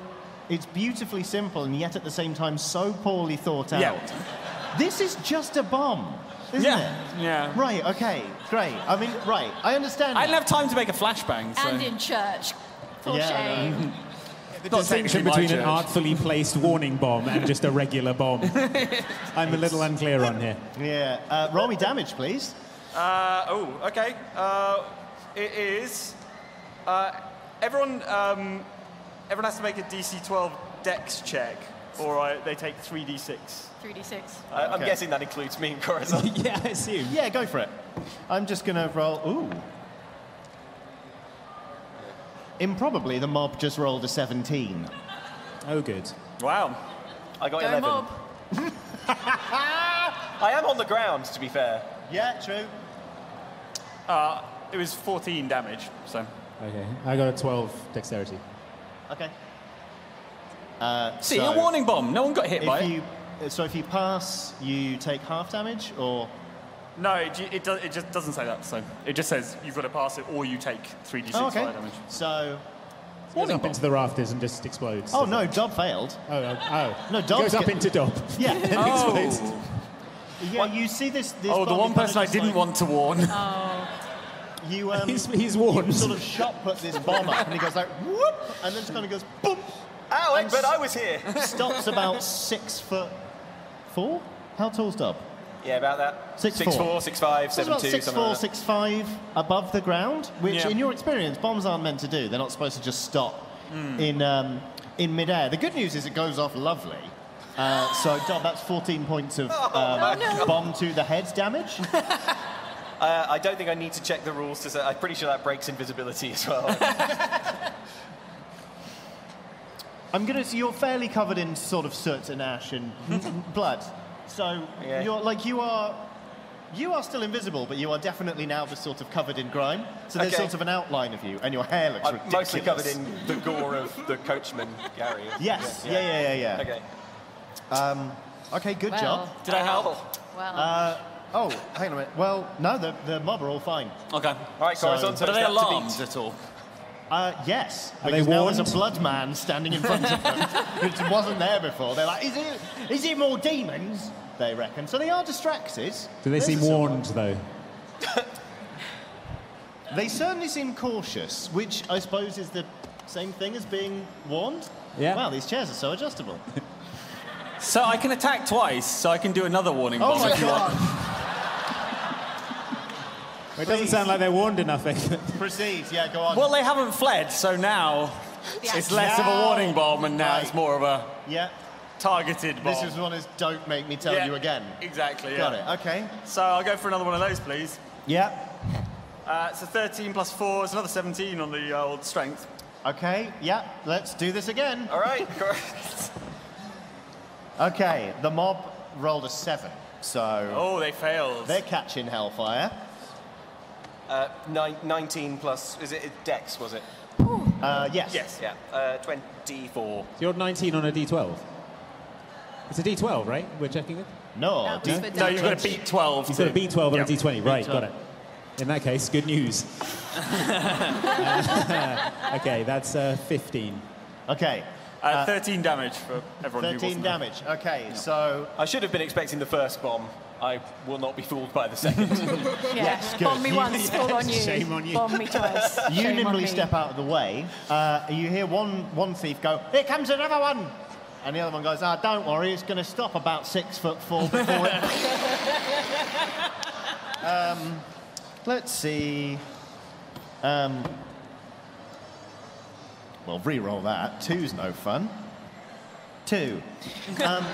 S9: It's beautifully simple and yet at the same time so poorly thought out.
S10: Yeah.
S9: This is just a bomb, isn't it?
S10: Yeah.
S9: Right. Okay. Great. I mean, right. I understand.
S10: I didn't have time to make a flashbang. So.
S7: And in church. For
S9: Yeah, I
S7: shame.
S9: know.
S12: The
S10: Not
S12: distinction
S10: technically my
S12: between an
S10: church.
S12: artfully placed warning bomb and just a regular bomb. I'm a little unclear on here.
S9: Yeah. Uh, roll me damage, please.
S6: Uh, oh, okay. Uh,
S10: it is. Uh, everyone, um, everyone has to make a DC 12 Dex check, or uh, they take 3d6.
S7: 3d6.
S10: I- Uh, I'm
S9: Okay.
S10: guessing that includes me and Corazon.
S9: yeah, I assume. Yeah, go for it. I'm just going to roll. Ooh. Improbably, the mob just rolled a 17.
S2: Oh, good.
S10: Wow. I got
S9: Go
S10: 11.
S9: mob.
S10: I am on the ground, to be fair.
S9: Yeah, true.
S10: Uh, it was 14 damage, so.
S2: Okay, I got a 12 dexterity.
S9: Okay. Uh,
S10: See, a warning bomb. No one got hit
S9: if
S10: by it.
S9: you, uh, So if you pass, you take half damage, or
S10: No, it, ju- it, do, it just doesn't say that, so. It just says you've got to pass it or you take 3d6
S9: Oh, okay.
S10: fire damage.
S9: So.
S2: Goes up into the rafters and just explodes.
S9: Oh no, Dob failed.
S2: Oh, oh.
S9: No,
S2: It
S9: Dob
S2: goes up into Dob.
S9: Yeah. Oh.
S2: And explodes.
S9: Yeah, you see this. this
S2: Oh, the
S9: Bobby
S2: one person
S9: Connor
S2: I
S9: just,
S2: didn't
S9: like-
S2: want to warn.
S10: Oh.
S9: You, um,
S2: He's- he's warned.
S9: you sort of shot put this bomb up, and he goes like whoop, and then just kind of goes boom.
S10: Ow,
S9: and
S10: Egbert,
S9: s-
S10: I was here.
S9: Stops about six foot four. How tall's Dob?
S10: Yeah, about that.
S9: Six,
S10: six
S9: four.
S10: four, six five,
S9: It's
S10: seven
S9: about
S10: two,
S9: six
S10: something
S9: four,
S10: like that.
S9: six five above the ground, which,
S10: Yeah.
S9: in your experience, bombs aren't meant to do. They're not supposed to just stop
S14: Hmm.
S10: Mm.
S9: in um, in midair. The good news is it goes off lovely. Uh, so, Dob, that's 14 points of um,
S10: Oh, my God.
S9: bomb to the head damage.
S10: Uh, I don't think I need to check the rules to say. I'm pretty sure that breaks invisibility as well.
S9: I'm gonna. So you're fairly covered in sort of soot and ash and blood. So
S10: Okay.
S9: you're like you are. You are still invisible, but you are definitely now just sort of covered in grime. So there's
S10: Okay.
S9: sort of an outline of you, and your hair looks
S10: I'm
S9: ridiculous.
S10: mostly covered in the gore of the coachman, Gary.
S9: Yes. Yeah. Yeah. Yeah. yeah,
S10: Okay.
S9: Um, okay. Good
S10: Well,
S9: job.
S10: Did I help?
S7: Well.
S9: Uh, oh, hang on a minute. Well, no, the, the mob are all fine.
S10: Okay. All right,
S9: So-
S10: Corazon. So,
S9: But are
S10: it's
S9: they
S10: back to
S9: alarmed
S10: beat. at all?
S9: Uh, yes.
S10: Are they
S9: because now there's a
S10: warned?
S9: blood man standing in front of them, which wasn't there before. They're like, is it, is it more demons? They reckon. So they are distracted.
S2: Do they
S9: This
S2: seem
S9: is all
S2: warned, though?
S9: right. They certainly seem cautious, which I suppose is the same thing as being warned.
S10: Yeah.
S9: Wow, these chairs are so adjustable.
S10: So I can attack twice, so I can do another warning
S9: Oh
S10: bomb
S9: my
S10: if you
S9: God.
S10: want.
S2: It doesn't sound like they're warned enough, eh?
S9: Proceed, yeah, go on.
S10: Well, they haven't fled, so now
S9: Yeah.
S10: it's less of a
S9: Now-
S10: warning bomb, and now it's more of a
S9: yeah.
S10: targeted bomb.
S9: This is one is don't make me tell
S10: Yeah,
S9: you again.
S10: Exactly.
S9: Got
S10: yeah.
S9: it, okay.
S10: So I'll go for another one of those, please.
S9: Yeah.
S10: Uh, so 13 plus 4 is another 17 on the uh, old strength.
S9: Okay, yeah, let's do this again.
S10: All right.
S9: Okay, the mob rolled a seven, so
S10: oh, they failed.
S9: they're catching hellfire.
S10: Uh, nine, 19 plus, is it Dex, was it?
S9: Uh, yes.
S10: Yes, yeah. Uh, 24.
S2: So you're 19 on a d12. It's a d12, right? We're checking it?
S9: No.
S10: That was D- for no, you've got a damage. B12
S2: You've got a
S10: too.
S2: b12 on a
S10: Yep.
S2: d20, right, got
S10: B12.
S2: it. In that case, good news. okay, that's uh, 15.
S9: Okay.
S10: Uh, 13 damage for everyone who
S9: 13
S10: wasn't
S9: damage. Okay,
S10: Yeah.
S9: so.
S10: I should have been expecting the first bomb. I will not be fooled by the second.
S9: Yes, good.
S1: Bomb me
S9: You-
S1: once, fall on you.
S9: Shame on you.
S1: Bomb me twice.
S9: You
S1: Shame on
S9: nimbly
S1: me.
S9: step out of the way. Uh, you hear one, one thief go, Here comes another one! And the other one goes, Ah, don't worry, it's going to stop about six foot four before it. um, let's see. Um, well, re roll that. Two's no fun. Two. Um,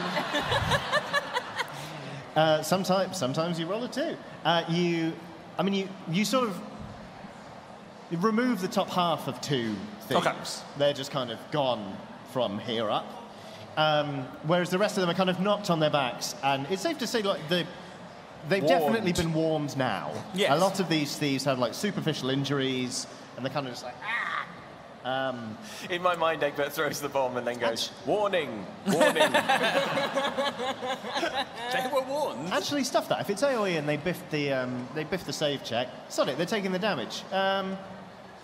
S9: uh, sometimes, sometimes you roll a two. Uh, you, I mean, you, you sort of you remove the top half of two things.
S10: Okay.
S9: They're just kind of gone from here up. Um, whereas the rest of them are kind of knocked on their backs, and it's safe to say, like the. They've
S10: Warmed.
S9: definitely been warmed now.
S10: Yes.
S9: A lot of these thieves have like superficial injuries, and they're kind of just like ah. Um,
S10: In my mind, Egbert throws the bomb and then goes, warning, warning. they were warned.
S9: Actually, stuff that. If it's AOE and they biff the um, they biff the save check, sod it. They're taking the damage. Um,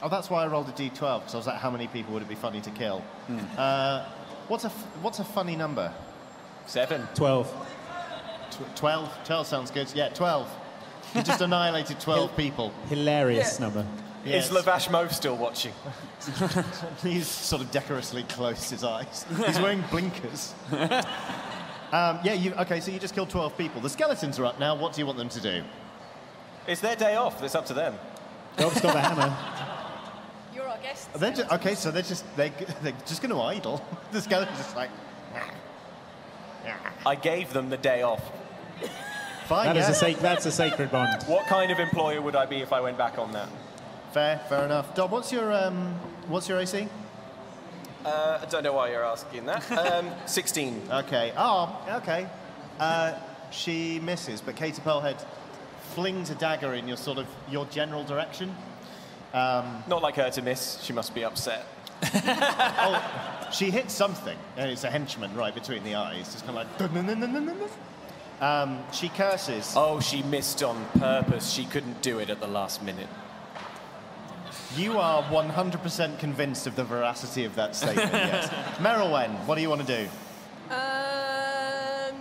S9: oh, that's why I rolled a d12 because I was like, how many people would it be funny to kill?
S10: Hmm.
S9: Uh, what's a f- what's a funny number?
S10: Seven.
S2: 12.
S9: Tw- 12? 12 sounds good. Yeah, 12. You just annihilated 12 people.
S2: Hilarious number.
S10: Is Lavash Mo still watching?
S9: He's sort of decorously closed his eyes. He's wearing blinkers. Um, yeah, you, okay, so you just killed 12 people. The skeletons are up now. What do you want them to do?
S10: It's their day off. It's up to them.
S9: Dob's Oh, got the hammer.
S7: You're our guest.
S9: They're just, okay, so they're just they're, g- they're just going to idle. The skeleton's just like
S6: I gave them the day off.
S9: fine.
S2: That is
S9: yeah.
S2: a sac- that's a sacred bond.
S6: What kind of employer would I be if I went back on that?
S9: fair, fair enough. Dob, what's your um, what's your AC?
S6: Uh, I don't know why you're asking that. Um, 16.
S9: Okay. Oh, okay. Uh, she misses, but Katie Pearlhead flings a dagger in your sort of your general direction. Um,
S6: Not like her to miss. She must be upset.
S9: Oh, she hits something, and it's a henchman right between the eyes. It's kind of like. "Dun-dun-dun-dun-dun-dun." Um, she curses.
S6: Oh, she missed on purpose. She couldn't do it at the last minute.
S9: You are 100% convinced of the veracity of that statement, yes. Merylwen, what do you want to do?
S13: Um,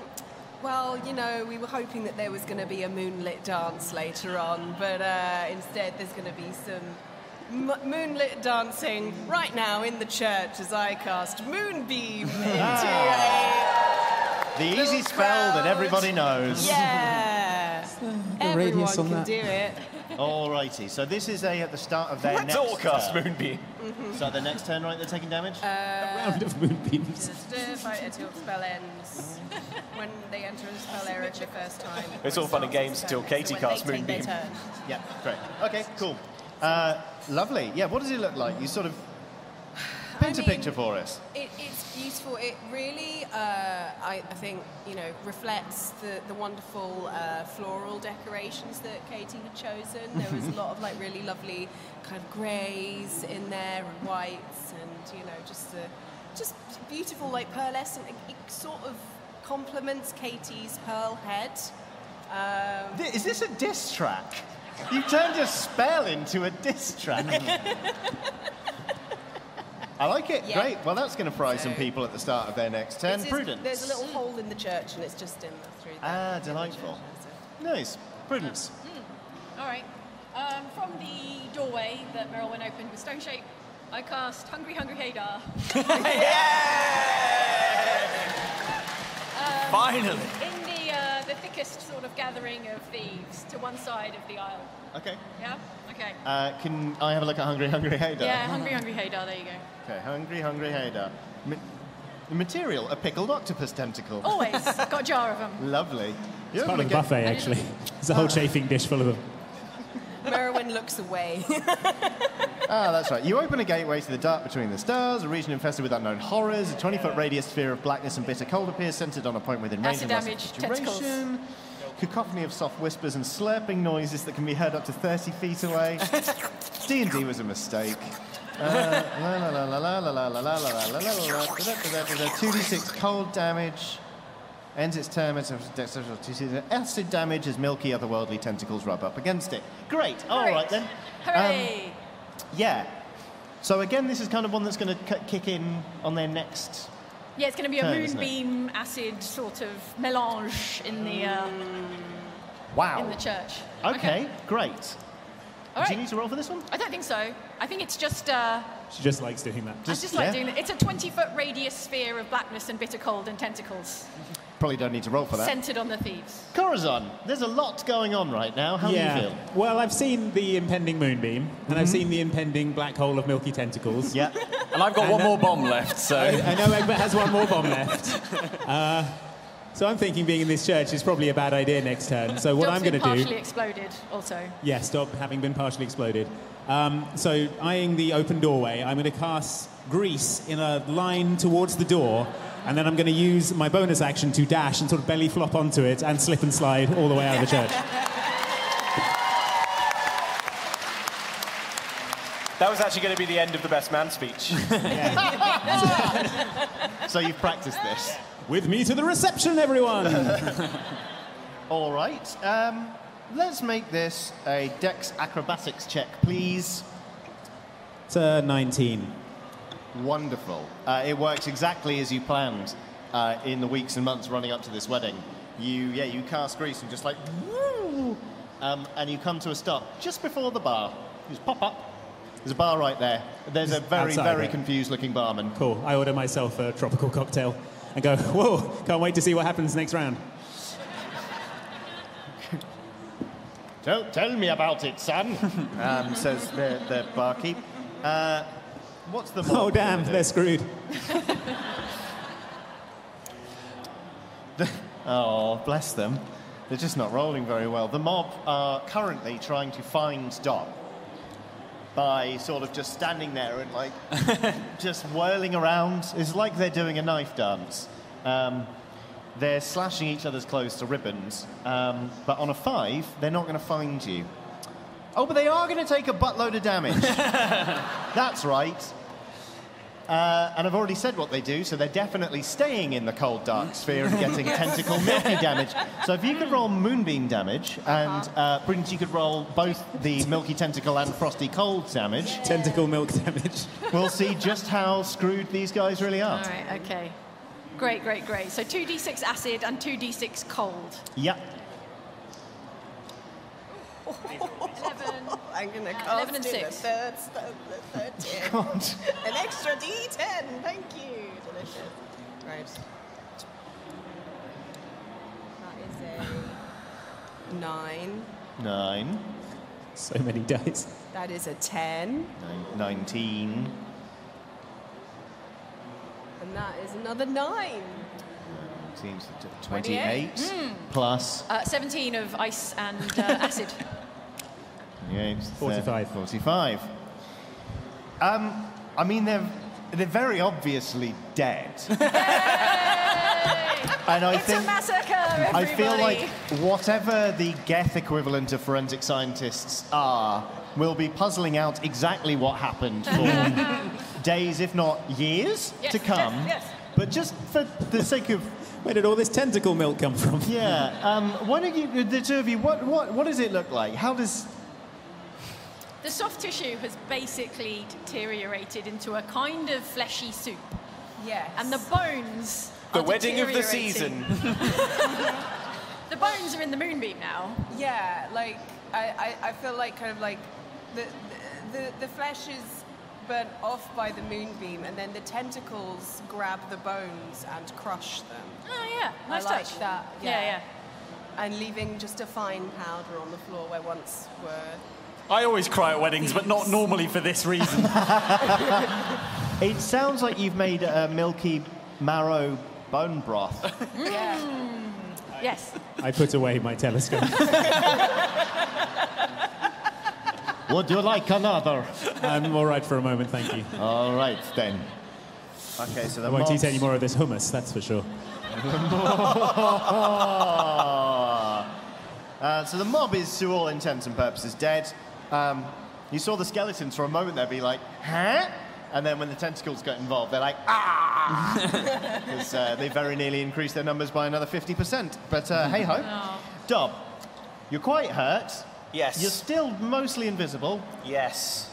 S13: well, you know, we were hoping that there was going to be a moonlit dance later on, but uh, instead there's going to be some m- moonlit dancing right now in the church as I cast Moonbeam into
S9: The easy spell that everybody
S13: a.
S9: knows.
S13: Yeah! Everyone
S9: radius on
S13: can
S9: that.
S13: do it.
S9: Alrighty, so this is a, at the start of their
S13: Let's
S9: next
S13: all cast
S9: turn.
S6: Moonbeam.
S13: Mhm.
S9: So the next turn, right, they're taking damage?
S13: Uh,
S9: Mm-hmm. of moonbeams.
S13: if I until the spell ends. when they enter the spell area for the first time.
S6: It's all fun and games until Katie casts Moonbeam.
S9: Yeah, great. Okay, cool. Uh, lovely. Yeah, what does it look like? You sort of paint a picture for us.
S13: It, it's beautiful. It really, uh, I, I think, you know, reflects the, the wonderful uh, floral decorations that Katie had chosen. There was a lot of like really lovely kind of greys in there and whites, and you know, just a, just beautiful like pearlescent. It, it sort of complements Katie's pearl head. Um,
S9: Th- Is this a diss track? You turned a spell into a diss track. I like it.
S13: Yeah.
S9: Great. Well, that's going to fry some people at the start of their next turn.
S13: It's just-
S9: Prudence.
S13: There's a little hole in the church, and it's just in through there.
S9: Ah, delightful. Nice. Prudence.
S7: Mm, All right. Um, from the doorway that Merylwyn opened with Stone Shape, I cast Hungry Hungry Hadar. Um,
S10: Finally.
S7: In the, uh, the thickest sort of gathering of thieves to one side of the aisle.
S9: Okay.
S7: Yeah? Okay.
S9: Uh, can I have a look at Hungry Hungry Hader?
S7: Yeah, Hungry Hungry Hadar, there you go.
S9: Okay, Hungry Hungry Hader. Ma- material, a pickled octopus tentacle.
S7: Always. Got a jar of them.
S9: Lovely.
S2: It's part of the buffet, actually. It's a whole chafing dish full of them.
S13: Merwin looks away.
S9: Ah, that's right. You open a gateway to the dark between the stars, a region infested with unknown horrors, a 20 foot radius sphere of blackness and bitter cold appears centered on a point within range
S7: Acid
S9: of loss of
S7: damage,
S9: duration.
S7: tentacles.
S9: Cacophony of soft whispers and slurping noises that can be heard up to 30 feet away. D&D was a mistake. Uh, la la la la la la la la la la la la la la la da da da da da. 2d6 cold damage. Ends its term as acid damage as milky otherworldly tentacles rub up against it. Great. All right then. Um,
S7: Hooray!
S9: Yeah. So again, this is kind of one that's going to kick in on their next.
S7: yeah, it's going to be a
S9: turn, isn't it?
S7: moonbeam acid sort of melange in the, uh,
S9: Mm. Wow.
S7: in the church.
S9: Okay, great.
S7: All
S9: Do
S7: right.
S9: you need to roll for this one?
S7: I don't think so. I think it's just. Uh,
S2: She just likes doing that.
S7: I just like doing it. It's a 20 foot radius sphere of blackness and bitter cold and tentacles
S9: Probably don't need to roll for that.
S7: centered on the thieves.
S9: Corazon, there's a lot going on right now. How
S2: yeah.
S9: do you feel? Mm-hmm.
S2: Well, I've seen the impending moonbeam, and I've seen the impending black hole of milky tentacles.
S9: Yeah.
S2: And
S10: I've got one more bomb left, so.
S2: I, I know Egbert has one more bomb left. Uh, so I'm thinking being in this church is probably a bad idea next turn. So what
S7: Dob's
S2: I'm
S7: been
S2: going to do.
S7: partially exploded also.
S2: Yeah, stop having been partially exploded. Um, so, eyeing the open doorway, I'm going to cast grease in a line towards the door, and then I'm going to use my bonus action to dash and sort of belly flop onto it and slip and slide all the way out of the church.
S6: That was actually going to be the end of the best man speech.
S9: so you've practiced this.
S2: With me to the reception, everyone!
S9: All right. Um, let's make this a dex acrobatics check, please.
S2: It's a 19.
S9: Wonderful. Uh, it works exactly as you planned uh, in the weeks and months running up to this wedding. You, yeah, you cast grease and just like, woo, um, and you come to a stop just before the bar. You just pop up. There's a bar right there. There's a very,
S2: Outside,
S9: very
S2: right?
S9: confused-looking barman.
S2: Cool. I order myself a tropical cocktail and go, whoa, can't wait to see what happens next round.
S9: Tell, tell me about it, son, um, says the, the barkeep. Uh, what's the
S12: Oh,
S9: mob
S12: damn,
S9: gonna do?
S12: they're screwed.
S9: Oh, bless them. They're just not rolling very well. The mob are currently trying to find Dot by sort of just standing there and like just whirling around. It's like they're doing a knife dance. Um, they're slashing each other's clothes to ribbons, um, but on a five, they're not going to find you. Oh, but they are going to take a buttload of damage. That's right. Uh, and I've already said what they do, so they're definitely staying in the cold, dark sphere and getting
S14: Yes.
S9: tentacle milky damage. So if you could roll moonbeam damage, and
S7: Uh-huh.
S9: uh, Prudence, you could roll both the milky tentacle and frosty cold damage.
S12: Tentacle milk damage.
S9: We'll see just how screwed these guys really are.
S7: All right, okay. Great, great, great. So 2d6 acid and 2d6 cold.
S9: Yep.
S7: 11.
S13: I'm gonna
S7: Uh,
S13: cast
S7: 11 and
S13: to the
S7: six.
S13: third stone, the third tier.
S9: God.
S13: An extra D10, thank you. Delicious. Right. That is a nine.
S9: Nine.
S12: So many dice.
S13: That is a ten,
S9: Nine, Nineteen.
S13: and that is another nine.
S9: Seems to t-
S7: 28.
S9: 28
S7: Hmm.
S9: plus
S7: Uh, 17 of ice and uh, acid.
S9: 28, 45. 45. Um, I mean, they're, they're very obviously dead. and I
S7: it's
S9: think.
S7: a massacre,
S9: I
S7: everybody.
S9: feel like whatever the Geth equivalent of forensic scientists are, will be puzzling out exactly what happened for days, if not years,
S14: Yes,
S9: to
S14: yes,
S9: come.
S14: yes.
S9: But just for the sake of.
S12: Where did all this tentacle milk come from?
S9: Yeah. Um, why don't you, the two of you, what, what, what does it look like? How does.
S7: The soft tissue has basically deteriorated into a kind of fleshy soup.
S13: Yes.
S7: And the bones.
S6: The
S7: are
S6: wedding of the
S7: deteriorating.
S6: season.
S7: The bones are in the moonbeam now.
S13: Yeah, like I, I, I feel like kind of like the, the the flesh is burnt off by the moonbeam, and then the tentacles grab the bones and crush them.
S7: Oh yeah, nice
S13: I like
S7: touch.
S13: that.
S7: Yeah,
S13: Yeah.
S7: yeah.
S13: And leaving just a fine powder on the floor where once were.
S10: I always cry at weddings, but not normally for this reason.
S9: It sounds like you've made a milky marrow bone broth.
S7: Yes.
S2: I put away my telescope.
S9: Would you like another?
S2: I'm all right for a moment, thank you.
S9: All right, then. Okay, so
S2: I
S9: the
S2: won't eat
S9: mobs-
S2: any more of this hummus, that's for sure.
S9: Uh, so the mob is, to all intents and purposes, dead. Um, you saw the skeletons for a moment. They'd be like, "Huh?" And then when the tentacles got involved, they're like, "Ah!" Because uh, they very nearly increased their numbers by another fifty percent. But uh, hey ho, Dob, you're quite hurt.
S6: Yes.
S9: You're still mostly invisible.
S6: Yes.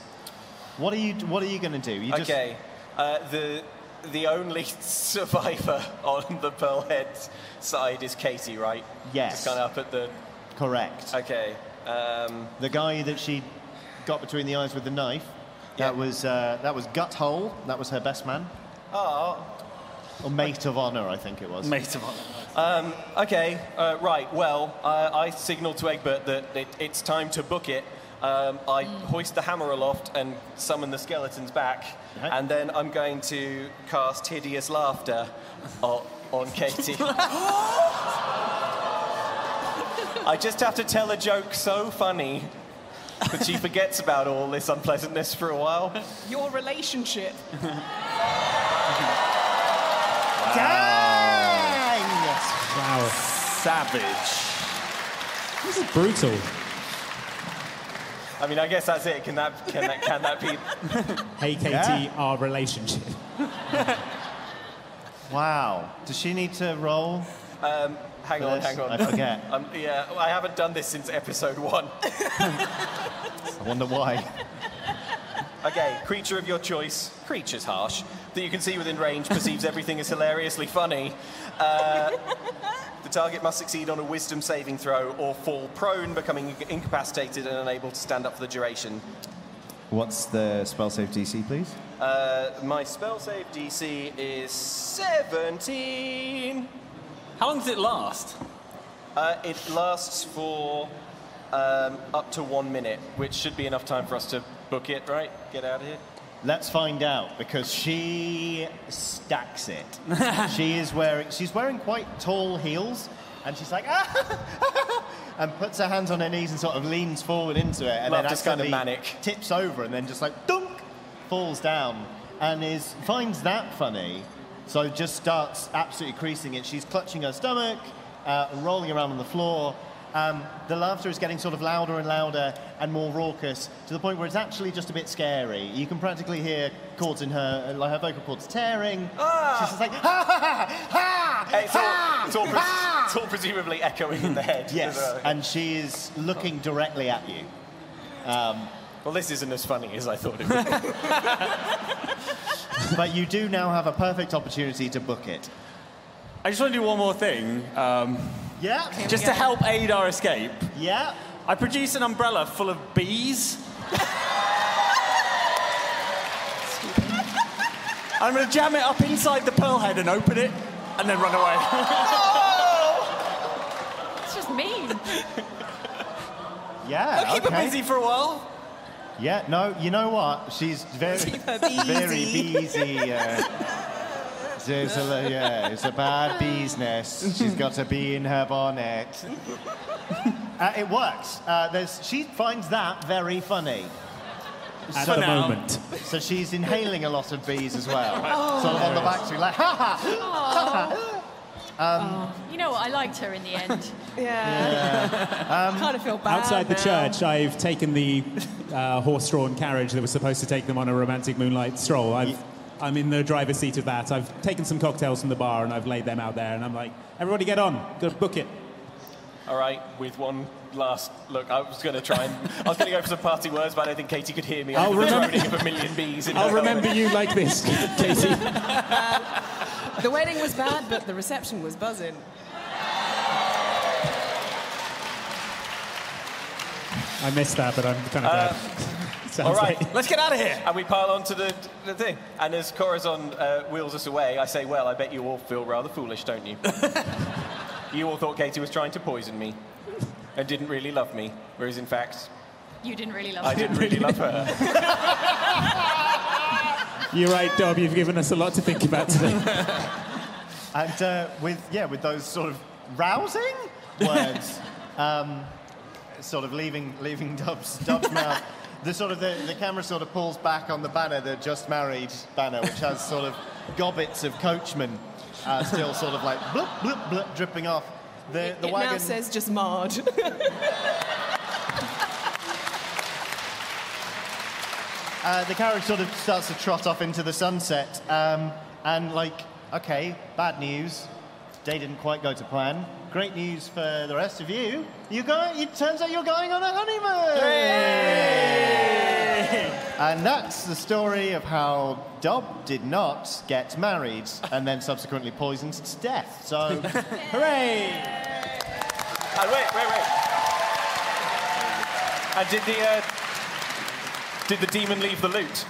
S9: What are you? What are you going to do? You just-
S6: okay. Uh, the the only survivor on the Pearl Head side is Katie, right?
S9: Yes.
S6: Just kind of up at the.
S9: Correct.
S6: Okay. Um,
S9: The guy that she got between the eyes with the knife. That was uh, that was Guthole. That was her best man.
S6: oh.
S9: Or mate of honour, I think it was.
S6: Mate of honour. Um, okay, uh, right. Well, uh, I signal to Egbert that it, it's time to book it. Um, I hoist the hammer aloft and summon the skeletons back, and then I'm going to cast hideous laughter o- on Katie. I just have to tell a joke so funny that she forgets about all this unpleasantness for a while.
S8: Your relationship.
S2: Wow.
S6: Savage.
S2: This is brutal.
S6: I mean, I guess that's it. Can that can that can that be?
S2: Hey, Katie,
S6: Yeah.
S2: our relationship.
S9: Wow. Does she need to roll?
S6: Um, hang
S9: For
S6: on,
S9: this,
S6: hang on.
S9: I forget.
S6: Um, yeah, I haven't done this since episode one.
S9: I wonder why.
S6: Okay, creature of your choice. Creature's harsh. That you can see within range perceives everything as hilariously funny. Uh, the target must succeed on a wisdom saving throw or fall prone, becoming incapacitated and unable to stand up for the duration.
S9: What's the spell save DC, please?
S6: Uh, my spell save DC is 17. How long does it last? Uh, it lasts for um, up to one minute, which should be enough time for us to book it, right? Get out of here.
S9: Let's find out because she stacks it. she is wearing she's wearing quite tall heels, and she's like ah, and puts her hands on her knees and sort of leans forward into it, and
S6: Love
S9: then
S6: this kind of
S9: accidentally
S6: manic.
S9: tips over and then just like dunk falls down and is finds that funny, so just starts absolutely creasing it. She's clutching her stomach, uh, rolling around on the floor. Um, the laughter is getting sort of louder and louder and more raucous to the point where it's actually just a bit scary. You can practically hear chords in her, like her vocal cords tearing. She's just like, ha ha ha ha!
S6: It's all, it's all, pres-
S9: ha!
S6: it's all presumably echoing in the head.
S9: Yes, and she is looking directly at you. Um,
S6: well, this isn't as funny as I thought it would. be. Ah!
S9: but you do now have a perfect opportunity to book it.
S10: I just want to do one more thing. Um,
S9: yeah.
S10: Just to help aid our escape.
S9: Yeah.
S10: I produce an umbrella full of bees. I'm going to jam it up inside the pearl head and open it, and then run away.
S7: It's just mean.
S9: Yeah.
S10: I'll keep
S9: okay.
S10: her busy for a while.
S9: Yeah, no, you know what? She's very,
S10: Keep her
S9: very
S10: busy.
S9: busy. Uh, there's a, lo- yeah, it's a bad business. She's got a bee in her bonnet. Uh, it works. Uh, there's, she finds that very funny.
S2: At the moment.
S9: So she's inhaling a lot of bees as well.
S7: Oh.
S9: So on the back, she's like, ha ha!
S7: Aw.
S9: Um,
S7: You know what? I liked her in the end.
S9: Uh, yeah.
S7: kind of feel
S2: Outside the church, I've taken the uh, horse-drawn carriage that was supposed to take them on a romantic moonlight stroll. I've, I'm in the driver's seat of that. I've taken some cocktails from the bar and I've laid them out there, and I'm like, everybody get on, go book it.
S6: All right, with one last look, I was going to try and I was going to go for some party words, but I don't think Katie could hear me.
S2: I'll
S6: over the
S2: remember-
S6: droning of a million bees. In
S2: I'll
S6: her
S2: remember
S6: helmet.
S2: you like this, Casey.
S13: Um, The wedding was bad, but the reception was buzzing.
S2: I missed that, but I'm kind of
S6: Uh,
S2: glad. Sounds
S6: All right,
S2: like-
S6: let's get out of here. And we pile onto the, the thing. And as Corazon uh, wheels us away, I say, "Well, I bet you all feel rather foolish, don't you? you all thought Katie was trying to poison me, and didn't really love me, whereas in fact,
S7: You didn't really love
S6: I
S7: her.
S6: didn't really love her."
S2: You're right, Dob. You've given us a lot to think about today.
S9: And uh, with yeah, with those sort of rousing words, um, sort of leaving leaving Dub's Dub's mouth. The sort of the, the camera sort of pulls back on the banner, the just married banner, which has sort of gobbets of coachmen uh, still sort of like bloop bloop bloop dripping off. The the
S13: it
S9: wagon
S13: now says just marred.
S9: Uh, the carriage sort of starts to trot off into the sunset, um, and like, okay, bad news. Day didn't quite go to plan. Great news for the rest of you. You go. It turns out you're going on a honeymoon. And that's the story of how Dob did not get married and then subsequently poisoned to death. So, hooray!
S6: And wait, wait, wait. And did the uh, did the demon leave the loot?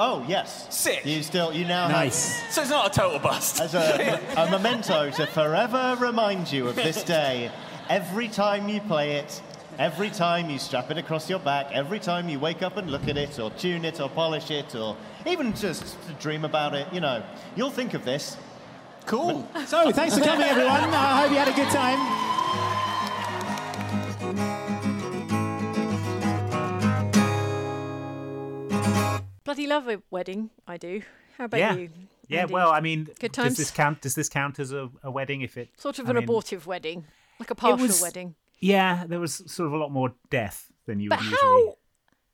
S9: Oh yes.
S6: Sick.
S9: You still. You now.
S6: Nice.
S9: Have,
S6: So it's not a total bust.
S9: as a, a memento to forever remind you of this day. Every time you play it, every time you strap it across your back, every time you wake up and look at it, or tune it, or polish it, or even just dream about it, you know, you'll think of this. Cool.
S2: so, Oh, thanks for coming, everyone. I hope you had a good time.
S1: Bloody love a wedding, I do. How about
S4: yeah.
S1: you?
S4: Yeah,
S1: Andy?
S4: well, I mean,
S1: Good
S4: does
S1: times?
S4: this count? Does this count as a, a wedding? If it
S1: sort of
S4: I
S1: an
S4: mean,
S1: abortive wedding, like a partial
S4: was-
S1: wedding.
S4: Yeah, there was sort of a lot more death than you
S1: But
S4: would
S1: how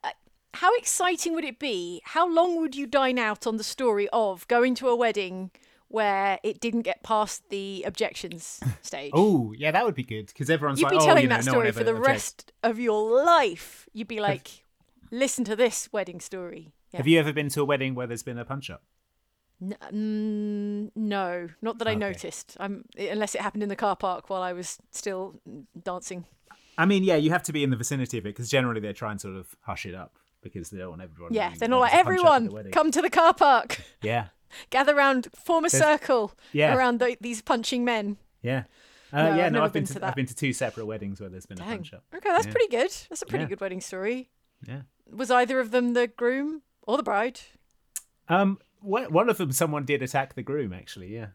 S1: uh, how exciting would it be? How long would you dine out on the story of going to a wedding where it didn't get past the objections
S4: usually.
S1: stage?
S4: Oh, yeah, that would be good because everyone's
S1: You'd
S4: like,
S1: be
S4: oh,
S1: telling
S4: you know,
S1: that
S4: no one
S1: story
S4: ever
S1: for the
S4: objects.
S1: rest of your life. You'd be like, listen to this wedding story. Yeah.
S4: Have you ever been to a wedding where there's been a punch up?
S1: N- mm, no, not that I noticed. I'm, unless it happened in the car park while I was still dancing.
S4: I mean, yeah, you have to be in the vicinity of it because generally they try and sort of hush it up because they don't want everyone.
S1: yeah,
S4: knowing
S1: they're
S4: that
S1: not like
S4: there's a punch up at the
S1: everyone
S4: wedding."
S1: come to the car park,
S4: Yeah,
S1: gather round, form a
S4: There's-
S1: circle
S4: Yeah.
S1: around the, these punching men.
S4: yeah.
S2: Uh,
S1: No,
S2: yeah,
S1: I've
S2: no,
S1: never
S2: I've been,
S1: been
S2: to,
S1: to
S2: I've been to two separate weddings where there's been a punch up.
S1: Okay, that's
S2: Yeah.
S1: pretty good. That's a pretty
S2: Yeah.
S1: good wedding story.
S2: Yeah.
S1: Was either of them the groom or the bride?
S2: Um, wh- one of them, someone did attack the groom. Actually, yeah.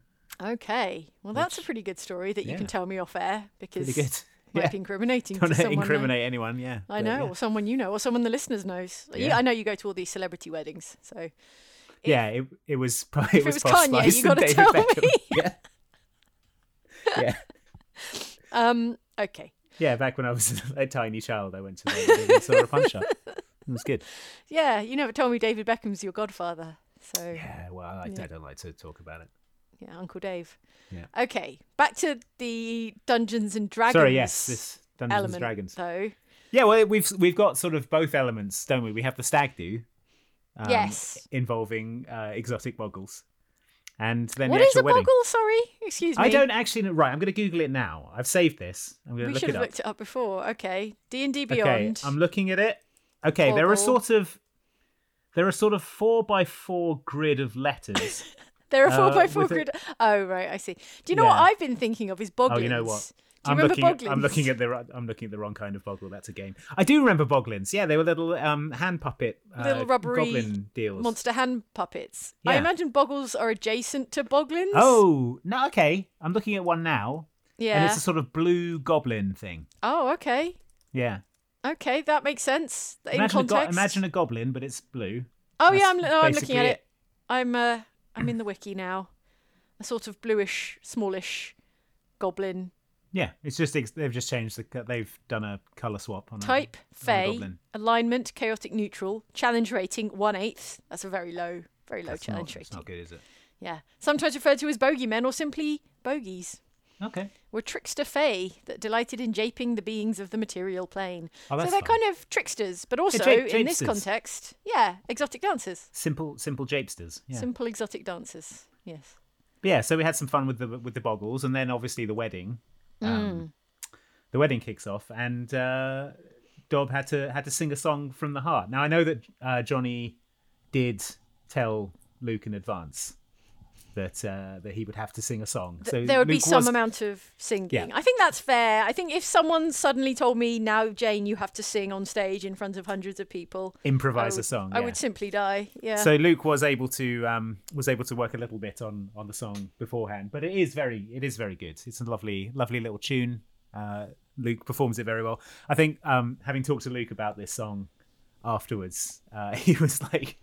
S1: Okay. Well, that's a pretty good story that you
S2: yeah.
S1: can tell me off air because
S2: Pretty good.
S1: might
S2: Yeah.
S1: be incriminating
S2: Don't
S1: to someone. eh?
S2: incriminate anyone. Yeah.
S1: I
S2: but
S1: know,
S2: yeah.
S1: or someone you know, or someone the listeners knows. You-
S2: Yeah.
S1: I know you go to all these celebrity weddings, so
S2: Yeah, it, it was probably it
S1: if
S2: was,
S1: it was
S2: Paul
S1: Kanye,
S2: Slice
S1: you
S2: and
S1: gotta
S2: David
S1: tell
S2: Beckham.
S1: me.
S2: Yeah. yeah,
S1: um, okay.
S2: yeah. Back when I was a tiny child, I went to that wedding and saw a punch up. It was good.
S1: Yeah, you never told me David Beckham's your godfather. So
S2: Yeah, Uh, well, I,
S1: Yeah.
S2: I don't like to talk about it.
S1: yeah, Uncle Dave.
S2: Yeah.
S1: Okay, back to the Dungeons and Dragons.
S2: Sorry, yes, this Dungeons and
S1: element,
S2: Dragons.
S1: Though,
S2: Yeah, well, we've we've got sort of both elements, don't we? We have the stag do, um,
S1: Yes.
S2: involving uh, exotic boggles, and then
S1: what
S2: the
S1: is
S2: actual
S1: a
S2: wedding.
S1: boggle? Sorry, excuse me.
S2: I don't actually know. Right, I'm going to Google it now. I've saved this. I'm going to
S1: We
S2: look
S1: should
S2: it
S1: have
S2: up.
S1: looked it up before. Okay, D and D
S2: Okay,
S1: Beyond.
S2: I'm looking at it. Okay, there are
S1: Boggle.
S2: sort of there are sort of four by four grid of letters.
S1: There are
S2: uh,
S1: four by four
S2: with a-
S1: grid. Oh right, I see. Do you know
S2: Yeah.
S1: what I've been thinking of is boglins?
S2: Oh, you know what?
S1: Do you
S2: I'm
S1: remember
S2: looking. At, I'm
S1: boglins?
S2: looking at the. ri- I'm looking at the wrong kind of boggle. That's a game. I do remember boglins. Yeah, they were little um, hand puppet, uh,
S1: little rubbery
S2: goblin deals.
S1: monster hand puppets. I
S2: Yeah.
S1: imagine boggles are adjacent to boglins.
S2: Oh no, okay. I'm looking at one now. and
S1: yeah.
S2: it's a sort of blue goblin thing.
S1: Oh, okay,
S2: Yeah.
S1: okay, that makes sense in
S2: imagine
S1: context.
S2: A go- imagine a goblin, but it's blue.
S1: oh
S2: That's
S1: yeah, I'm, no, I'm looking
S2: basically
S1: at it. I'm uh, I'm in the wiki now. A sort of bluish, smallish goblin
S2: Yeah, it's just ex- they've just changed the. co- They've done a color swap on Mm. a-
S1: type,
S2: on a
S1: fey, Oh,
S2: goblin.
S1: alignment, chaotic, neutral, challenge rating one eighth. That's a very low, very low
S2: That's not,
S1: challenge rating.
S2: that's not good, is it?
S1: Yeah. Sometimes referred to as bogeymen or simply bogies.
S2: Okay.
S1: Were trickster fae that delighted in japing the beings of the material plane.
S2: Oh,
S1: so
S2: that's
S1: they're
S2: fun.
S1: kind of tricksters, but also
S2: jape-
S1: in this
S2: japesters.
S1: context, yeah, exotic dancers.
S2: Simple, simple japesters. Yeah.
S1: Simple exotic dancers. Yes.
S2: But yeah, so we had some fun with the with the boggles, and then obviously the wedding.
S1: Mm.
S2: Um, The wedding kicks off, and uh, Dob had to had to sing a song from the heart. Now I know that uh, Johnny did tell Luke in advance that uh, that he would have to sing a song.
S1: Th-
S2: so
S1: there would be
S2: Luke
S1: some
S2: was-
S1: amount of singing.
S2: Yeah.
S1: I think that's fair. I think if someone suddenly told me, now, Jane, you have to sing on stage in front of hundreds of people,
S2: Improvise a
S1: I would-
S2: song,
S1: I
S2: yeah.
S1: would simply die. Yeah.
S2: So Luke was able to um, was able to work a little bit on on the song beforehand, but it is very it is very good. It's a lovely lovely little tune. Uh, Luke performs it very well. I think um, having talked to Luke about this song afterwards, uh, he was like,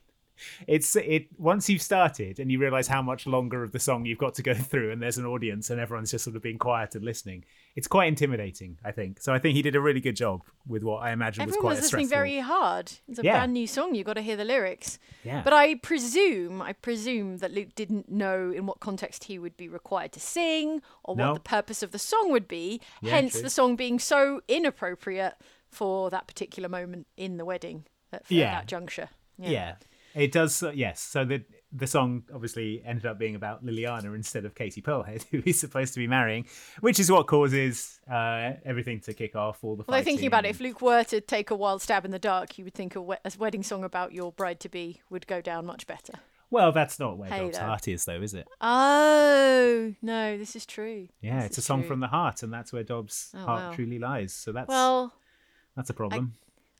S2: "It's it once you've started and you realise how much longer of the song you've got to go through, and there's an audience and everyone's just sort of being quiet and listening. It's quite intimidating, I think. So I think he did a really good job with what I imagine was
S1: Everyone
S2: quite
S1: was
S2: a
S1: listening
S2: stressful.
S1: very hard. It's a
S2: Yeah.
S1: brand new song. You've got to hear the lyrics.
S2: Yeah.
S1: But I presume, I presume that Luke didn't know in what context he would be required to sing or
S2: No.
S1: what the purpose of the song would be.
S2: Yeah,
S1: hence
S2: true.
S1: the song being so inappropriate for that particular moment in the wedding at, for
S2: Yeah.
S1: that juncture.
S2: Yeah. It does, uh, yes. So the the song obviously ended up being about Liliana instead of Katie Pearlhead, who he's supposed to be marrying, which is what causes uh, everything to kick off. All the
S1: Although thinking
S2: fighting
S1: about it,
S2: and-
S1: if Luke were to take a wild stab in the dark, you would think a, we- a wedding song about your bride to be would go down much better.
S2: well, that's not where
S1: Hey,
S2: Dog's
S1: though.
S2: heart is, though, is it?
S1: Oh no, this is true.
S2: Yeah,
S1: This
S2: it's a
S1: is
S2: song
S1: true.
S2: from the heart, and that's where Dobbs'
S1: Oh,
S2: heart
S1: wow.
S2: truly lies. So that's
S1: Well,
S2: that's a problem.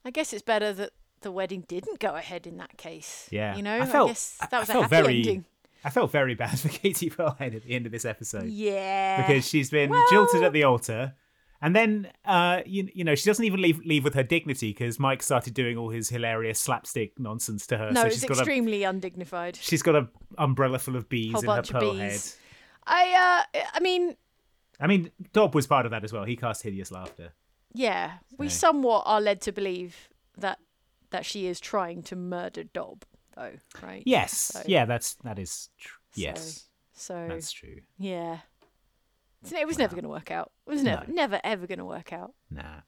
S1: I guess it's better that the wedding didn't go ahead in that case.
S2: yeah,
S1: you know,
S2: I felt
S1: guess
S2: I-
S1: that was
S2: I
S1: a
S2: felt
S1: happy
S2: very,
S1: ending.
S2: I felt very bad for Katie Pearlhead at the end of this episode.
S1: Yeah,
S2: because she's been jilted at the altar. And then, uh, you, you know, she doesn't even leave leave with her dignity because Mike started doing all his hilarious slapstick nonsense to her.
S1: no,
S2: uh, so
S1: it's
S2: she's got a
S1: extremely undignified.
S2: she's got an umbrella full of bees
S1: Whole
S2: in her
S1: bunch of
S2: pearl head.
S1: bees. I, uh, I mean,
S2: I mean, Dob was part of that as well. He cast hideous laughter.
S1: yeah, we somewhat are led to believe that that she is trying to murder Dob, though, right?
S2: Yes,
S1: So-
S2: yeah, that's that is tr-
S1: so-
S2: yes,
S1: so
S2: that's true.
S1: Yeah, So it was never going to work out. It was never, never ever going to work out.
S2: Nah,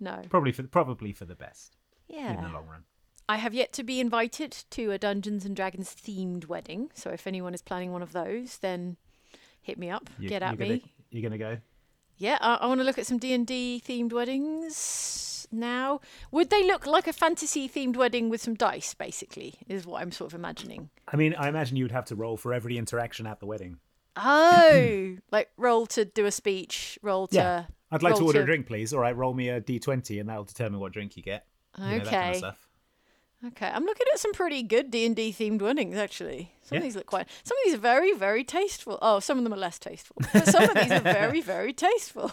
S1: No.
S2: probably for probably for the best in the
S1: Yeah.
S2: long run.
S1: I have yet to be invited to a Dungeons and Dragons themed wedding, so if anyone is planning one of those, then hit me up.
S2: You-
S1: Get at
S2: you're gonna-
S1: me.
S2: You're gonna go.
S1: Yeah, I, I want to look at some D and D themed weddings now. Would they look like a fantasy themed wedding with some dice? Basically, is what I'm sort of imagining.
S2: I mean, I imagine you would have to roll for every interaction at the wedding.
S1: Oh, like roll to do a speech, roll to.
S2: Yeah. I'd like to
S1: roll
S2: order a drink, please. All right, roll me a d20, and that'll determine what drink you get. You know, that kind of
S1: Okay.
S2: stuff.
S1: Okay, I'm looking at some pretty good D and D themed weddings actually. Some of
S2: Yeah.
S1: these look quite. Some of these are very, very tasteful. Oh, some of them are less tasteful, but some of these are very, very tasteful.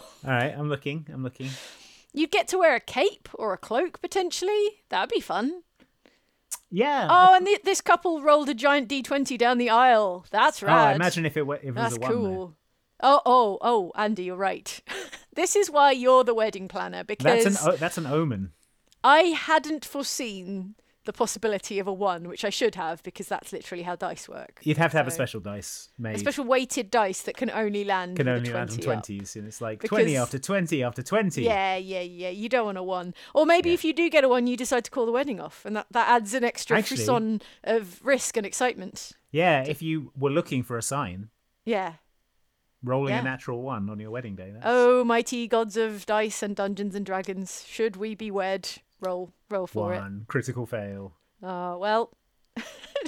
S2: All right, I'm looking. I'm looking.
S1: You'd get to wear a cape or a cloak potentially. That'd be fun.
S2: Yeah.
S1: Oh, and the, this couple rolled a giant D20 down the aisle. That's
S2: Oh, I
S1: right.
S2: imagine if it, were, if it was
S1: That's
S2: a one. though.
S1: cool. Oh, oh, oh, Andy, you're right. this is why you're the wedding planner because
S2: That's an o- that's an omen.
S1: I hadn't foreseen the possibility of a one, which I should have because that's literally how dice work.
S2: You'd have to have a
S1: So-
S2: special dice made.
S1: A special weighted dice that can only land.
S2: can
S1: with a
S2: only land on
S1: 20 up.
S2: twenties, and it's like twenty
S1: Because-
S2: after twenty after twenty.
S1: Yeah, yeah, yeah. You don't want a one. Or maybe if you do get a one, you decide to call the wedding off, and that, that adds an extra
S2: Actually-
S1: frisson of risk and excitement.
S2: Yeah, if you were looking for a sign,
S1: Yeah.
S2: rolling
S1: Yeah.
S2: a natural one on your wedding day. That's
S1: Oh, mighty gods of dice and Dungeons and Dragons, should we be wed? Roll, roll Oh, for it.
S2: one critical fail.
S1: Oh, well,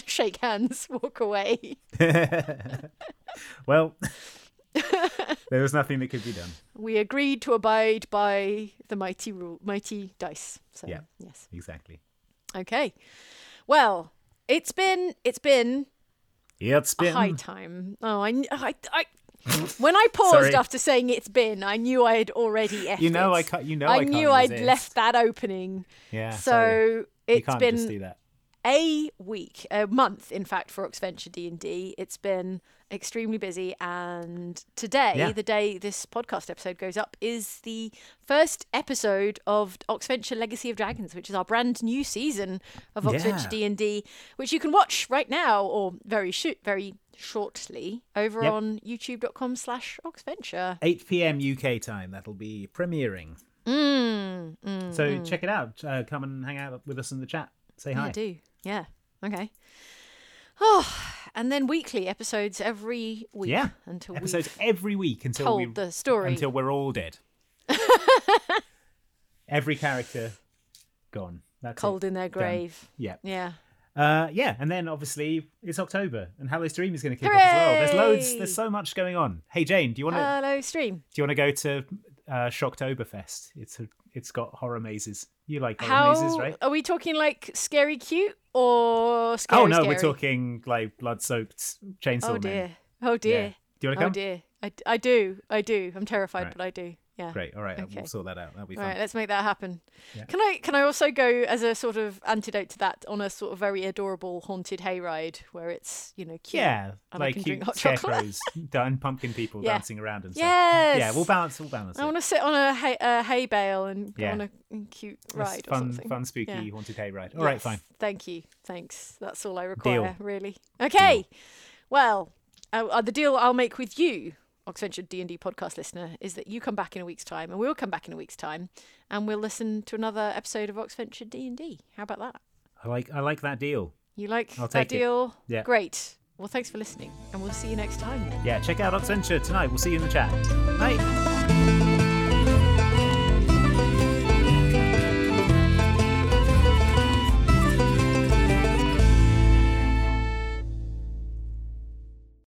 S1: shake hands, walk away.
S2: well, there was nothing that could be done.
S1: We agreed to abide by the mighty rule, mighty dice. So,
S2: yeah.
S1: yes.
S2: Exactly.
S1: Okay. Well, it's been it's been
S2: It's been
S1: high time. Oh, I, kn- I, I when I paused
S2: Sorry.
S1: after saying it's been, I knew I had already effed
S2: You know
S1: it.
S2: I can't- you know
S1: I,
S2: I can't
S1: knew I'd
S2: resist.
S1: left that opening.
S2: Yeah, sorry.
S1: So it's
S2: you can't
S1: been
S2: just do that.
S1: a week, a month, in fact, for Oxventure D and D. It's been extremely busy, and today,
S13: Yeah.
S1: the day this podcast episode goes up, is the first episode of Oxventure Legacy of Dragons, which is our brand new season of Oxventure
S13: Yeah.
S1: D and D, which you can watch right now or very shoo- very shortly over
S2: Yep.
S1: on YouTube.com/slash Oxventure.
S2: Eight PM UK time. That'll be premiering.
S1: Mm, mm,
S2: So
S1: mm.
S2: check it out. Uh, come and hang out with us in the chat. Say
S1: Yeah,
S2: hi.
S1: I do. Yeah. Okay. Oh, and then weekly episodes every week
S2: yeah.
S1: until we
S2: Episodes every week until
S1: told
S2: we,
S1: the story.
S2: until we're all dead. every character gone. That's it.
S1: cold in their
S2: Done.
S1: grave.
S2: Yeah.
S1: Yeah.
S2: Uh, yeah, and then obviously it's October and Hello Stream is going to kick off as well. There's loads.
S1: Hooray! Uh,
S2: There's so much going on. Hey Jane, do you want to
S1: Hello, stream.
S2: do you want to go to uh, Shocktoberfest? It's a, it's got horror mazes. You like horror
S1: How
S2: mazes, right?
S1: are we talking? Like scary cute or scary?
S2: Oh no,
S1: scary?
S2: we're talking like blood-soaked chainsaw
S1: Oh
S2: men.
S1: dear. Oh dear.
S2: Do you wanna
S1: Oh
S2: come?
S1: dear. I, I do. I do. I'm terrified, but I do. Yeah.
S2: Great. All right, Uh,
S1: Okay.
S2: we'll sort that out. That'll be
S1: All
S2: fun.
S1: right, let's make that happen.
S2: Yeah.
S1: Can I can I also go as a sort of antidote to that on a sort of very adorable haunted hayride where it's you know cute
S2: yeah,
S1: and I
S2: like
S1: can
S2: cute
S1: drink hot chocolate.
S2: scarecrows, done pumpkin people
S1: Yeah.
S2: dancing around and stuff. Yeah,
S1: Yes! Oh.
S2: we'll balance. We'll balance.
S1: I
S2: it.
S1: want to sit on a hay, a hay bale and go
S2: Yeah.
S1: on a cute
S2: It's
S1: ride or
S2: fun,
S1: something.
S2: fun, spooky,
S1: Yeah.
S2: haunted hay ride. All right,
S1: Yes.
S2: fine.
S1: Thank you. Thanks. That's all I
S2: Deal.
S1: require, really. Okay. Well, uh, uh, the deal I'll make with you, Oxventure D&D podcast listener, is that you come back in a week's time, and we'll come back in a week's time, and we'll listen to another episode of Oxventure D&D. How about that?
S2: I like, I like that deal.
S1: You like
S2: I'll
S1: that
S2: take it.
S1: deal?
S2: Yeah.
S1: Great. Well, thanks for listening, and we'll see you next time.
S2: Yeah, check out Oxventure tonight. We'll see you in the chat. Bye.